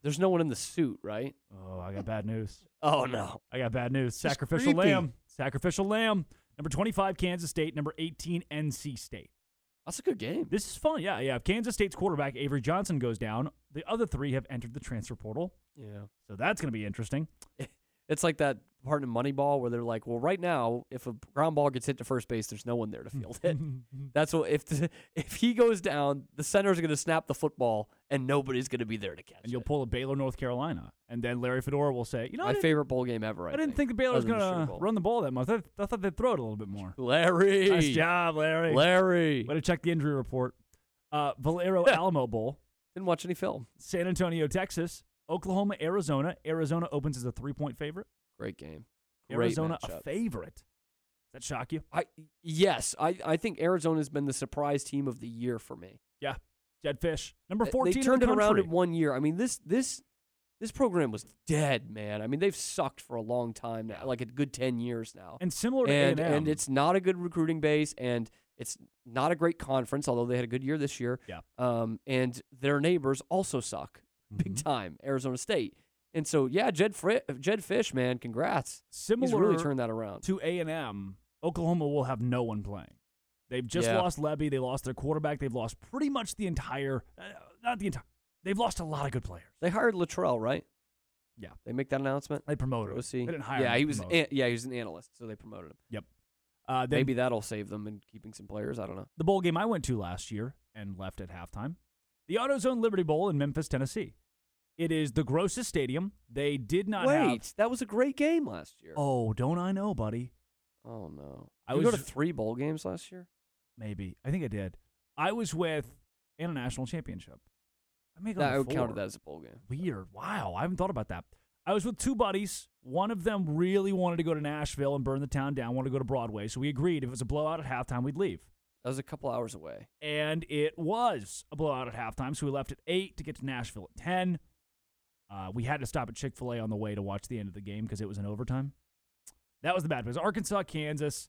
[SPEAKER 7] There's no one in the suit, right?
[SPEAKER 9] Oh, I got bad news.
[SPEAKER 7] [laughs] Oh, no.
[SPEAKER 9] I got bad news. Sacrificial
[SPEAKER 7] creepy.
[SPEAKER 9] lamb. Sacrificial lamb. Number 25, Kansas State. Number 18, NC State.
[SPEAKER 7] That's a good game.
[SPEAKER 9] This is fun. Yeah, yeah. If Kansas State's quarterback, Avery Johnson, goes down, the other three have entered the transfer portal.
[SPEAKER 7] Yeah.
[SPEAKER 9] So that's going to be interesting.
[SPEAKER 7] It's like [laughs] that part in Moneyball where they're like, well, right now, if a ground ball gets hit to first base, there's no one there to field
[SPEAKER 9] [laughs]
[SPEAKER 7] it. That's what if the, [laughs] if he goes down, the center's going to snap the football and nobody's going to be there to catch.
[SPEAKER 9] And you'll pull a Baylor, North Carolina. And then Larry Fedora will say, you know, I
[SPEAKER 7] My
[SPEAKER 9] didn't-
[SPEAKER 7] favorite bowl game ever. I,
[SPEAKER 9] I didn't think, the Baylor was
[SPEAKER 7] other
[SPEAKER 9] going
[SPEAKER 7] than the Sugar
[SPEAKER 9] to
[SPEAKER 7] Bowl.
[SPEAKER 9] run the ball that much. I, I thought they'd throw it a little bit more.
[SPEAKER 7] Larry,
[SPEAKER 9] Nice job, Larry.
[SPEAKER 7] Larry.
[SPEAKER 9] Way to check the injury report. Uh, Valero Alamo Bowl.
[SPEAKER 7] Didn't watch any film.
[SPEAKER 9] San Antonio, Texas. Oklahoma, Arizona. Arizona opens as a three point favorite.
[SPEAKER 7] Great game. Great
[SPEAKER 9] Arizona, a
[SPEAKER 7] matchup.
[SPEAKER 9] favorite. Does that shock you?
[SPEAKER 7] I yes, I, I think Arizona's been the surprise team of the year for me.
[SPEAKER 9] Yeah. Jed Fish. Number
[SPEAKER 7] Uh, They-
[SPEAKER 9] 14
[SPEAKER 7] They
[SPEAKER 9] in
[SPEAKER 7] turned
[SPEAKER 9] the
[SPEAKER 7] it around
[SPEAKER 9] country.
[SPEAKER 7] in one year. I mean this this this program was dead, man. I mean they've sucked for a long time now, like a good ten years now.
[SPEAKER 9] And similar to
[SPEAKER 7] and,
[SPEAKER 9] A&M.
[SPEAKER 7] and it's not a good recruiting base, and it's not a great conference. Although they had a good year this year.
[SPEAKER 9] Yeah.
[SPEAKER 7] Um, and their neighbors also suck big
[SPEAKER 9] Mm-hmm.
[SPEAKER 7] time. Arizona State. And so yeah, Jed Fri- Jed Fish, man, congrats.
[SPEAKER 9] similar
[SPEAKER 7] He's really turned that around.
[SPEAKER 9] to A and M. Oklahoma will have no one playing. They've just
[SPEAKER 7] Yeah.
[SPEAKER 9] lost Levy. They lost their quarterback. They've lost pretty much the entire, uh, not the entire. They've lost a lot of good players.
[SPEAKER 7] They hired Latrell, right?
[SPEAKER 9] Yeah.
[SPEAKER 7] They make that announcement.
[SPEAKER 9] They promoted him.
[SPEAKER 7] Was he?
[SPEAKER 9] They didn't hire
[SPEAKER 7] Yeah,
[SPEAKER 9] him, they
[SPEAKER 7] he was.
[SPEAKER 9] promoted
[SPEAKER 7] An, yeah, he was an analyst, so they promoted him.
[SPEAKER 9] Yep. Uh, then
[SPEAKER 7] Maybe that'll save them in keeping some players. I don't know.
[SPEAKER 9] the bowl game I went to last year and left at halftime, the AutoZone Liberty Bowl in Memphis, Tennessee. It is the grossest stadium. They did not
[SPEAKER 7] Wait,
[SPEAKER 9] have.
[SPEAKER 7] that was a great game last year.
[SPEAKER 9] Oh, don't I know, buddy?
[SPEAKER 7] Oh no.
[SPEAKER 9] I
[SPEAKER 7] I was go to
[SPEAKER 9] was-
[SPEAKER 7] three bowl games last year.
[SPEAKER 9] Maybe I think I did. I was with in a national championship. I may have gone
[SPEAKER 7] That, I
[SPEAKER 9] to
[SPEAKER 7] would count
[SPEAKER 9] four.
[SPEAKER 7] that as a bowl game.
[SPEAKER 9] Weird. Wow. I haven't thought about that. I was with two buddies. One of them really wanted to go to Nashville and burn the town down, wanted to go to Broadway. So we agreed if it was a blowout at halftime, we'd leave.
[SPEAKER 7] That was a couple hours away.
[SPEAKER 9] And it was a blowout at halftime. So we left at 8 to get to Nashville at 10. Uh, we had to stop at Chick fil A on the way to watch the end of the game because it was in overtime. That was the bad. It was Arkansas, Kansas,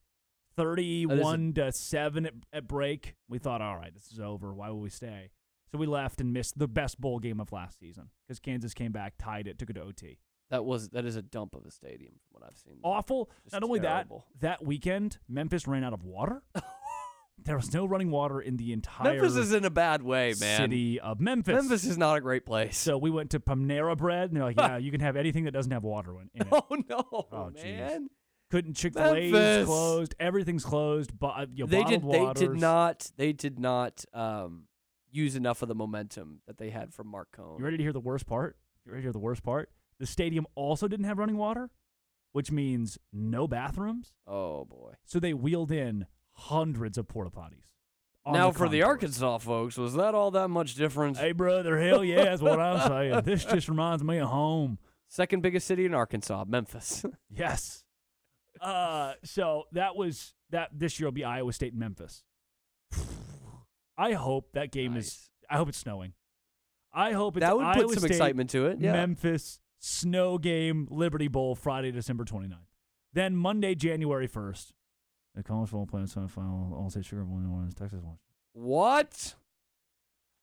[SPEAKER 9] 31 to 7 at, at break. We thought, all right, this is over. Why will we stay? So we left and missed the best bowl game of last season because Kansas came back, tied it, took it to OT.
[SPEAKER 7] That was that is a dump of a stadium from what I've seen.
[SPEAKER 9] Awful.
[SPEAKER 7] Just
[SPEAKER 9] Not only
[SPEAKER 7] terrible.
[SPEAKER 9] that, that weekend, Memphis ran out of
[SPEAKER 7] [laughs]
[SPEAKER 9] water. there was no running water in the entire
[SPEAKER 7] Memphis is in a
[SPEAKER 9] [laughs]
[SPEAKER 7] bad way, man.
[SPEAKER 9] city of Memphis.
[SPEAKER 7] Memphis is not a great place.
[SPEAKER 9] So we went to Panera Bread,
[SPEAKER 7] [laughs]
[SPEAKER 9] and they're like, yeah, you can have anything that doesn't have water in in it.
[SPEAKER 7] Oh no,
[SPEAKER 9] Oh, jeez.
[SPEAKER 7] man.
[SPEAKER 9] Couldn't Chick Fil A's
[SPEAKER 7] Memphis.
[SPEAKER 9] closed. Everything's closed. But uh, you know,
[SPEAKER 7] they
[SPEAKER 9] bottled
[SPEAKER 7] did. They did
[SPEAKER 9] waters.
[SPEAKER 7] not. They did not um, use enough of the momentum that they had from Mark Cohn.
[SPEAKER 9] You ready to hear the worst part? You ready to hear the worst part? The stadium also didn't have running water, which means no bathrooms.
[SPEAKER 7] Oh boy.
[SPEAKER 9] So they wheeled in hundreds of porta potties. on
[SPEAKER 7] Now for the
[SPEAKER 9] concourse.
[SPEAKER 7] Arkansas folks, was that all that much different?
[SPEAKER 9] Hey, brother, hell yeah, is what
[SPEAKER 7] [laughs]
[SPEAKER 9] I'm saying. This just reminds me of home.
[SPEAKER 7] Second biggest city in Arkansas, Memphis.
[SPEAKER 9] Yes. Uh, so that was that. This year will be Iowa State and Memphis. [sighs] I hope that game is. I hope it's snowing. [laughs] I hope it's
[SPEAKER 7] That would put
[SPEAKER 9] Iowa
[SPEAKER 7] some
[SPEAKER 9] State,
[SPEAKER 7] excitement to it, yeah.
[SPEAKER 9] Memphis snow game, Liberty Bowl, Friday, December 29th. Then Monday, January 1st. The college football playoff semifinal, All State Sugar Bowl, New Orleans, Texas, Washington.
[SPEAKER 7] what?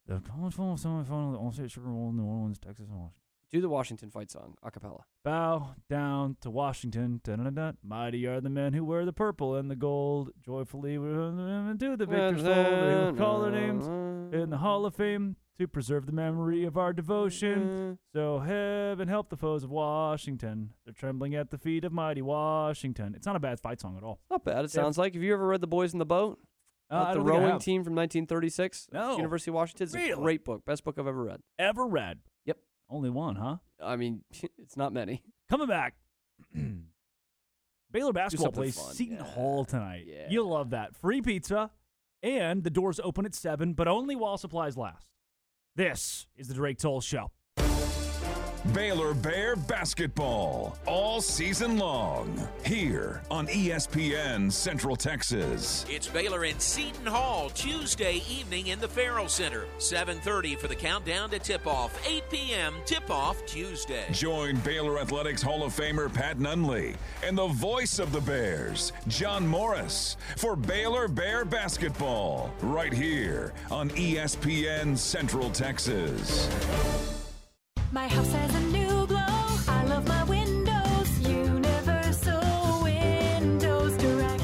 [SPEAKER 9] The college football semifinal, the All State Sugar Bowl, New Orleans, Texas, and Washington.
[SPEAKER 7] Do the Washington fight song a cappella.
[SPEAKER 9] Bow down to Washington. Dun-dun-dun. Mighty are the men who wear the purple and the gold. Joyfully we do the victor's fold. We will call their names in the Hall of Fame to preserve the memory of our devotion. So heaven help the foes of Washington. They're trembling at the feet of mighty Washington. It's not a bad fight song at all.
[SPEAKER 7] Not bad. It sounds like. Have you ever read The Boys in the Boat?
[SPEAKER 9] Uh,
[SPEAKER 7] About
[SPEAKER 9] I
[SPEAKER 7] the
[SPEAKER 9] don't think I
[SPEAKER 7] rowing
[SPEAKER 9] have.
[SPEAKER 7] team from 1936.
[SPEAKER 9] No.
[SPEAKER 7] University of Washington. It's a
[SPEAKER 9] Really?
[SPEAKER 7] great book. Best book I've ever read.
[SPEAKER 9] Ever read?
[SPEAKER 7] Yep.
[SPEAKER 9] Only one, huh?
[SPEAKER 7] I mean, [laughs] it's not many. [clears throat]
[SPEAKER 9] Coming back. Baylor basketball
[SPEAKER 7] something
[SPEAKER 9] plays
[SPEAKER 7] fun,
[SPEAKER 9] Seton Hall tonight. You'll love that. Free pizza, and the doors open at 7, but only while supplies last. This is the Drake Toll Show.
[SPEAKER 11] Baylor Bear basketball all season long here on
[SPEAKER 3] E
[SPEAKER 11] ESPN Central Texas.
[SPEAKER 25] It's Baylor and Seton Hall Tuesday evening in the Farrell Center. 7:30 for the countdown to tip-off. 8 p.m. tip-off Tuesday.
[SPEAKER 11] Join Baylor Athletics Hall of Famer Pat Nunley and the voice of the Bears, John Morris, for Baylor Bear basketball right here on E ESPN Central Texas.
[SPEAKER 19] My house has a new glow. I love my windows. Universal Windows Direct.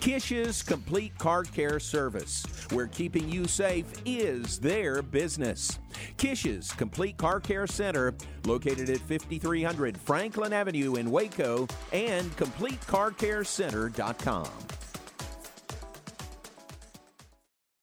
[SPEAKER 26] Kish's Complete Car Care Service, where keeping you safe is their business. Kish's Complete Car Care Center, located at 5300 Franklin Avenue in Waco, and CompleteCarCareCenter.com.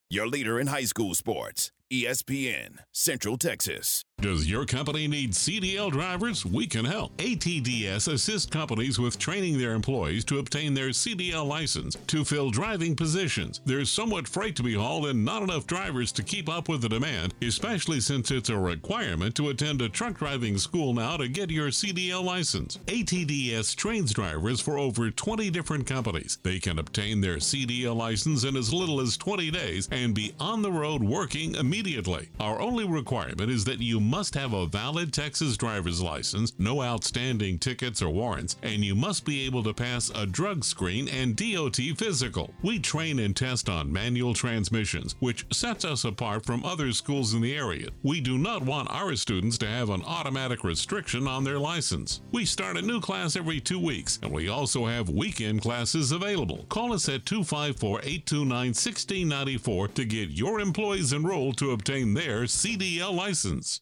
[SPEAKER 27] Your leader in high school sports,
[SPEAKER 14] E
[SPEAKER 27] ESPN Central Texas.
[SPEAKER 16] Does your company need CDL drivers? We can help. ATDS assists companies with training their employees to obtain their CDL license to fill driving positions. There's so much freight to be hauled and not enough drivers to keep up with the demand, especially since it's a requirement to attend a truck driving school now to get your CDL license. ATDS trains drivers for over 20 different companies. They can obtain their CDL license in as little as 20 days and be on the road working immediately. Our only requirement is that you must have a valid Texas driver's license, no outstanding tickets or warrants, and you must be able to pass a drug screen and DOT physical. We train and test on manual transmissions, which sets us apart from other schools in the area. We do not want our students to have an automatic restriction on their license. We start a new class every two weeks, and we also have weekend classes available. Call us at 254 829 1694 to get your employees enrolled to obtain their CDL license.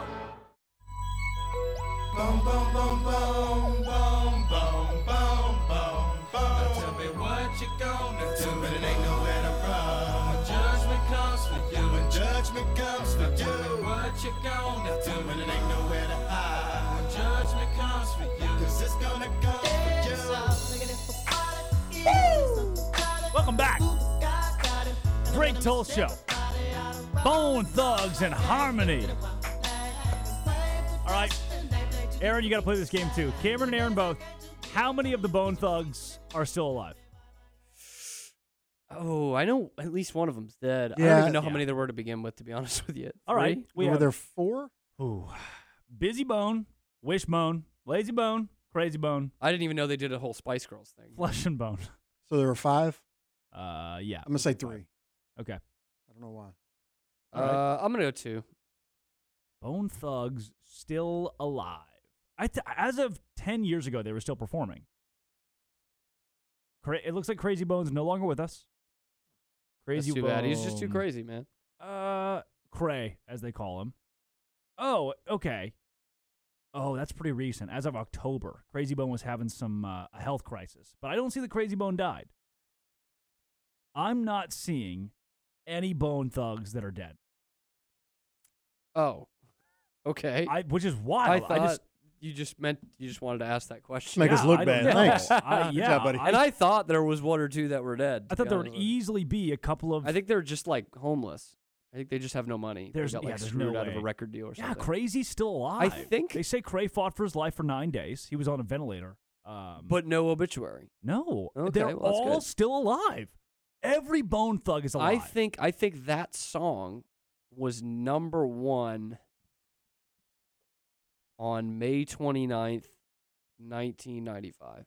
[SPEAKER 6] Boom, boom, boom, boom, boom, boom, boom, boom, boom. Now tell me what you gonna do, but it ain't nowhere to run. My judgment comes from
[SPEAKER 21] gone. Now tell me it ain't nowhere to hide. When judgment comes for you, cause it's gonna come for you.
[SPEAKER 9] Welcome back. Greg Toll Show. Bone Thugs and Harmony. All right. Aaron, you got to play this game too. Cameron and Aaron both. How many of the Bone Thugs are still alive?
[SPEAKER 7] Oh, I know at least one of them's dead. I
[SPEAKER 9] Yeah.
[SPEAKER 7] don't even know how
[SPEAKER 9] Yeah.
[SPEAKER 7] many there were to begin with, to be [laughs] honest with you.
[SPEAKER 9] All right.
[SPEAKER 7] Three?
[SPEAKER 9] we have-
[SPEAKER 10] four?
[SPEAKER 9] Ooh. Busy Bone, Wish Bone, Lazy Bone, Crazy Bone,
[SPEAKER 7] I didn't even know they did a whole Spice Girls thing.
[SPEAKER 9] Flesh and Bone.
[SPEAKER 10] So there were five.
[SPEAKER 9] Uh, yeah.
[SPEAKER 10] I'm gonna say three.
[SPEAKER 9] Okay.
[SPEAKER 10] I don't know why.
[SPEAKER 9] All right.
[SPEAKER 7] Uh, I'm gonna go two.
[SPEAKER 9] Bone Thugs still alive. I th- as of ten years ago, they were still performing. Cra- it looks like Crazy Bones no longer with us. Crazy
[SPEAKER 7] That's too
[SPEAKER 9] Bone.
[SPEAKER 7] bad. He's just
[SPEAKER 10] Um,
[SPEAKER 7] too crazy, man.
[SPEAKER 9] Uh, Cray, as they call him. Oh, okay. Oh, that's pretty recent. As of October, Crazy Bone was having some uh, a health crisis, but I don't see that Crazy Bone died. I'm not seeing any Bone Thugs that are dead.
[SPEAKER 7] Oh, okay.
[SPEAKER 9] I, which is wild. Uh,
[SPEAKER 7] I
[SPEAKER 9] I
[SPEAKER 7] thought
[SPEAKER 9] just-
[SPEAKER 7] you just meant you just wanted to ask that question.
[SPEAKER 10] Make us Yeah, look I don't bad. know.
[SPEAKER 9] [laughs]
[SPEAKER 10] Thanks. I- Good yeah, job, buddy.
[SPEAKER 7] And I thought there was one or two that were dead. to
[SPEAKER 9] I thought
[SPEAKER 7] be
[SPEAKER 9] there
[SPEAKER 7] honest
[SPEAKER 9] would
[SPEAKER 7] with you.
[SPEAKER 9] easily be a couple of.
[SPEAKER 7] I think they're just like homeless. I think they just have no money. They
[SPEAKER 9] There's,
[SPEAKER 7] got,
[SPEAKER 9] yeah,
[SPEAKER 7] like,
[SPEAKER 9] there's no
[SPEAKER 7] screwed out of a
[SPEAKER 9] way.
[SPEAKER 7] record deal or something.
[SPEAKER 9] Yeah, Crazy's still alive. think they say Cray fought for his life for nine days. He was on a ventilator. Um,
[SPEAKER 7] but no obituary.
[SPEAKER 9] No,
[SPEAKER 7] Okay,
[SPEAKER 9] they're
[SPEAKER 7] well, that's
[SPEAKER 9] all
[SPEAKER 7] good.
[SPEAKER 9] still alive. Every Bone Thug is alive.
[SPEAKER 7] I think I think that song was number one on May 29th, 1995.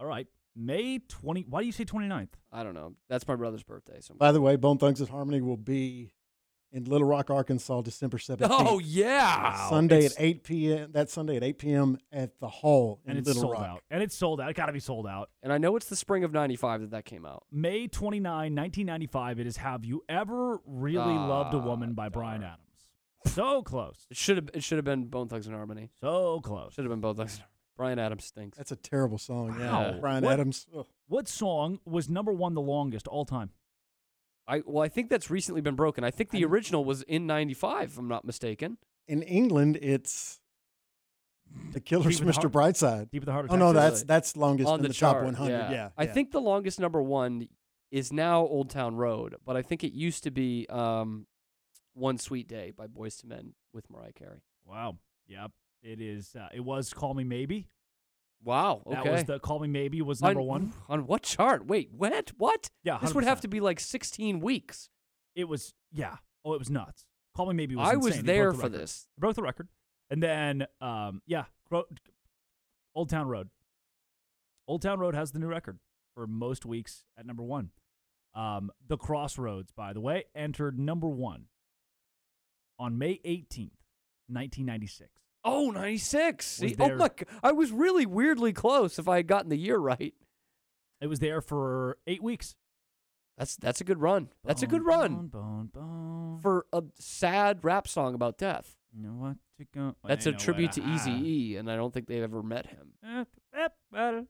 [SPEAKER 9] All right, May twenty. Why do you say 29th?
[SPEAKER 7] I don't know. That's my brother's birthday. So
[SPEAKER 10] By the way, Bone Thugs and Harmony will be in Little Rock, Arkansas, December 17th.
[SPEAKER 7] Oh, yeah. Wow.
[SPEAKER 10] Sunday
[SPEAKER 7] It's-
[SPEAKER 10] at 8 p.m. That Sunday at 8 p.m. at the Hall in
[SPEAKER 9] And it's
[SPEAKER 10] Little
[SPEAKER 9] sold
[SPEAKER 10] Rock.
[SPEAKER 9] out. And it's sold out. It got to be sold out.
[SPEAKER 7] And I know it's the spring of 95 that that came out.
[SPEAKER 9] May 29, 1995. It is "Have You Ever Really
[SPEAKER 7] Ah,
[SPEAKER 9] Loved a Woman" by Brian Adams. So close.
[SPEAKER 7] It should have it should have been Bone Thugs and Harmony.
[SPEAKER 9] So close.
[SPEAKER 7] Should have been Bone Thugs and Harmony. Brian Adams stinks.
[SPEAKER 10] That's a terrible song.
[SPEAKER 7] Wow.
[SPEAKER 10] Yeah. Brian
[SPEAKER 7] What-
[SPEAKER 10] Adams. Ugh.
[SPEAKER 9] What song was number one the longest all time?
[SPEAKER 7] I well, I think that's recently been broken. I think the original was in '95, if I'm not mistaken.
[SPEAKER 10] In England, it's The Killers,
[SPEAKER 7] Deep in the
[SPEAKER 10] Mr.
[SPEAKER 7] Heart-
[SPEAKER 10] Brightside.
[SPEAKER 9] Deep in the Heart.
[SPEAKER 10] Oh no, that's that's longest in the, top
[SPEAKER 7] chart,
[SPEAKER 10] 100. Yeah.
[SPEAKER 7] I
[SPEAKER 10] yeah.
[SPEAKER 7] think the longest number one is now Old Town Road, but I think it used to be um, One Sweet Day by Boys to Men with Mariah Carey.
[SPEAKER 9] Wow. Yep. It is. Uh, it was "Call Me Maybe."
[SPEAKER 7] Wow. Okay.
[SPEAKER 9] That was the "Call Me Maybe" was number
[SPEAKER 7] on,
[SPEAKER 9] one.
[SPEAKER 7] On what chart? Wait, what? What?
[SPEAKER 9] Yeah,
[SPEAKER 7] This would have
[SPEAKER 9] 100%.
[SPEAKER 7] to be like 16 weeks.
[SPEAKER 9] It was yeah. Oh, it was nuts. Call me maybe. Was
[SPEAKER 7] I
[SPEAKER 9] insane.
[SPEAKER 7] was
[SPEAKER 9] It broke
[SPEAKER 7] there
[SPEAKER 9] the
[SPEAKER 7] for
[SPEAKER 9] record.
[SPEAKER 7] this.
[SPEAKER 9] It broke the record, and then um yeah, Gro- Old Town Road. Old Town Road has the new record for most weeks at number one. Um, the Crossroads, by the way, entered number one on May eighteenth, nineteen ninety six.
[SPEAKER 7] Oh, 96.
[SPEAKER 9] Was
[SPEAKER 7] See, oh
[SPEAKER 9] there-
[SPEAKER 7] my! g- I was really weirdly close. If I had gotten the year right,
[SPEAKER 9] It was there for eight weeks.
[SPEAKER 7] That's that's a good run. That's a good
[SPEAKER 9] Bone,
[SPEAKER 7] run
[SPEAKER 9] Bone, bone.
[SPEAKER 7] for a sad rap song about death.
[SPEAKER 9] You know what? To go.
[SPEAKER 7] That's
[SPEAKER 9] You
[SPEAKER 7] a
[SPEAKER 9] know what?
[SPEAKER 7] tribute to
[SPEAKER 9] Ah.
[SPEAKER 7] Easy E, and I don't think they've ever met him.
[SPEAKER 9] Eh, And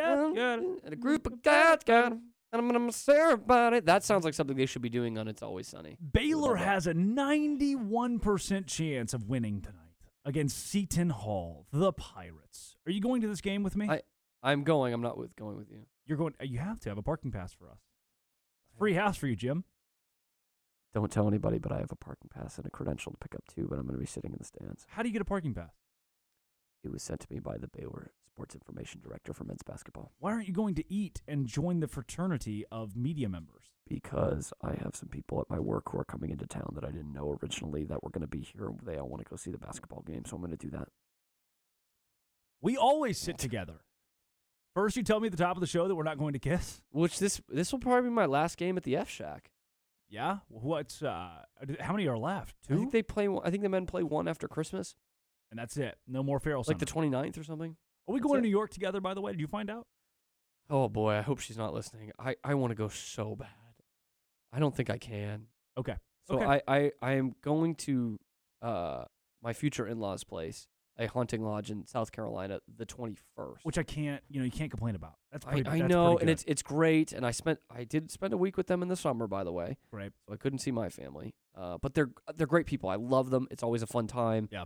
[SPEAKER 7] a group of guys got 'em, and I'm gonna say about it. That sounds like something they should be doing on It's Always Sunny.
[SPEAKER 9] Baylor has a 91% chance of winning tonight against Seton Hall, the Pirates. Are you going to this game with me?
[SPEAKER 7] I, I'm going. I'm not with going with you.
[SPEAKER 9] You're going. uh, You have to have a parking pass for us. Free house for you, Jim.
[SPEAKER 7] Don't tell anybody, but I have a parking pass and a credential to pick up too. But I'm gonna be sitting in the stands.
[SPEAKER 9] How do you get a parking pass?
[SPEAKER 7] It was sent to me by the Baylor Sports Information Director for Men's Basketball
[SPEAKER 9] Why aren't you going to eat and join the fraternity of media members?
[SPEAKER 7] because I have some people at my work who are coming into town that I didn't know originally that were gonna be here, and they all want to go see the basketball game. So I'm gonna do that.
[SPEAKER 9] We always sit together. First, you tell me at the top of the show that we're not going to kiss.
[SPEAKER 7] Which this this will probably be my last game at the F Shack.
[SPEAKER 9] Yeah. What's uh? How many are left?
[SPEAKER 7] I
[SPEAKER 9] Two.
[SPEAKER 7] think they play. one- I think the men play one after Christmas,
[SPEAKER 9] and that's it. No more feral.
[SPEAKER 7] like the
[SPEAKER 9] Summit.
[SPEAKER 7] 29th or something.
[SPEAKER 9] Are we
[SPEAKER 7] That's
[SPEAKER 9] going to
[SPEAKER 7] it.
[SPEAKER 9] New York together? By the way, did you find out?
[SPEAKER 7] Oh boy, I hope she's not listening. I I want to go so bad. I don't think I can.
[SPEAKER 9] Okay.
[SPEAKER 7] So
[SPEAKER 9] Okay.
[SPEAKER 7] I I I am going to uh my future in laws' place, a hunting lodge in South Carolina, the 21st.
[SPEAKER 9] which I can't, you know, you can't complain about. That's
[SPEAKER 7] I,
[SPEAKER 9] pretty,
[SPEAKER 7] I
[SPEAKER 9] that's
[SPEAKER 7] know,
[SPEAKER 9] pretty
[SPEAKER 7] and
[SPEAKER 9] good.
[SPEAKER 7] it's it's great. And I spent I did spend a week with them in the summer, by the way.
[SPEAKER 9] Right.
[SPEAKER 7] So I couldn't see my family. Uh, but they're they're great people. I love them. It's always a fun time.
[SPEAKER 9] Yeah.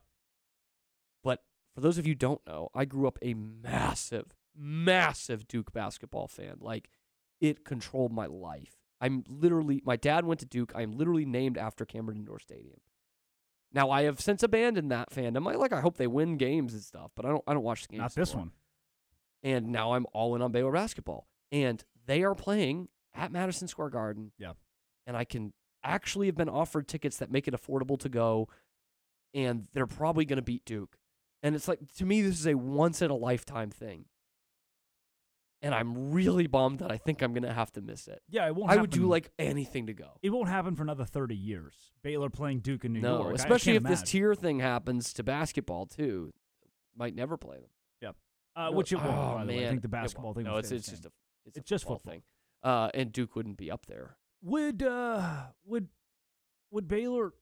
[SPEAKER 7] But for those of you who don't know, I grew up a massive, massive Duke basketball fan. Like it controlled my life. I'm literally my dad went to Duke. I'm literally named after Cameron Indoor Stadium. Now I have since abandoned that fandom. I like I hope they win games and stuff, but I don't I don't watch the games.
[SPEAKER 9] Not this
[SPEAKER 7] anymore.
[SPEAKER 9] one.
[SPEAKER 7] And now I'm all in on Baylor basketball. And they are playing at Madison Square Garden.
[SPEAKER 9] Yeah.
[SPEAKER 7] And I can actually have been offered tickets that make it affordable to go and they're probably going to beat Duke. And it's like to me this is a once in a lifetime thing. And I'm really bummed that I think I'm going to have to miss it.
[SPEAKER 9] Yeah, it won't.
[SPEAKER 7] I would do
[SPEAKER 9] happen.
[SPEAKER 7] like anything to go.
[SPEAKER 9] It won't happen for another thirty years. Baylor playing Duke in New
[SPEAKER 7] no,
[SPEAKER 9] York, I- I
[SPEAKER 7] especially if
[SPEAKER 9] can't
[SPEAKER 7] this
[SPEAKER 9] imagine.
[SPEAKER 7] tier thing happens to basketball too. Might never play them.
[SPEAKER 9] Yep. Uh,
[SPEAKER 7] No,
[SPEAKER 9] which it will.
[SPEAKER 7] oh,
[SPEAKER 9] by the
[SPEAKER 7] man.
[SPEAKER 9] way. I think the
[SPEAKER 7] It won't.
[SPEAKER 9] basketball thing.
[SPEAKER 7] No,
[SPEAKER 9] was
[SPEAKER 7] it's,
[SPEAKER 9] stayed
[SPEAKER 7] it's
[SPEAKER 9] the
[SPEAKER 7] just
[SPEAKER 9] same.
[SPEAKER 7] a it's,
[SPEAKER 9] It's just
[SPEAKER 7] just football thing. Uh, and Duke wouldn't be up there.
[SPEAKER 9] Would uh would would Baylor?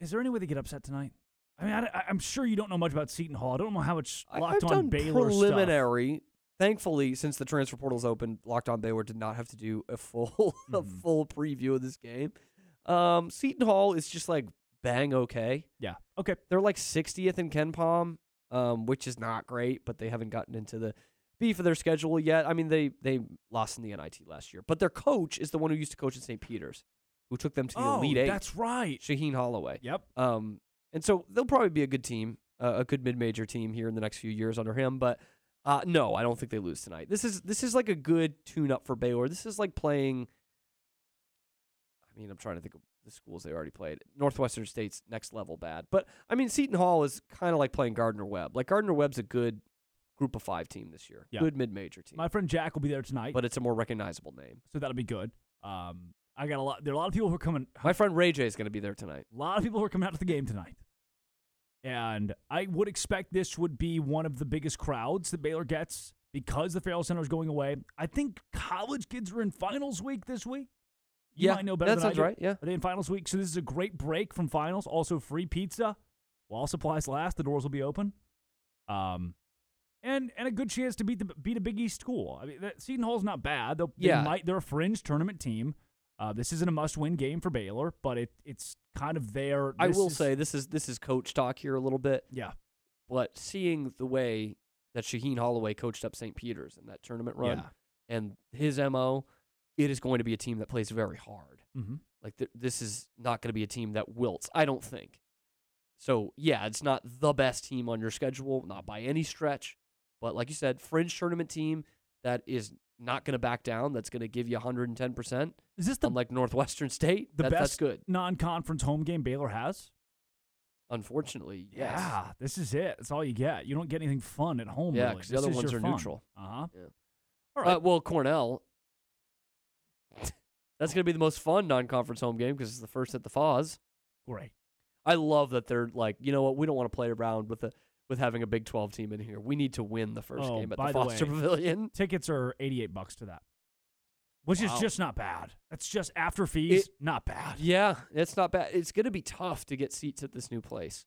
[SPEAKER 9] Is there any way they get upset tonight? I mean, I, I- I'm sure you don't know much about Seton Hall. I don't know how much
[SPEAKER 7] I've
[SPEAKER 9] locked on
[SPEAKER 7] done
[SPEAKER 9] Baylor stuff.
[SPEAKER 7] preliminary. Thankfully, since the transfer portal's open, Locked On Baylor did not have to do a full [laughs] a
[SPEAKER 9] Mm-hmm.
[SPEAKER 7] full preview of this game. Um, Seton Hall is just like bang okay.
[SPEAKER 9] Yeah. Okay.
[SPEAKER 7] They're like 60th in Ken Palm, um, which is not great, but they haven't gotten into the beef of their schedule yet. I mean, they they lost in the NIT last year, but their coach is the one who used to coach at St. Peter's, who took them to the
[SPEAKER 9] Oh,
[SPEAKER 7] Elite Eight.
[SPEAKER 9] that's right,
[SPEAKER 7] Shaheen Holloway.
[SPEAKER 9] Yep.
[SPEAKER 7] Um, and so they'll probably be a good team, uh, a good mid-major team here in the next few years under him. But uh, no, I don't think they lose tonight. This is this is like a good tune-up for Baylor. This is like playing. I mean, I'm trying to think of the schools they already played. Northwestern State's next level bad, but I mean, Seton Hall is kind of like playing Gardner Webb. Like Gardner Webb's a good Group of Five team this year,
[SPEAKER 9] Yeah.
[SPEAKER 7] good mid-major team,
[SPEAKER 9] My friend Jack will be there tonight,
[SPEAKER 7] but it's a more recognizable name.
[SPEAKER 9] so that'll be good. Um, I got a lot. There are a lot of people who are coming.
[SPEAKER 7] My friend Ray J is going to be there tonight.
[SPEAKER 9] A lot of people who are coming out to the game tonight. And I would expect this would be one of the biggest crowds that Baylor gets because the Farrell Center is going away. I think college kids were in finals week this week. You
[SPEAKER 7] Yeah,
[SPEAKER 9] might know better
[SPEAKER 7] that
[SPEAKER 9] than I
[SPEAKER 7] sounds
[SPEAKER 9] do.
[SPEAKER 7] right, yeah.
[SPEAKER 9] Are they in finals week? So this is a great break from finals. Also, free pizza. While supplies last, the doors will be open. Um, and and a good chance to beat the beat a Big East school. I mean, that, Seton Hall's not bad. They'll, they
[SPEAKER 7] Yeah.
[SPEAKER 9] might they're a fringe tournament team. Uh, this isn't a must win game for Baylor, but it it's kind of their.
[SPEAKER 7] I
[SPEAKER 9] this
[SPEAKER 7] will
[SPEAKER 9] is-
[SPEAKER 7] say this is this is coach talk here a little bit.
[SPEAKER 9] Yeah.
[SPEAKER 7] But seeing the way that Shaheen Holloway coached up St. Peter's in that tournament run
[SPEAKER 9] Yeah.
[SPEAKER 7] and his MO, it is going to be a team that plays very hard.
[SPEAKER 9] Mhm.
[SPEAKER 7] Like th- this is not going to be a team that wilts, I don't think. So, yeah, it's not the best team on your schedule, not by any stretch, but like you said, fringe tournament team that is not going to back down, that's going to give you 110%.
[SPEAKER 9] Is this the
[SPEAKER 7] unlike Northwestern State?
[SPEAKER 9] the
[SPEAKER 7] that-
[SPEAKER 9] best
[SPEAKER 7] that's good.
[SPEAKER 9] non conference home game Baylor has.
[SPEAKER 7] Unfortunately, yes.
[SPEAKER 9] Yeah, this is it. That's all you get. You don't get anything fun at home.
[SPEAKER 7] Yeah,
[SPEAKER 9] really.
[SPEAKER 7] 'cause the other ones are neutral.
[SPEAKER 9] Uh huh. Uh,
[SPEAKER 7] All right. well, Cornell. [laughs] That's going to be the most fun non-conference home game because it's the first at the Foz.
[SPEAKER 9] Great.
[SPEAKER 7] I love that they're like, you know what? We don't want to play around with the with having a Big Twelve team in here. We need to win the first
[SPEAKER 9] oh,
[SPEAKER 7] game at
[SPEAKER 9] by
[SPEAKER 7] the Foster
[SPEAKER 9] way,
[SPEAKER 7] Pavilion.
[SPEAKER 9] Tickets are eighty-eight bucks to that, which
[SPEAKER 7] Wow.
[SPEAKER 9] is just not bad. That's just after fees, not bad.
[SPEAKER 7] Yeah, it's not bad. It's going to be tough to get seats at this new place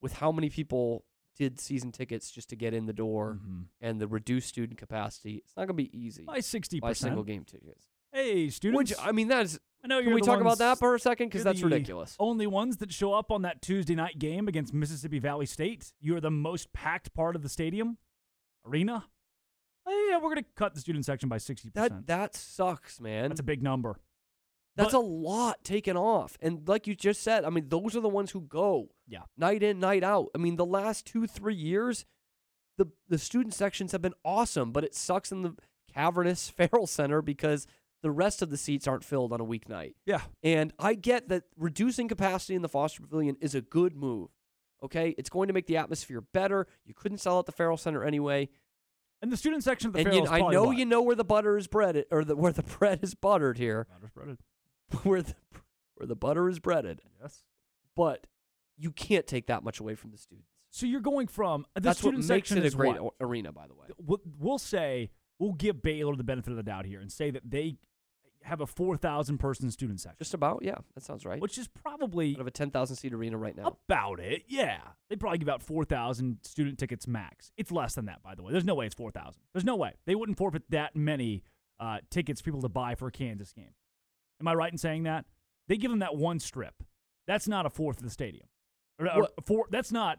[SPEAKER 7] with how many people did season tickets just to get in the door and the reduced student capacity. It's not going to be easy.
[SPEAKER 9] Mm-hmm. By 60%.
[SPEAKER 7] By single game tickets.
[SPEAKER 9] Hey, students.
[SPEAKER 7] Which, I mean, that is.
[SPEAKER 9] I know
[SPEAKER 7] can
[SPEAKER 9] you're
[SPEAKER 7] we
[SPEAKER 9] the
[SPEAKER 7] talk about
[SPEAKER 9] ones-
[SPEAKER 7] that for a second? Because
[SPEAKER 9] you're
[SPEAKER 7] that's
[SPEAKER 9] the
[SPEAKER 7] ridiculous.
[SPEAKER 9] Only ones that show up on that Tuesday night game against Mississippi Valley State. You are the most packed part of the stadium arena. Oh, yeah, we're gonna cut the student section by sixty
[SPEAKER 7] That
[SPEAKER 9] percent.
[SPEAKER 7] that sucks, man.
[SPEAKER 9] That's a big number.
[SPEAKER 7] That's a lot taken off. And like you just said, I mean, those are the ones who go
[SPEAKER 9] Yeah.
[SPEAKER 7] night in, night out. I mean, the last two, three years, the the student sections have been awesome, but it sucks in the cavernous [laughs] Farrell Center because the rest of the seats aren't filled on a weeknight.
[SPEAKER 9] Yeah.
[SPEAKER 7] And I get that reducing capacity in the Foster Pavilion is a good move. Okay? It's going to make the atmosphere better. You couldn't sell out the Farrell Center anyway.
[SPEAKER 9] And the student section of the
[SPEAKER 7] and
[SPEAKER 9] Farrell
[SPEAKER 7] you,
[SPEAKER 9] is
[SPEAKER 7] I
[SPEAKER 9] probably
[SPEAKER 7] know
[SPEAKER 9] what?
[SPEAKER 7] you know where the butter is breaded, or the, where the [laughs] bread is buttered here. [laughs] where the where the butter is breaded.
[SPEAKER 9] Yes.
[SPEAKER 7] But you can't take that much away from the students.
[SPEAKER 9] So you're going from the
[SPEAKER 7] That's what
[SPEAKER 9] student
[SPEAKER 7] makes
[SPEAKER 9] section
[SPEAKER 7] it a
[SPEAKER 9] is
[SPEAKER 7] great
[SPEAKER 9] what?
[SPEAKER 7] o- arena, by the way.
[SPEAKER 9] we'll, we'll say we'll give Baylor the benefit of the doubt here and say that they have a four thousand person student section.
[SPEAKER 7] Just about, yeah, that sounds right.
[SPEAKER 9] Which is probably
[SPEAKER 7] out of a ten thousand seat arena right now.
[SPEAKER 9] About it, yeah. They probably give out four thousand student tickets max. It's less than that, by the way. There's no way it's four thousand. There's no way they wouldn't forfeit that many uh, tickets for people to buy for a Kansas game. Am I right in saying that? They give them that one strip. That's not a fourth of the stadium. Or, or
[SPEAKER 7] What?
[SPEAKER 9] four, that's not.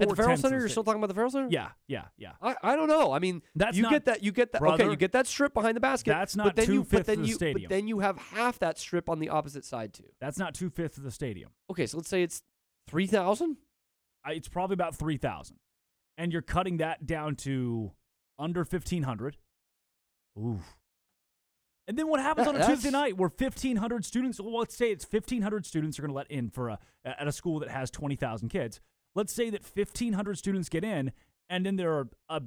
[SPEAKER 7] At the Farrell
[SPEAKER 9] four-tenths of
[SPEAKER 7] Center,
[SPEAKER 9] the
[SPEAKER 7] you're still
[SPEAKER 9] stadium.
[SPEAKER 7] talking about the Farrell Center?
[SPEAKER 9] Yeah, yeah, yeah.
[SPEAKER 7] I, I don't know. I mean,
[SPEAKER 9] That's
[SPEAKER 7] you
[SPEAKER 9] not-
[SPEAKER 7] get that you get that okay
[SPEAKER 9] Brother,
[SPEAKER 7] you get that strip behind the basket.
[SPEAKER 9] that's
[SPEAKER 7] But
[SPEAKER 9] not
[SPEAKER 7] then you but
[SPEAKER 9] two-fifths
[SPEAKER 7] then
[SPEAKER 9] of the
[SPEAKER 7] you
[SPEAKER 9] stadium.
[SPEAKER 7] but then you have half that strip on the opposite side too.
[SPEAKER 9] That's not two fifths of the stadium.
[SPEAKER 7] Okay, so let's say it's three thousand.
[SPEAKER 9] It's probably about three thousand, and you're cutting that down to under fifteen hundred. Ooh. And then what happens
[SPEAKER 7] That-
[SPEAKER 9] on a Tuesday
[SPEAKER 7] that's-
[SPEAKER 9] night where 1,500 students, well, let's say it's 1,500 students are going to let in for a, at a school that has 20,000 kids. Let's say that 1,500 students get in, and then there are a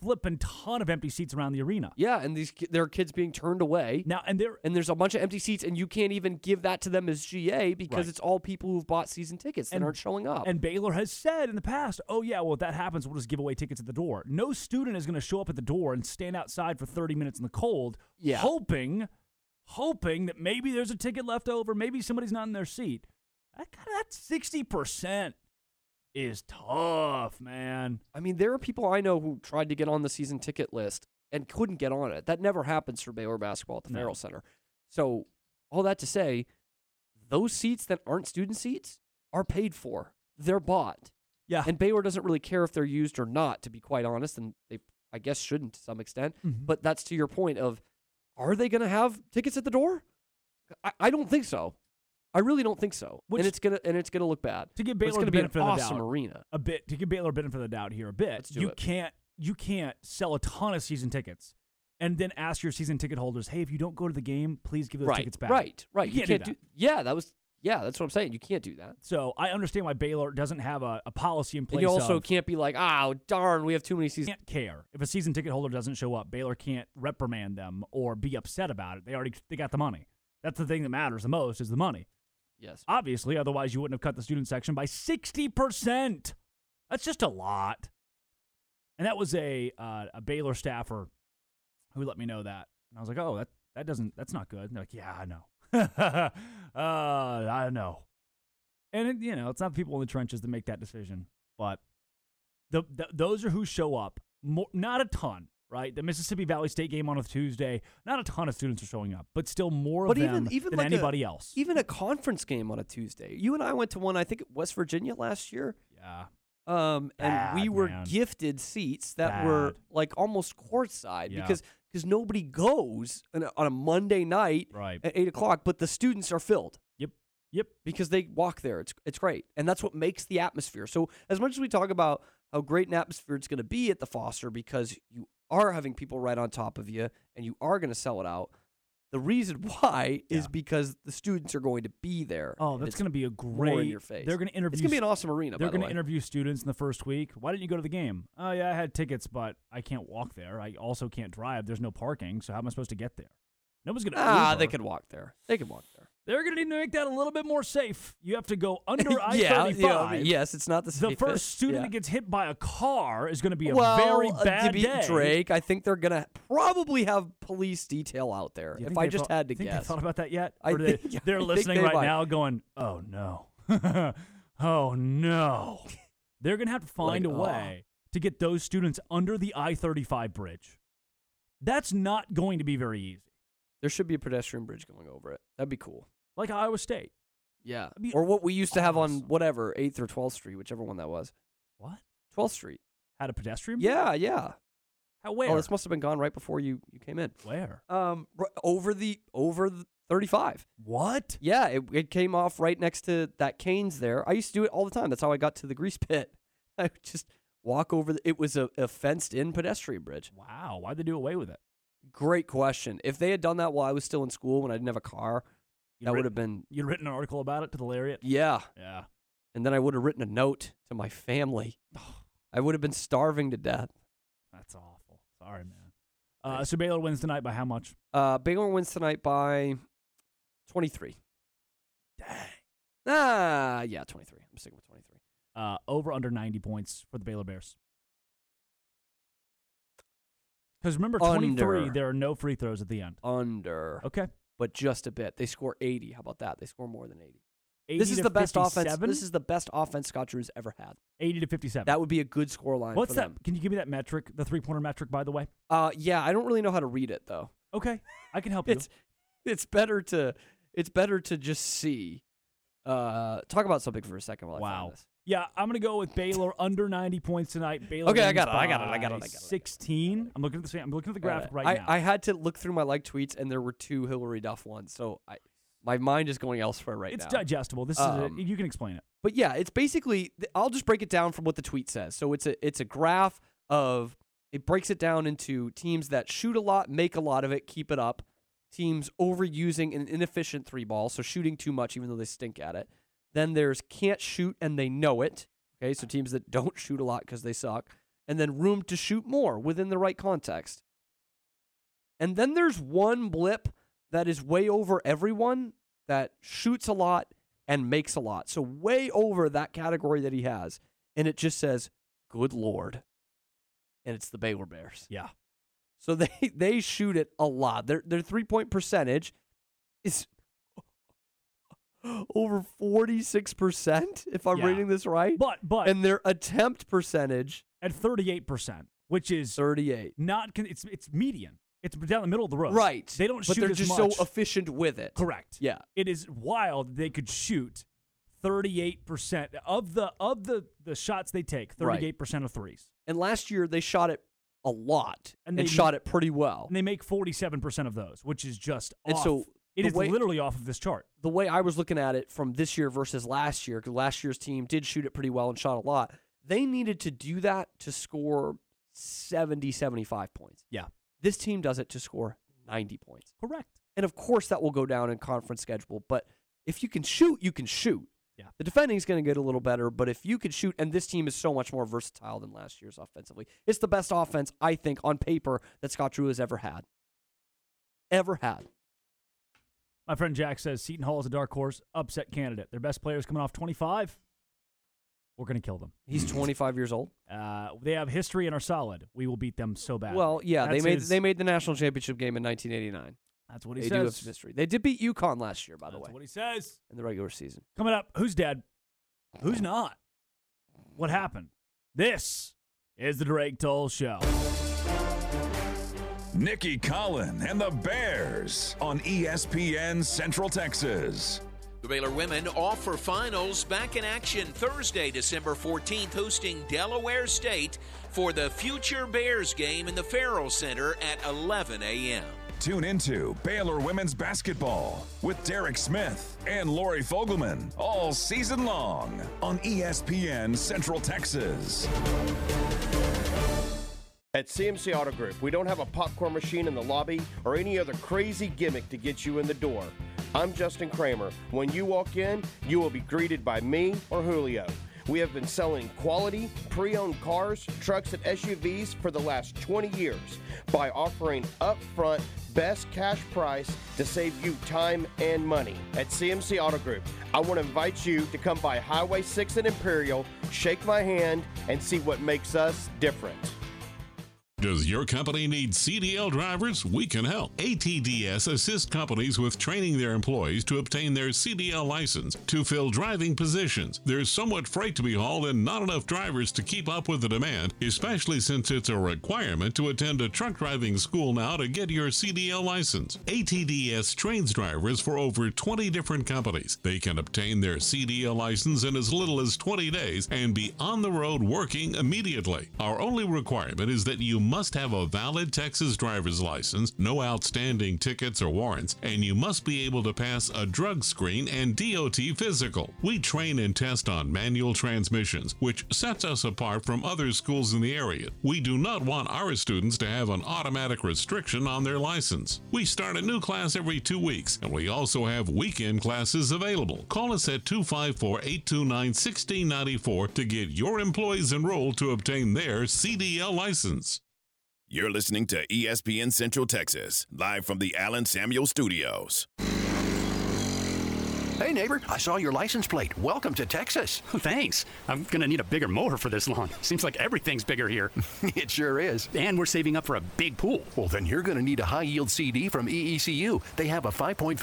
[SPEAKER 9] flipping ton of empty seats around the arena.
[SPEAKER 7] Yeah, and these ki- there are kids being turned away
[SPEAKER 9] now, and there
[SPEAKER 7] and there's a bunch of empty seats, and you can't even give that to them as GA because
[SPEAKER 9] Right.
[SPEAKER 7] it's all people who've bought season tickets that aren't showing up.
[SPEAKER 9] And Baylor has said in the past, oh, yeah, well, if that happens, we'll just give away tickets at the door. No student is going to show up at the door and stand outside for 30 minutes in the cold,
[SPEAKER 7] Yeah.
[SPEAKER 9] hoping, hoping that maybe there's a ticket left over, maybe somebody's not in their seat. That, kinda- that 60% is tough, man.
[SPEAKER 7] I mean, there are people I know who tried to get on the season ticket list and couldn't get on it. That never happens for Baylor basketball at the
[SPEAKER 9] No.
[SPEAKER 7] Farrell Center. So, all that to say, those seats that aren't student seats are paid for. They're bought.
[SPEAKER 9] Yeah.
[SPEAKER 7] And Baylor doesn't really care if they're used or not, to be quite honest, and they I guess shouldn't to some extent.
[SPEAKER 9] Mhm.
[SPEAKER 7] But that's to your point of are they gonna have tickets at the door? I, I don't think so. I really don't think so.
[SPEAKER 9] Which-
[SPEAKER 7] and it's gonna and it's gonna look bad.
[SPEAKER 9] to give
[SPEAKER 7] But
[SPEAKER 9] Baylor
[SPEAKER 7] it's gonna
[SPEAKER 9] the
[SPEAKER 7] be an
[SPEAKER 9] benefit of the
[SPEAKER 7] awesome
[SPEAKER 9] doubt,
[SPEAKER 7] arena.
[SPEAKER 9] A bit to give Baylor benefit of the doubt here a bit.
[SPEAKER 7] do
[SPEAKER 9] you
[SPEAKER 7] it.
[SPEAKER 9] can't you can't sell a ton of season tickets and then ask your season ticket holders, hey, if you don't go to the game, please give those
[SPEAKER 7] right,
[SPEAKER 9] tickets back.
[SPEAKER 7] Right, right.
[SPEAKER 9] You can't, do, that.
[SPEAKER 7] Yeah, that was. Yeah, that's what I'm saying. You can't do that.
[SPEAKER 9] So I understand why Baylor doesn't have a, a policy in place.
[SPEAKER 7] And you also
[SPEAKER 9] of,
[SPEAKER 7] can't be like, oh darn, we have too many seasons.
[SPEAKER 9] Can't care if a season ticket holder doesn't show up. Baylor can't reprimand them or be upset about it. They already they got the money. That's the thing that matters the most is the money.
[SPEAKER 7] Yes.
[SPEAKER 9] Obviously, otherwise you wouldn't have cut the student section by sixty percent. That's just a lot. And that was a uh, a Baylor staffer who let me know that, and I was like, oh, that that doesn't that's not good. And they're like, yeah, I know. [laughs] uh, I know. And it, you know, it's not the people in the trenches that make that decision, but the, th those are who show up. More, not a ton, right? The Mississippi Valley State game on a Tuesday. Not a ton of students are showing up, but still more
[SPEAKER 7] But
[SPEAKER 9] of them
[SPEAKER 7] even even
[SPEAKER 9] than
[SPEAKER 7] like a-
[SPEAKER 9] anybody else.
[SPEAKER 7] even a conference game on a Tuesday. You and I went to one, I think, at West Virginia last year.
[SPEAKER 9] Yeah.
[SPEAKER 7] Um, and we
[SPEAKER 9] Bad,
[SPEAKER 7] were
[SPEAKER 9] man.
[SPEAKER 7] gifted seats that were
[SPEAKER 9] Bad.
[SPEAKER 7] like almost courtside
[SPEAKER 9] Yeah.
[SPEAKER 7] because because nobody goes on a, on a Monday night
[SPEAKER 9] Right.
[SPEAKER 7] at eight o'clock, but the students are filled.
[SPEAKER 9] Yep. Yep.
[SPEAKER 7] Because they walk there. It's it's great. And that's what makes the atmosphere. So as much as we talk about how great an atmosphere it's going to be at the Foster because you are having people right on top of you and you are going to sell it out. The reason why is because the students are going to be there.
[SPEAKER 9] Oh,
[SPEAKER 7] and
[SPEAKER 9] that's
[SPEAKER 7] it's
[SPEAKER 9] going to be a
[SPEAKER 7] more
[SPEAKER 9] great.
[SPEAKER 7] in your face.
[SPEAKER 9] They're going to interview.
[SPEAKER 7] It's going to be an
[SPEAKER 9] s-
[SPEAKER 7] awesome arena.
[SPEAKER 9] They're
[SPEAKER 7] by the
[SPEAKER 9] gonna
[SPEAKER 7] way.
[SPEAKER 9] interview students in the first week. Why didn't you go to the game? Oh yeah, I had tickets, but I can't walk there. I also can't drive. There's no parking, so how am I supposed to get there? Nobody's gonna.
[SPEAKER 7] Ah,
[SPEAKER 9] Uber.
[SPEAKER 7] they could walk there. They could walk there.
[SPEAKER 9] They're going to need to make that a little bit more safe. You have
[SPEAKER 7] [laughs]
[SPEAKER 9] to go under I
[SPEAKER 7] yeah,
[SPEAKER 9] thirty
[SPEAKER 7] yeah,
[SPEAKER 9] five.
[SPEAKER 7] yes, it's not the
[SPEAKER 9] The
[SPEAKER 7] safest.
[SPEAKER 9] first student
[SPEAKER 7] yeah.
[SPEAKER 9] that gets hit by a car is going to be a
[SPEAKER 7] well,
[SPEAKER 9] very
[SPEAKER 7] uh,
[SPEAKER 9] bad
[SPEAKER 7] to beat
[SPEAKER 9] day.
[SPEAKER 7] Drake, I think they're gonna probably have police detail out there.
[SPEAKER 9] Do you
[SPEAKER 7] If
[SPEAKER 9] think
[SPEAKER 7] I
[SPEAKER 9] they
[SPEAKER 7] just
[SPEAKER 9] thought-
[SPEAKER 7] had to
[SPEAKER 9] think they
[SPEAKER 7] guess,
[SPEAKER 9] thought about that yet?
[SPEAKER 7] I
[SPEAKER 9] Or they,
[SPEAKER 7] think- I
[SPEAKER 9] they're
[SPEAKER 7] think
[SPEAKER 9] listening
[SPEAKER 7] they
[SPEAKER 9] right
[SPEAKER 7] might.
[SPEAKER 9] now, going, "Oh no, [laughs] oh no." [laughs] uh. They're gonna have to find
[SPEAKER 7] Like,
[SPEAKER 9] a
[SPEAKER 7] oh.
[SPEAKER 9] way to get those students under the I thirty five bridge. That's not going to be very easy.
[SPEAKER 7] There should be a pedestrian bridge going over it. That'd be cool.
[SPEAKER 9] Like Iowa State.
[SPEAKER 7] Yeah,
[SPEAKER 9] be
[SPEAKER 7] or what we used to have on whatever Eighth or Twelfth Street, whichever one that was.
[SPEAKER 9] What?
[SPEAKER 7] Twelfth Street.
[SPEAKER 9] Had a pedestrian? bridge?
[SPEAKER 7] Yeah, yeah.
[SPEAKER 9] How where?
[SPEAKER 7] Oh, this must have been gone right before you you came in.
[SPEAKER 9] Where?
[SPEAKER 7] Um, r- over the over the 35.
[SPEAKER 9] What?
[SPEAKER 7] Yeah, it, it came off right next to that Canes there. I used to do it all the time. That's how I got to the grease pit. [laughs] I would just walk over. The, it was a, a fenced-in pedestrian bridge.
[SPEAKER 9] Wow, why'd they do away with it?
[SPEAKER 7] Great question. If they had done that while I was still in school when I didn't have a car,
[SPEAKER 9] You'd
[SPEAKER 7] that would
[SPEAKER 9] written-
[SPEAKER 7] have been
[SPEAKER 9] You'd written an article about it to the Lariat.
[SPEAKER 7] yeah.
[SPEAKER 9] Yeah.
[SPEAKER 7] And then I would have written a note to my
[SPEAKER 9] [sighs]
[SPEAKER 7] family. I would have been starving to death.
[SPEAKER 9] That's awful. Sorry, man. Uh, so Baylor wins tonight by how much?
[SPEAKER 7] Uh, Baylor wins tonight by 23. Dang. Ah, yeah, 23. I'm sticking with 23.
[SPEAKER 9] Uh, over under 90 points for the Baylor Bears. Because remember, 23,
[SPEAKER 7] Under.
[SPEAKER 9] there are no free throws at the end.
[SPEAKER 7] Under.
[SPEAKER 9] Okay.
[SPEAKER 7] But just a bit. They score 80. How about that? They score more than 80. this is the best offense. This is the best offense Scott Drew's ever had.
[SPEAKER 9] 80 to 57.
[SPEAKER 7] That would be a good score line.
[SPEAKER 9] What's
[SPEAKER 7] for
[SPEAKER 9] that?
[SPEAKER 7] them.
[SPEAKER 9] Can you give me that metric, the three pointer metric, by the way?
[SPEAKER 7] Uh, yeah, I don't really know how to read it though. [laughs]
[SPEAKER 9] Okay, I can help you.
[SPEAKER 7] it's it's better to it's better to just see Uh, talk about something for a second while I
[SPEAKER 9] Wow.
[SPEAKER 7] find this.
[SPEAKER 9] Yeah, I'm gonna go with Baylor under 90 points tonight. Baylor.
[SPEAKER 7] Okay, I
[SPEAKER 9] wins
[SPEAKER 7] got it, I got it, I
[SPEAKER 9] by
[SPEAKER 7] got it, I got it, I got it.
[SPEAKER 9] 16. I'm looking at the same- I'm looking at the graphic right, now.
[SPEAKER 7] Uh, I, I had to look through my like tweets, and there were two Hillary Duff ones, so I, my mind is going elsewhere right
[SPEAKER 9] it's
[SPEAKER 7] now.
[SPEAKER 9] digestible. This
[SPEAKER 7] Um,
[SPEAKER 9] is it. you can explain it.
[SPEAKER 7] But yeah, it's basically th- I'll just break it down from what the tweet says. So it's a it's a graph of it breaks it down into teams that shoot a lot, make a lot of it, keep it up. Teams overusing an inefficient three ball, so shooting too much even though they stink at it. Then there's can't shoot and they know it. Okay, so teams that don't shoot a lot because they suck. And then room to shoot more within the right context. And then there's one blip that is way over everyone that shoots a lot and makes a lot. So way over that category that he has. And it just says, good Lord. And it's the Baylor Bears.
[SPEAKER 9] Yeah.
[SPEAKER 7] So [laughs] they, they shoot it a lot. Their, their three point percentage is [laughs] over 46%, if I'm
[SPEAKER 9] Yeah.
[SPEAKER 7] reading this right.
[SPEAKER 9] But, but.
[SPEAKER 7] And their attempt percentage
[SPEAKER 9] at 38%, which is
[SPEAKER 7] 38.
[SPEAKER 9] Not con- it's it's median. It's down the middle of the road.
[SPEAKER 7] Right.
[SPEAKER 9] They don't
[SPEAKER 7] But
[SPEAKER 9] shoot
[SPEAKER 7] they're
[SPEAKER 9] as
[SPEAKER 7] just
[SPEAKER 9] much.
[SPEAKER 7] so efficient with it.
[SPEAKER 9] Correct.
[SPEAKER 7] Yeah.
[SPEAKER 9] It is wild they could shoot 38% of the of the the shots they take,
[SPEAKER 7] Right.
[SPEAKER 9] 38% of threes.
[SPEAKER 7] And last year they shot it a lot
[SPEAKER 9] And
[SPEAKER 7] and,
[SPEAKER 9] they-
[SPEAKER 7] shot it pretty well.
[SPEAKER 9] And they make 47% of those, which is just
[SPEAKER 7] And
[SPEAKER 9] off.
[SPEAKER 7] so
[SPEAKER 9] it
[SPEAKER 7] the
[SPEAKER 9] is
[SPEAKER 7] way-
[SPEAKER 9] literally off of this chart.
[SPEAKER 7] the way I was looking at it from this year versus last year, because last year's team did shoot it pretty well and shot a lot, they needed to do that to score 70, 75 points.
[SPEAKER 9] Yeah.
[SPEAKER 7] This team does it to score 90 points.
[SPEAKER 9] Correct.
[SPEAKER 7] And of course, that will go down in conference schedule, but if you can shoot, you can shoot.
[SPEAKER 9] Yeah.
[SPEAKER 7] The defending is going to get a little better, but if you can shoot, and this team is so much more versatile than last year's offensively, it's the best offense, I think, on paper that Scott Drew has ever had. Ever had.
[SPEAKER 9] My friend Jack says Seton Hall is a dark horse upset candidate. Their best players coming off 25. We're going to kill them.
[SPEAKER 7] He's 25 years old.
[SPEAKER 9] Uh, they have history and are solid. We will beat them so bad.
[SPEAKER 7] Well, yeah,
[SPEAKER 9] That's
[SPEAKER 7] they made
[SPEAKER 9] his-
[SPEAKER 7] they made the national championship game in 1989.
[SPEAKER 9] That's what he
[SPEAKER 7] they
[SPEAKER 9] says.
[SPEAKER 7] do have some history. They did beat UConn last year, by the way,
[SPEAKER 9] what he says.
[SPEAKER 7] in the regular season.
[SPEAKER 9] Coming up, who's dead? Who's not? What happened? This is the Drake Toll Show.
[SPEAKER 11] Nikki Collin and the Bears on E ESPN Central Texas.
[SPEAKER 26] The Baylor women off for finals back in action Thursday, December 14th, hosting Delaware State for the Future Bears game in the Farrell Center at 11 a.m.
[SPEAKER 11] Tune into Baylor Women's Basketball with Derek Smith and Lori Fogelman all season long on E ESPN Central Texas.
[SPEAKER 17] At CMC Auto Group, we don't have a popcorn machine in the lobby or any other crazy gimmick to get you in the door. I'm Justin Kramer. When you walk in, you will be greeted by me or Julio. We have been selling quality, pre owned cars, trucks, and SUVs for the last 20 years by offering upfront best cash price to save you time and money. At CMC Auto Group, I want to invite you to come by Highway 6 and Imperial, shake my hand, and see what makes us different.
[SPEAKER 16] Does your company need CDL drivers? We can help. ATDS assists companies with training their employees to obtain their CDL license to fill driving positions. There's so much freight to be hauled and not enough drivers to keep up with the demand, especially since it's a requirement to attend a truck driving school now to get your CDL license. ATDS trains drivers for over 20 different companies. They can obtain their CDL license in as little as 20 days and be on the road working immediately. Our only requirement is that you must have a valid Texas driver's license, no outstanding tickets or warrants, and you must be able to pass a drug screen and DOT physical. We train and test on manual transmissions, which sets us apart from other schools in the area. We do not want our students to have an automatic restriction on their license. We start a new class every two weeks, and we also have weekend classes available. Call us at 254 829 1694 to get your employees enrolled to obtain their CDL license.
[SPEAKER 28] You're listening to E ESPN Central Texas, live from the Allen Samuel Studios.
[SPEAKER 14] Hey, neighbor, I saw your license plate. Welcome to
[SPEAKER 29] [laughs]
[SPEAKER 14] Texas. Thanks. I'm going to need a bigger mower for this lawn. [laughs] Seems like everything's bigger here. [laughs] it sure is. And we're saving up for a big pool.
[SPEAKER 29] Well, then you're going to need a high yield CD from E EECU. They have a 5.5%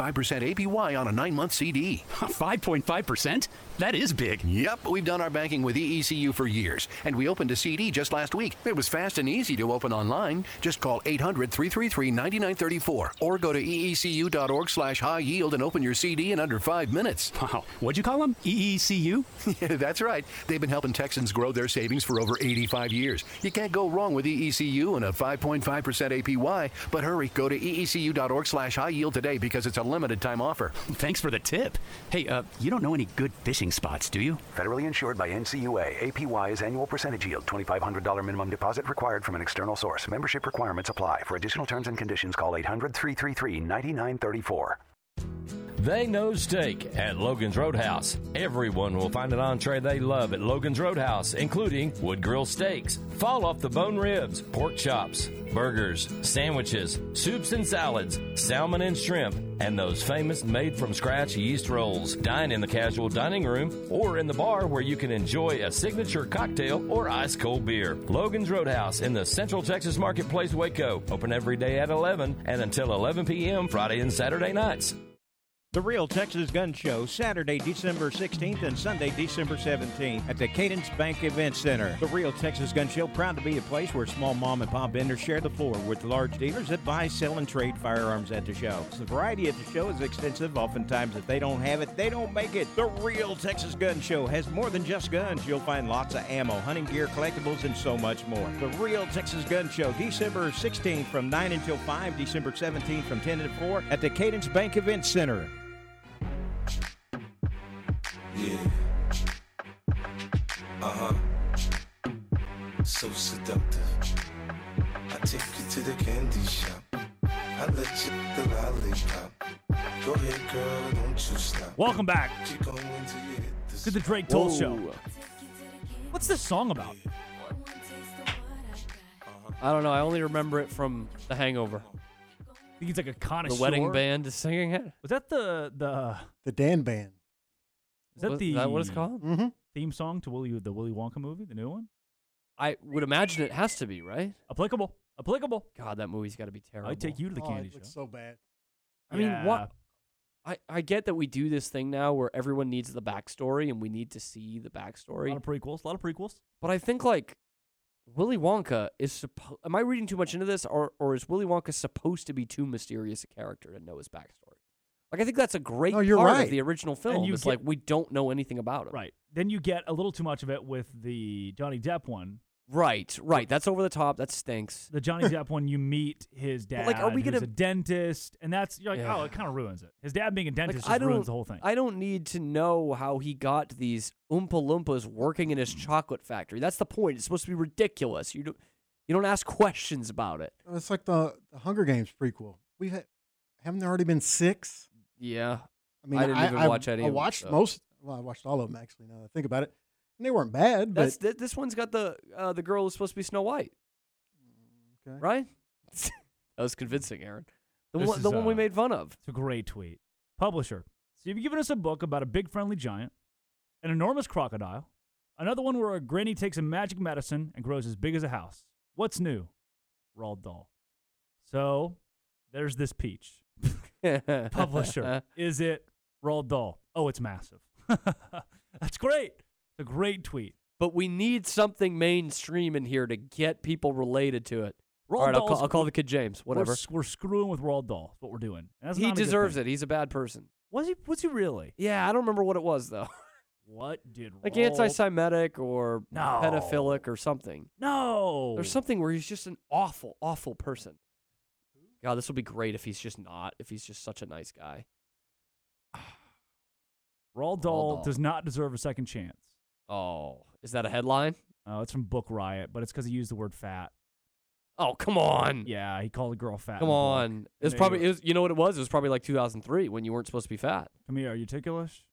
[SPEAKER 29] APY on a nine
[SPEAKER 14] [laughs]
[SPEAKER 29] month CD.
[SPEAKER 14] 5.5%? That is big.
[SPEAKER 29] Yep, we've done our banking with E EECU for years, and we opened a CD just last week. It was fast and easy to open online. Just call 800 E 333 9934 or go to eecu.org slash high yield and open your CD in under five
[SPEAKER 12] five minutes. Wow. What'd you call E them? EECU? [laughs] yeah, that's right. They've been helping Texans grow their savings for over 85 years. You can't go wrong with E EECU and a 5.5% APY. But hurry, go to E EECU.org slash high yield today because it's a limited time offer.
[SPEAKER 2] Thanks for the tip. Hey, uh, you don't know any good fishing spots, do you?
[SPEAKER 4] Federally insured by NCUA. APY is annual percentage yield. $2,500 minimum deposit required from an external source. Membership requirements apply. For additional terms and conditions, call 800 333 9934.
[SPEAKER 3] They know steak at Logan's Roadhouse. Everyone will find an entree they love at Logan's Roadhouse, including wood grill steaks, fall off the bone ribs, pork chops, burgers, sandwiches, soups and salads, salmon and shrimp, and those famous made from scratch yeast rolls. Dine in the casual dining room or in the bar where you can enjoy a signature cocktail or ice cold beer. Logan's Roadhouse in the Central Texas Marketplace, Waco. Open every day at 11 and until 11 p.m. Friday and Saturday nights.
[SPEAKER 5] The Real Texas Gun Show, Saturday, December 16th and Sunday, December 17th at the Cadence Bank Event Center. The Real Texas Gun Show, proud to be a place where small mom and pop vendors share the floor with large dealers that buy, sell, and trade firearms at the show. The variety at the show is extensive. Oftentimes, if they don't have it, they don't make it. The Real Texas Gun Show has more than just guns. You'll find lots of ammo, hunting gear, collectibles, and so much more. The Real Texas Gun Show, December 16th from 9 until 5, December 17th from 10 to 4 at the Cadence Bank Event Center.
[SPEAKER 6] Yeah. Uh huh. So seductive. I take you to the candy shop. I let you the lollipop. Go ahead, girl, don't you stop.
[SPEAKER 9] Welcome back
[SPEAKER 6] Keep going till you hit the
[SPEAKER 9] to the Drake Toll
[SPEAKER 6] Whoa.
[SPEAKER 9] Show. What's this song about?
[SPEAKER 7] I don't know. I only remember it from The Hangover.
[SPEAKER 9] I think it's like a connoisseur.
[SPEAKER 7] The wedding band is singing it.
[SPEAKER 9] Was that the the
[SPEAKER 10] The Dan Band.
[SPEAKER 9] is that
[SPEAKER 7] What-
[SPEAKER 9] the
[SPEAKER 7] is that what it's called?
[SPEAKER 10] Mm-hmm.
[SPEAKER 9] Theme song to Willy the Willy Wonka movie, the new one.
[SPEAKER 7] I would imagine it has to be right.
[SPEAKER 9] Applicable. Applicable.
[SPEAKER 7] God, that movie's got to be terrible.
[SPEAKER 9] I'd take you to the
[SPEAKER 10] Oh,
[SPEAKER 9] candy
[SPEAKER 10] it
[SPEAKER 9] show.
[SPEAKER 10] looks so bad.
[SPEAKER 7] I mean,
[SPEAKER 9] Yeah.
[SPEAKER 7] what? I, I get that we do this thing now where everyone needs the backstory and we need to see the backstory.
[SPEAKER 9] A lot of prequels. A lot of prequels.
[SPEAKER 7] But I think like Willy Wonka is supposed. Am I reading too much into this, or or is Willy Wonka supposed to be too mysterious a character to know his backstory? Like I think that's a great
[SPEAKER 9] you're
[SPEAKER 7] part
[SPEAKER 9] right.
[SPEAKER 7] of the original
[SPEAKER 9] And
[SPEAKER 7] film.
[SPEAKER 9] you
[SPEAKER 7] It's
[SPEAKER 9] get-
[SPEAKER 7] like we don't know anything about him.
[SPEAKER 9] Right. Then you get a little too much of it with the Johnny Depp one.
[SPEAKER 7] Right. Right. That's over the top. That stinks.
[SPEAKER 9] The Johnny Depp one, you meet his dad,
[SPEAKER 7] But, like, are we
[SPEAKER 9] who's
[SPEAKER 7] gonna-
[SPEAKER 9] a dentist, and that's you're like,
[SPEAKER 7] Yeah.
[SPEAKER 9] oh, it kind of ruins it. His dad being a
[SPEAKER 7] Like,
[SPEAKER 9] dentist
[SPEAKER 7] I
[SPEAKER 9] just
[SPEAKER 7] don't.
[SPEAKER 9] ruins the whole thing.
[SPEAKER 7] I don't need to know how he got these Oompa Loompas working in his chocolate factory. That's the point. It's supposed to be ridiculous. You don't. You don't ask questions about it.
[SPEAKER 10] It's like the, the Hunger Games prequel. We had haven't there already been six?
[SPEAKER 7] Yeah.
[SPEAKER 10] I mean,
[SPEAKER 7] I didn't even
[SPEAKER 10] I,
[SPEAKER 7] watch any
[SPEAKER 10] I
[SPEAKER 7] of 'em,
[SPEAKER 10] watched
[SPEAKER 7] so.
[SPEAKER 10] most. Well, I watched all of them actually. Now that I think about it, and they weren't bad. But
[SPEAKER 7] That's th- this one's got the uh, the girl who's supposed to be Snow White.
[SPEAKER 10] Okay.
[SPEAKER 7] Right? that was convincing, Aaron. The
[SPEAKER 9] This
[SPEAKER 7] one,
[SPEAKER 9] is,
[SPEAKER 7] the one we
[SPEAKER 9] uh,
[SPEAKER 7] made fun of.
[SPEAKER 9] It's a great tweet. Publisher. So you've given us a book about a big friendly giant, an enormous crocodile, another one where a granny takes a magic medicine and grows as big as a house. What's new? Roald Dahl. So there's this
[SPEAKER 7] [laughs]
[SPEAKER 9] peach. Publisher. Is it Roald Dahl? Oh, it's massive. [laughs] That's great. It's a great tweet.
[SPEAKER 7] But we need something mainstream in here to get people related to it.
[SPEAKER 9] Roald
[SPEAKER 7] All right, I'll
[SPEAKER 9] Dahl's-
[SPEAKER 7] call, I'll call the kid James.
[SPEAKER 9] We're
[SPEAKER 7] Whatever.
[SPEAKER 9] s- We're, screwing with Roald Dahl. That's what we're doing. And that's
[SPEAKER 7] he
[SPEAKER 9] not a good
[SPEAKER 7] deserves
[SPEAKER 9] thing.
[SPEAKER 7] it. He's a bad person.
[SPEAKER 9] Was he? Was he really?
[SPEAKER 7] Yeah, I don't remember what it was though. [laughs]
[SPEAKER 9] What did
[SPEAKER 7] like
[SPEAKER 9] Roald-
[SPEAKER 7] anti-Semitic or
[SPEAKER 9] No.
[SPEAKER 7] pedophilic or something.
[SPEAKER 9] No.
[SPEAKER 7] There's something where he's just an awful, awful person. God, this will be great if he's just not. If he's just such a nice guy.
[SPEAKER 9] Roald Dahl, does not deserve a second chance.
[SPEAKER 7] Oh, is that a headline?
[SPEAKER 9] Oh, it's from Book Riot, but it's because he used the word fat.
[SPEAKER 7] Oh, come on.
[SPEAKER 9] Yeah, he called a girl fat. in
[SPEAKER 7] Come
[SPEAKER 9] the book.
[SPEAKER 7] on. It was
[SPEAKER 9] There you
[SPEAKER 7] probably
[SPEAKER 9] go.
[SPEAKER 7] it was, you know what it was? It was probably like 2003 when you weren't supposed to be fat.
[SPEAKER 9] Come here, are you ticklish?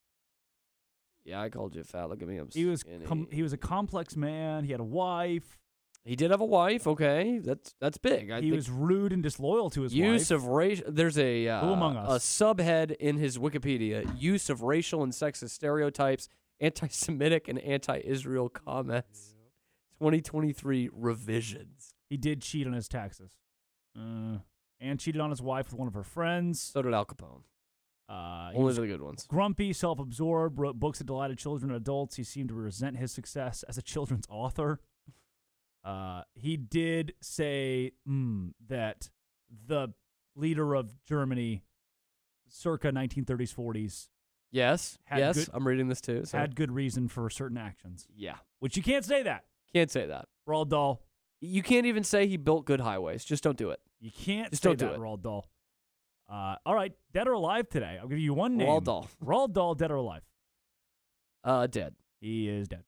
[SPEAKER 7] Yeah, I called you fat. Look at me. I'm
[SPEAKER 9] He was
[SPEAKER 7] skinny.
[SPEAKER 9] com- he was a complex man. He had a wife.
[SPEAKER 7] He did have a wife. Okay, that's that's big. I
[SPEAKER 9] he
[SPEAKER 7] think
[SPEAKER 9] was rude and disloyal to his
[SPEAKER 7] use
[SPEAKER 9] wife.
[SPEAKER 7] of race. There's a uh,
[SPEAKER 9] Who among
[SPEAKER 7] a
[SPEAKER 9] us?
[SPEAKER 7] subhead in his Wikipedia: use of racial and sexist stereotypes, anti-Semitic and anti-Israel comments. 2023 revisions.
[SPEAKER 9] He did cheat on his taxes, uh, and cheated on his wife with one of her friends. So
[SPEAKER 7] did Al Capone.
[SPEAKER 9] Uh, he
[SPEAKER 7] Only
[SPEAKER 9] was
[SPEAKER 7] the good ones.
[SPEAKER 9] Grumpy, self-absorbed, wrote books that delighted children and adults. He seemed to resent his success as a children's author. Uh, he did say mm, that the leader of Germany, circa 1930s, 40s,
[SPEAKER 7] Yes.
[SPEAKER 9] Had
[SPEAKER 7] yes.
[SPEAKER 9] good-
[SPEAKER 7] I'm reading this too. So.
[SPEAKER 9] had good reason for certain actions.
[SPEAKER 7] Yeah.
[SPEAKER 9] Which you can't say that.
[SPEAKER 7] Can't say that.
[SPEAKER 9] Roald Dahl.
[SPEAKER 7] You can't even say he built good highways. Just don't do it.
[SPEAKER 9] You can't
[SPEAKER 7] Just
[SPEAKER 9] say
[SPEAKER 7] don't do
[SPEAKER 9] that,
[SPEAKER 7] it.
[SPEAKER 9] Roald Dahl. Uh, all right, dead or alive today. I'll give you one name.
[SPEAKER 7] Roald Dahl.
[SPEAKER 9] Roald Dahl, dead or alive?
[SPEAKER 7] Uh, dead.
[SPEAKER 9] He is dead.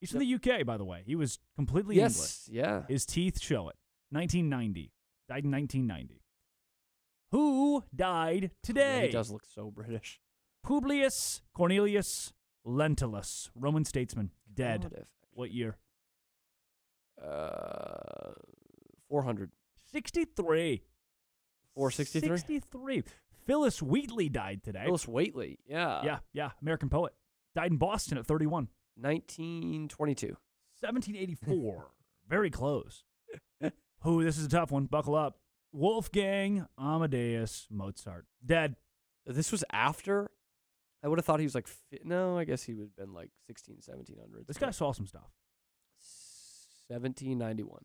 [SPEAKER 9] He's from the UK, by the way. He was completely
[SPEAKER 7] Yes,
[SPEAKER 9] English. Yeah. His teeth show it. 1990. Died in 1990. Who died today?
[SPEAKER 7] he does look so British.
[SPEAKER 9] Publius Cornelius Lentulus, Roman statesman, dead.
[SPEAKER 7] God, if-
[SPEAKER 9] What year?
[SPEAKER 7] Uh, 400.
[SPEAKER 9] 63.
[SPEAKER 7] 463?
[SPEAKER 9] 63. Phyllis Wheatley died today.
[SPEAKER 7] Phyllis Wheatley, yeah.
[SPEAKER 9] Yeah, yeah. American poet. Died in Boston at 31.
[SPEAKER 7] 1922. [laughs]
[SPEAKER 9] 1784. Very close. Who? This is a tough one. Buckle up. Wolfgang Amadeus Mozart. Dead.
[SPEAKER 7] This was after? I would have thought he was like, fi- no, I guess he would have been like 16, 1700.
[SPEAKER 9] This guy saw some stuff.
[SPEAKER 7] 1791.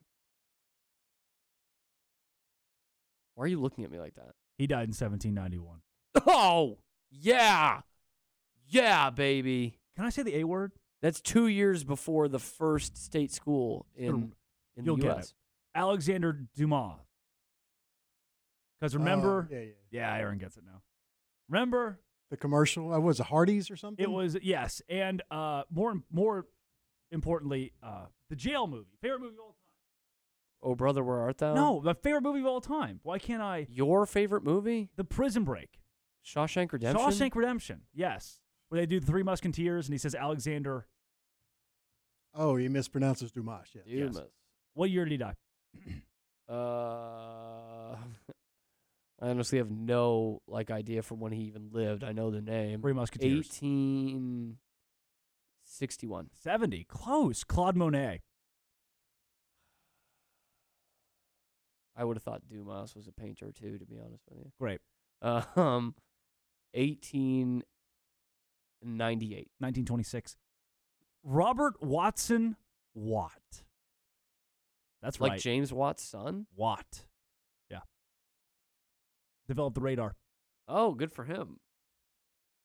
[SPEAKER 7] Why are you looking at me like that?
[SPEAKER 9] He died in 1791.
[SPEAKER 7] Oh, yeah. Yeah, baby.
[SPEAKER 9] Can I say the A word?
[SPEAKER 7] That's two years before the first state school in,
[SPEAKER 9] It'll-
[SPEAKER 7] in
[SPEAKER 9] You'll
[SPEAKER 7] the
[SPEAKER 9] get
[SPEAKER 7] U.S.
[SPEAKER 9] it. Alexander Dumas. Because remember,
[SPEAKER 10] Oh, yeah, yeah.
[SPEAKER 9] Aaron gets it now. Remember,
[SPEAKER 10] The commercial. I was a Hardee's or something.
[SPEAKER 9] it was yes, and uh, more more importantly, uh, the jail movie, favorite movie of all
[SPEAKER 7] Oh, brother, where art thou?
[SPEAKER 9] time. no, my favorite movie of all time. Why can't I?
[SPEAKER 7] Your favorite movie?
[SPEAKER 9] The Prison Break.
[SPEAKER 7] Shawshank Redemption?
[SPEAKER 9] Shawshank Redemption. Yes, where they do the Three Musketeers, and he says Alexander.
[SPEAKER 10] Oh, he mispronounces Dumas. Yeah.
[SPEAKER 7] Dumas.
[SPEAKER 9] What year did he die?
[SPEAKER 7] Uh, I honestly have no like idea from when he even lived. I know the name.
[SPEAKER 9] Three Musketeers.
[SPEAKER 7] 1861.
[SPEAKER 9] 70. Close. Claude Monet.
[SPEAKER 7] I would have thought Dumas was a painter too, to be honest with you.
[SPEAKER 9] Great.
[SPEAKER 7] Uh, [laughs] um, 1898.
[SPEAKER 9] 1926. Robert Watson Watt. That's
[SPEAKER 7] like
[SPEAKER 9] right.
[SPEAKER 7] James Watt's son.
[SPEAKER 9] Watt. Yeah. Developed the radar.
[SPEAKER 7] Oh, good for him.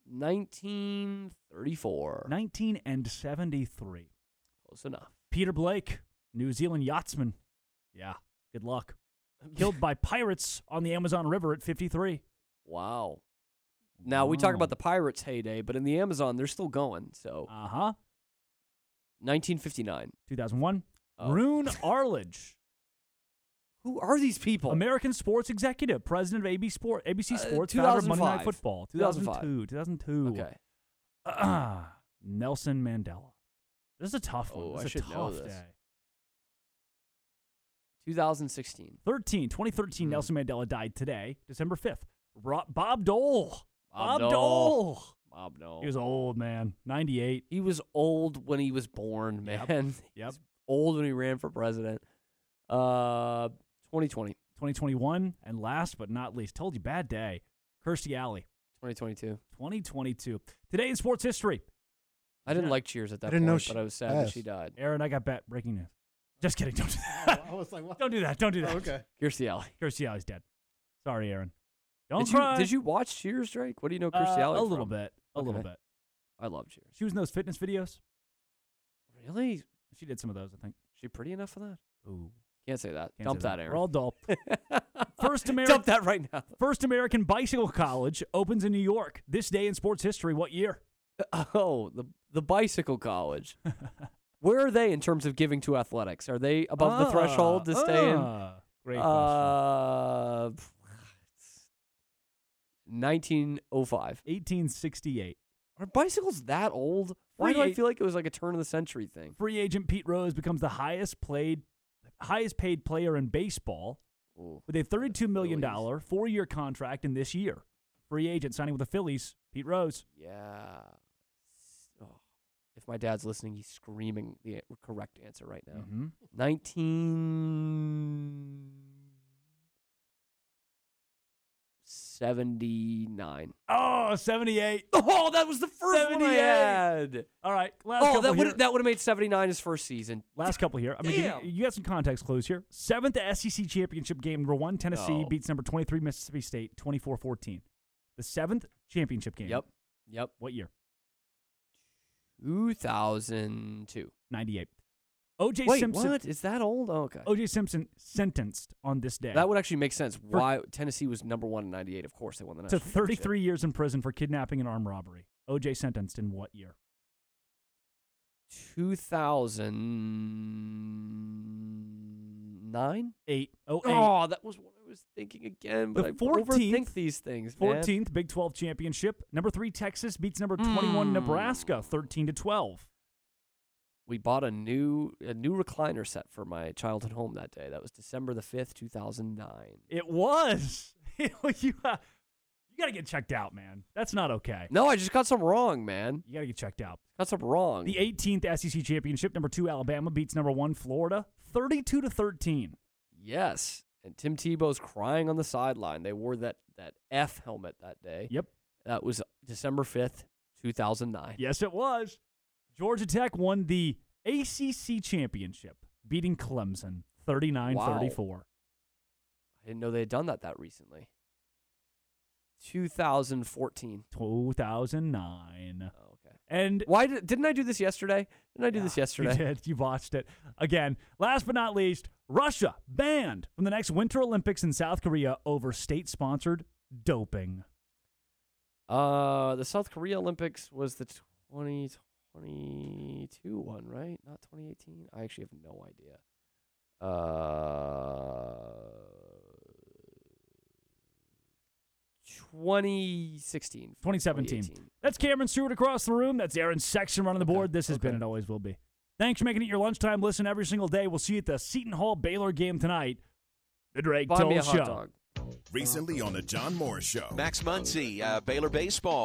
[SPEAKER 7] 1934.
[SPEAKER 9] 19 and 73.
[SPEAKER 7] Close enough.
[SPEAKER 9] Peter Blake, New Zealand yachtsman. Yeah. Good
[SPEAKER 7] [laughs]
[SPEAKER 9] luck. Killed by pirates on the Amazon River at 53.
[SPEAKER 7] Wow. Now we talk
[SPEAKER 9] Wow.
[SPEAKER 7] about the pirates' heyday, but in the Amazon, they're still going. So.
[SPEAKER 9] Uh huh.
[SPEAKER 7] 1959.
[SPEAKER 9] 2001. Rune
[SPEAKER 7] Oh.
[SPEAKER 9] Arledge.
[SPEAKER 7] Who are these people?
[SPEAKER 9] American sports executive, president of AB Sport, ABC
[SPEAKER 7] Uh,
[SPEAKER 9] Sports, founder of Monday
[SPEAKER 7] 2005.
[SPEAKER 9] Night Football, 2002, 2002.
[SPEAKER 7] Okay.
[SPEAKER 9] [clears throat] Nelson Mandela. This is a tough one.
[SPEAKER 7] Oh,
[SPEAKER 9] this
[SPEAKER 7] I
[SPEAKER 9] is a
[SPEAKER 7] should
[SPEAKER 9] tough
[SPEAKER 7] know this.
[SPEAKER 9] day.
[SPEAKER 7] 2016.
[SPEAKER 9] 13,
[SPEAKER 7] Hmm.
[SPEAKER 9] 2013, Nelson Mandela died today, December 5th. Ro- Bob Dole.
[SPEAKER 7] Bob
[SPEAKER 9] Dole.
[SPEAKER 7] Dole. Bob Dole.
[SPEAKER 9] He was old, man. 98.
[SPEAKER 7] He was old when he was born, man. [laughs] He
[SPEAKER 9] Yep.
[SPEAKER 7] was old when he ran for president. Uh, 2020.
[SPEAKER 9] 2021. And last but not least, told you, bad day. Kirstie Alley.
[SPEAKER 7] 2022.
[SPEAKER 9] 2022. Today in sports history.
[SPEAKER 7] I didn't
[SPEAKER 9] Yeah.
[SPEAKER 7] like Cheers at that
[SPEAKER 9] I didn't know
[SPEAKER 7] point,
[SPEAKER 9] she
[SPEAKER 7] but I was sad that
[SPEAKER 9] passed.
[SPEAKER 7] she died.
[SPEAKER 9] Aaron, I got bad breaking news. Just kidding. [laughs] Don't do that.
[SPEAKER 10] [laughs] I was like, what?
[SPEAKER 9] Don't do that. Don't do that.
[SPEAKER 10] okay.
[SPEAKER 7] Kirstie Alley.
[SPEAKER 9] [laughs] Kirstie Alley's dead. Sorry, Aaron. Don't
[SPEAKER 7] did
[SPEAKER 9] cry.
[SPEAKER 7] You, did you watch Cheers, Drake? What do you know Kirstie
[SPEAKER 9] Uh,
[SPEAKER 7] Alley
[SPEAKER 9] a little
[SPEAKER 7] from?
[SPEAKER 9] bit, a little
[SPEAKER 7] Okay.
[SPEAKER 9] bit.
[SPEAKER 7] I love Cheers.
[SPEAKER 9] She was in those fitness videos.
[SPEAKER 7] Really?
[SPEAKER 9] She did some of those, I think.
[SPEAKER 7] She pretty enough for that?
[SPEAKER 9] Ooh.
[SPEAKER 7] Can't say that.
[SPEAKER 9] Can't
[SPEAKER 7] Dump
[SPEAKER 9] say
[SPEAKER 7] that, Aaron.
[SPEAKER 9] Roald Dahl.
[SPEAKER 7] [laughs]
[SPEAKER 9] First American.
[SPEAKER 7] Dump that right now.
[SPEAKER 9] First American bicycle college opens in New York. This day in sports history. What year?
[SPEAKER 7] [laughs] Oh, the the bicycle
[SPEAKER 9] [laughs]
[SPEAKER 7] college. Where are they in terms of giving to athletics? Are they above the threshold to stay in?
[SPEAKER 9] Ah, Great
[SPEAKER 7] Uh, 1905.
[SPEAKER 9] 1868.
[SPEAKER 7] Are bicycles that old? Why
[SPEAKER 9] Free
[SPEAKER 7] do I
[SPEAKER 9] a-
[SPEAKER 7] feel like it was like a turn of the century thing?
[SPEAKER 9] Free agent Pete Rose becomes the highest played, highest paid player in baseball with a $32 million four year contract in this year. Free agent signing with the Phillies, Pete Rose.
[SPEAKER 7] Yeah. Uh, Oh, if my dad's listening, he's screaming the a- correct answer right now.
[SPEAKER 9] Mhm.
[SPEAKER 7] 1979.
[SPEAKER 9] Oh, 78.
[SPEAKER 7] [laughs] Oh, that was the first one I had.
[SPEAKER 9] All right. Last
[SPEAKER 7] Oh,
[SPEAKER 9] couple
[SPEAKER 7] that
[SPEAKER 9] here.
[SPEAKER 7] would that would have made 79 his first season.
[SPEAKER 9] Last couple here. I mean, you,
[SPEAKER 7] Damn.
[SPEAKER 9] you got some context clues here. Seventh SEC championship game, number one, Tennessee
[SPEAKER 7] Oh.
[SPEAKER 9] beats number 23, Mississippi State, 24 14. The seventh championship game. Yep.
[SPEAKER 7] Yep.
[SPEAKER 9] What year?
[SPEAKER 7] 2002.
[SPEAKER 9] 98. O.J.
[SPEAKER 7] Wait,
[SPEAKER 9] Simpson.
[SPEAKER 7] what? Is that old? Oh, okay.
[SPEAKER 9] O.J. Simpson sentenced on this day.
[SPEAKER 7] That would actually make sense. Why Tennessee was number one in '98? Of course, they won the
[SPEAKER 9] to
[SPEAKER 7] national. championship.
[SPEAKER 9] 33 years in prison for kidnapping and armed robbery. O.J. sentenced in what year?
[SPEAKER 7] 2009?
[SPEAKER 9] Eight. Oh,
[SPEAKER 7] oh, that was what I was thinking again. But
[SPEAKER 9] The
[SPEAKER 7] I
[SPEAKER 9] 14th
[SPEAKER 7] overthink these things. man.
[SPEAKER 9] 14th Big 12 championship. Number three Texas beats number 21
[SPEAKER 7] Mm.
[SPEAKER 9] Nebraska, 13 to 12.
[SPEAKER 7] We bought a new a new recliner set for my childhood home that day. That was December the fifth, two thousand nine.
[SPEAKER 9] It was. you uh, you got to get checked out, man. That's not okay.
[SPEAKER 7] No, I just got some wrong, man.
[SPEAKER 9] You got to get checked out.
[SPEAKER 7] Got some wrong.
[SPEAKER 9] The 18th SEC championship. Number two Alabama beats number one Florida, 32 to 13.
[SPEAKER 7] Yes. And Tim Tebow's crying on the sideline. They wore that that F helmet that day.
[SPEAKER 9] Yep.
[SPEAKER 7] That was December fifth, two thousand nine.
[SPEAKER 9] Yes, it was. Georgia Tech won the ACC championship, beating Clemson 39
[SPEAKER 7] Wow.
[SPEAKER 9] 34.
[SPEAKER 7] I didn't know they had done that that recently. 2014.
[SPEAKER 9] 2009.
[SPEAKER 7] Oh, okay.
[SPEAKER 9] And
[SPEAKER 7] why did, didn't I do this yesterday? Didn't I do this yesterday?
[SPEAKER 9] You did. You botched it. Again, last but not least, Russia banned from the next Winter Olympics in South Korea over state sponsored doping.
[SPEAKER 7] Uh, the South Korea Olympics was the 2022 one, right? Not 2018. I actually have no idea. Uh, 2016.
[SPEAKER 9] 2017. That's Cameron Stewart across the room. That's Aaron Sexton running the board. This has been and always will be. Thanks for making it your lunchtime listen every single day. We'll see you at the Seton Hall Baylor game tonight. The Drake
[SPEAKER 14] Buy me
[SPEAKER 9] Toll
[SPEAKER 14] a hot
[SPEAKER 9] Show.
[SPEAKER 14] dog. Recently on the John Morris Show.
[SPEAKER 26] Max Muncy, uh, Baylor Baseball.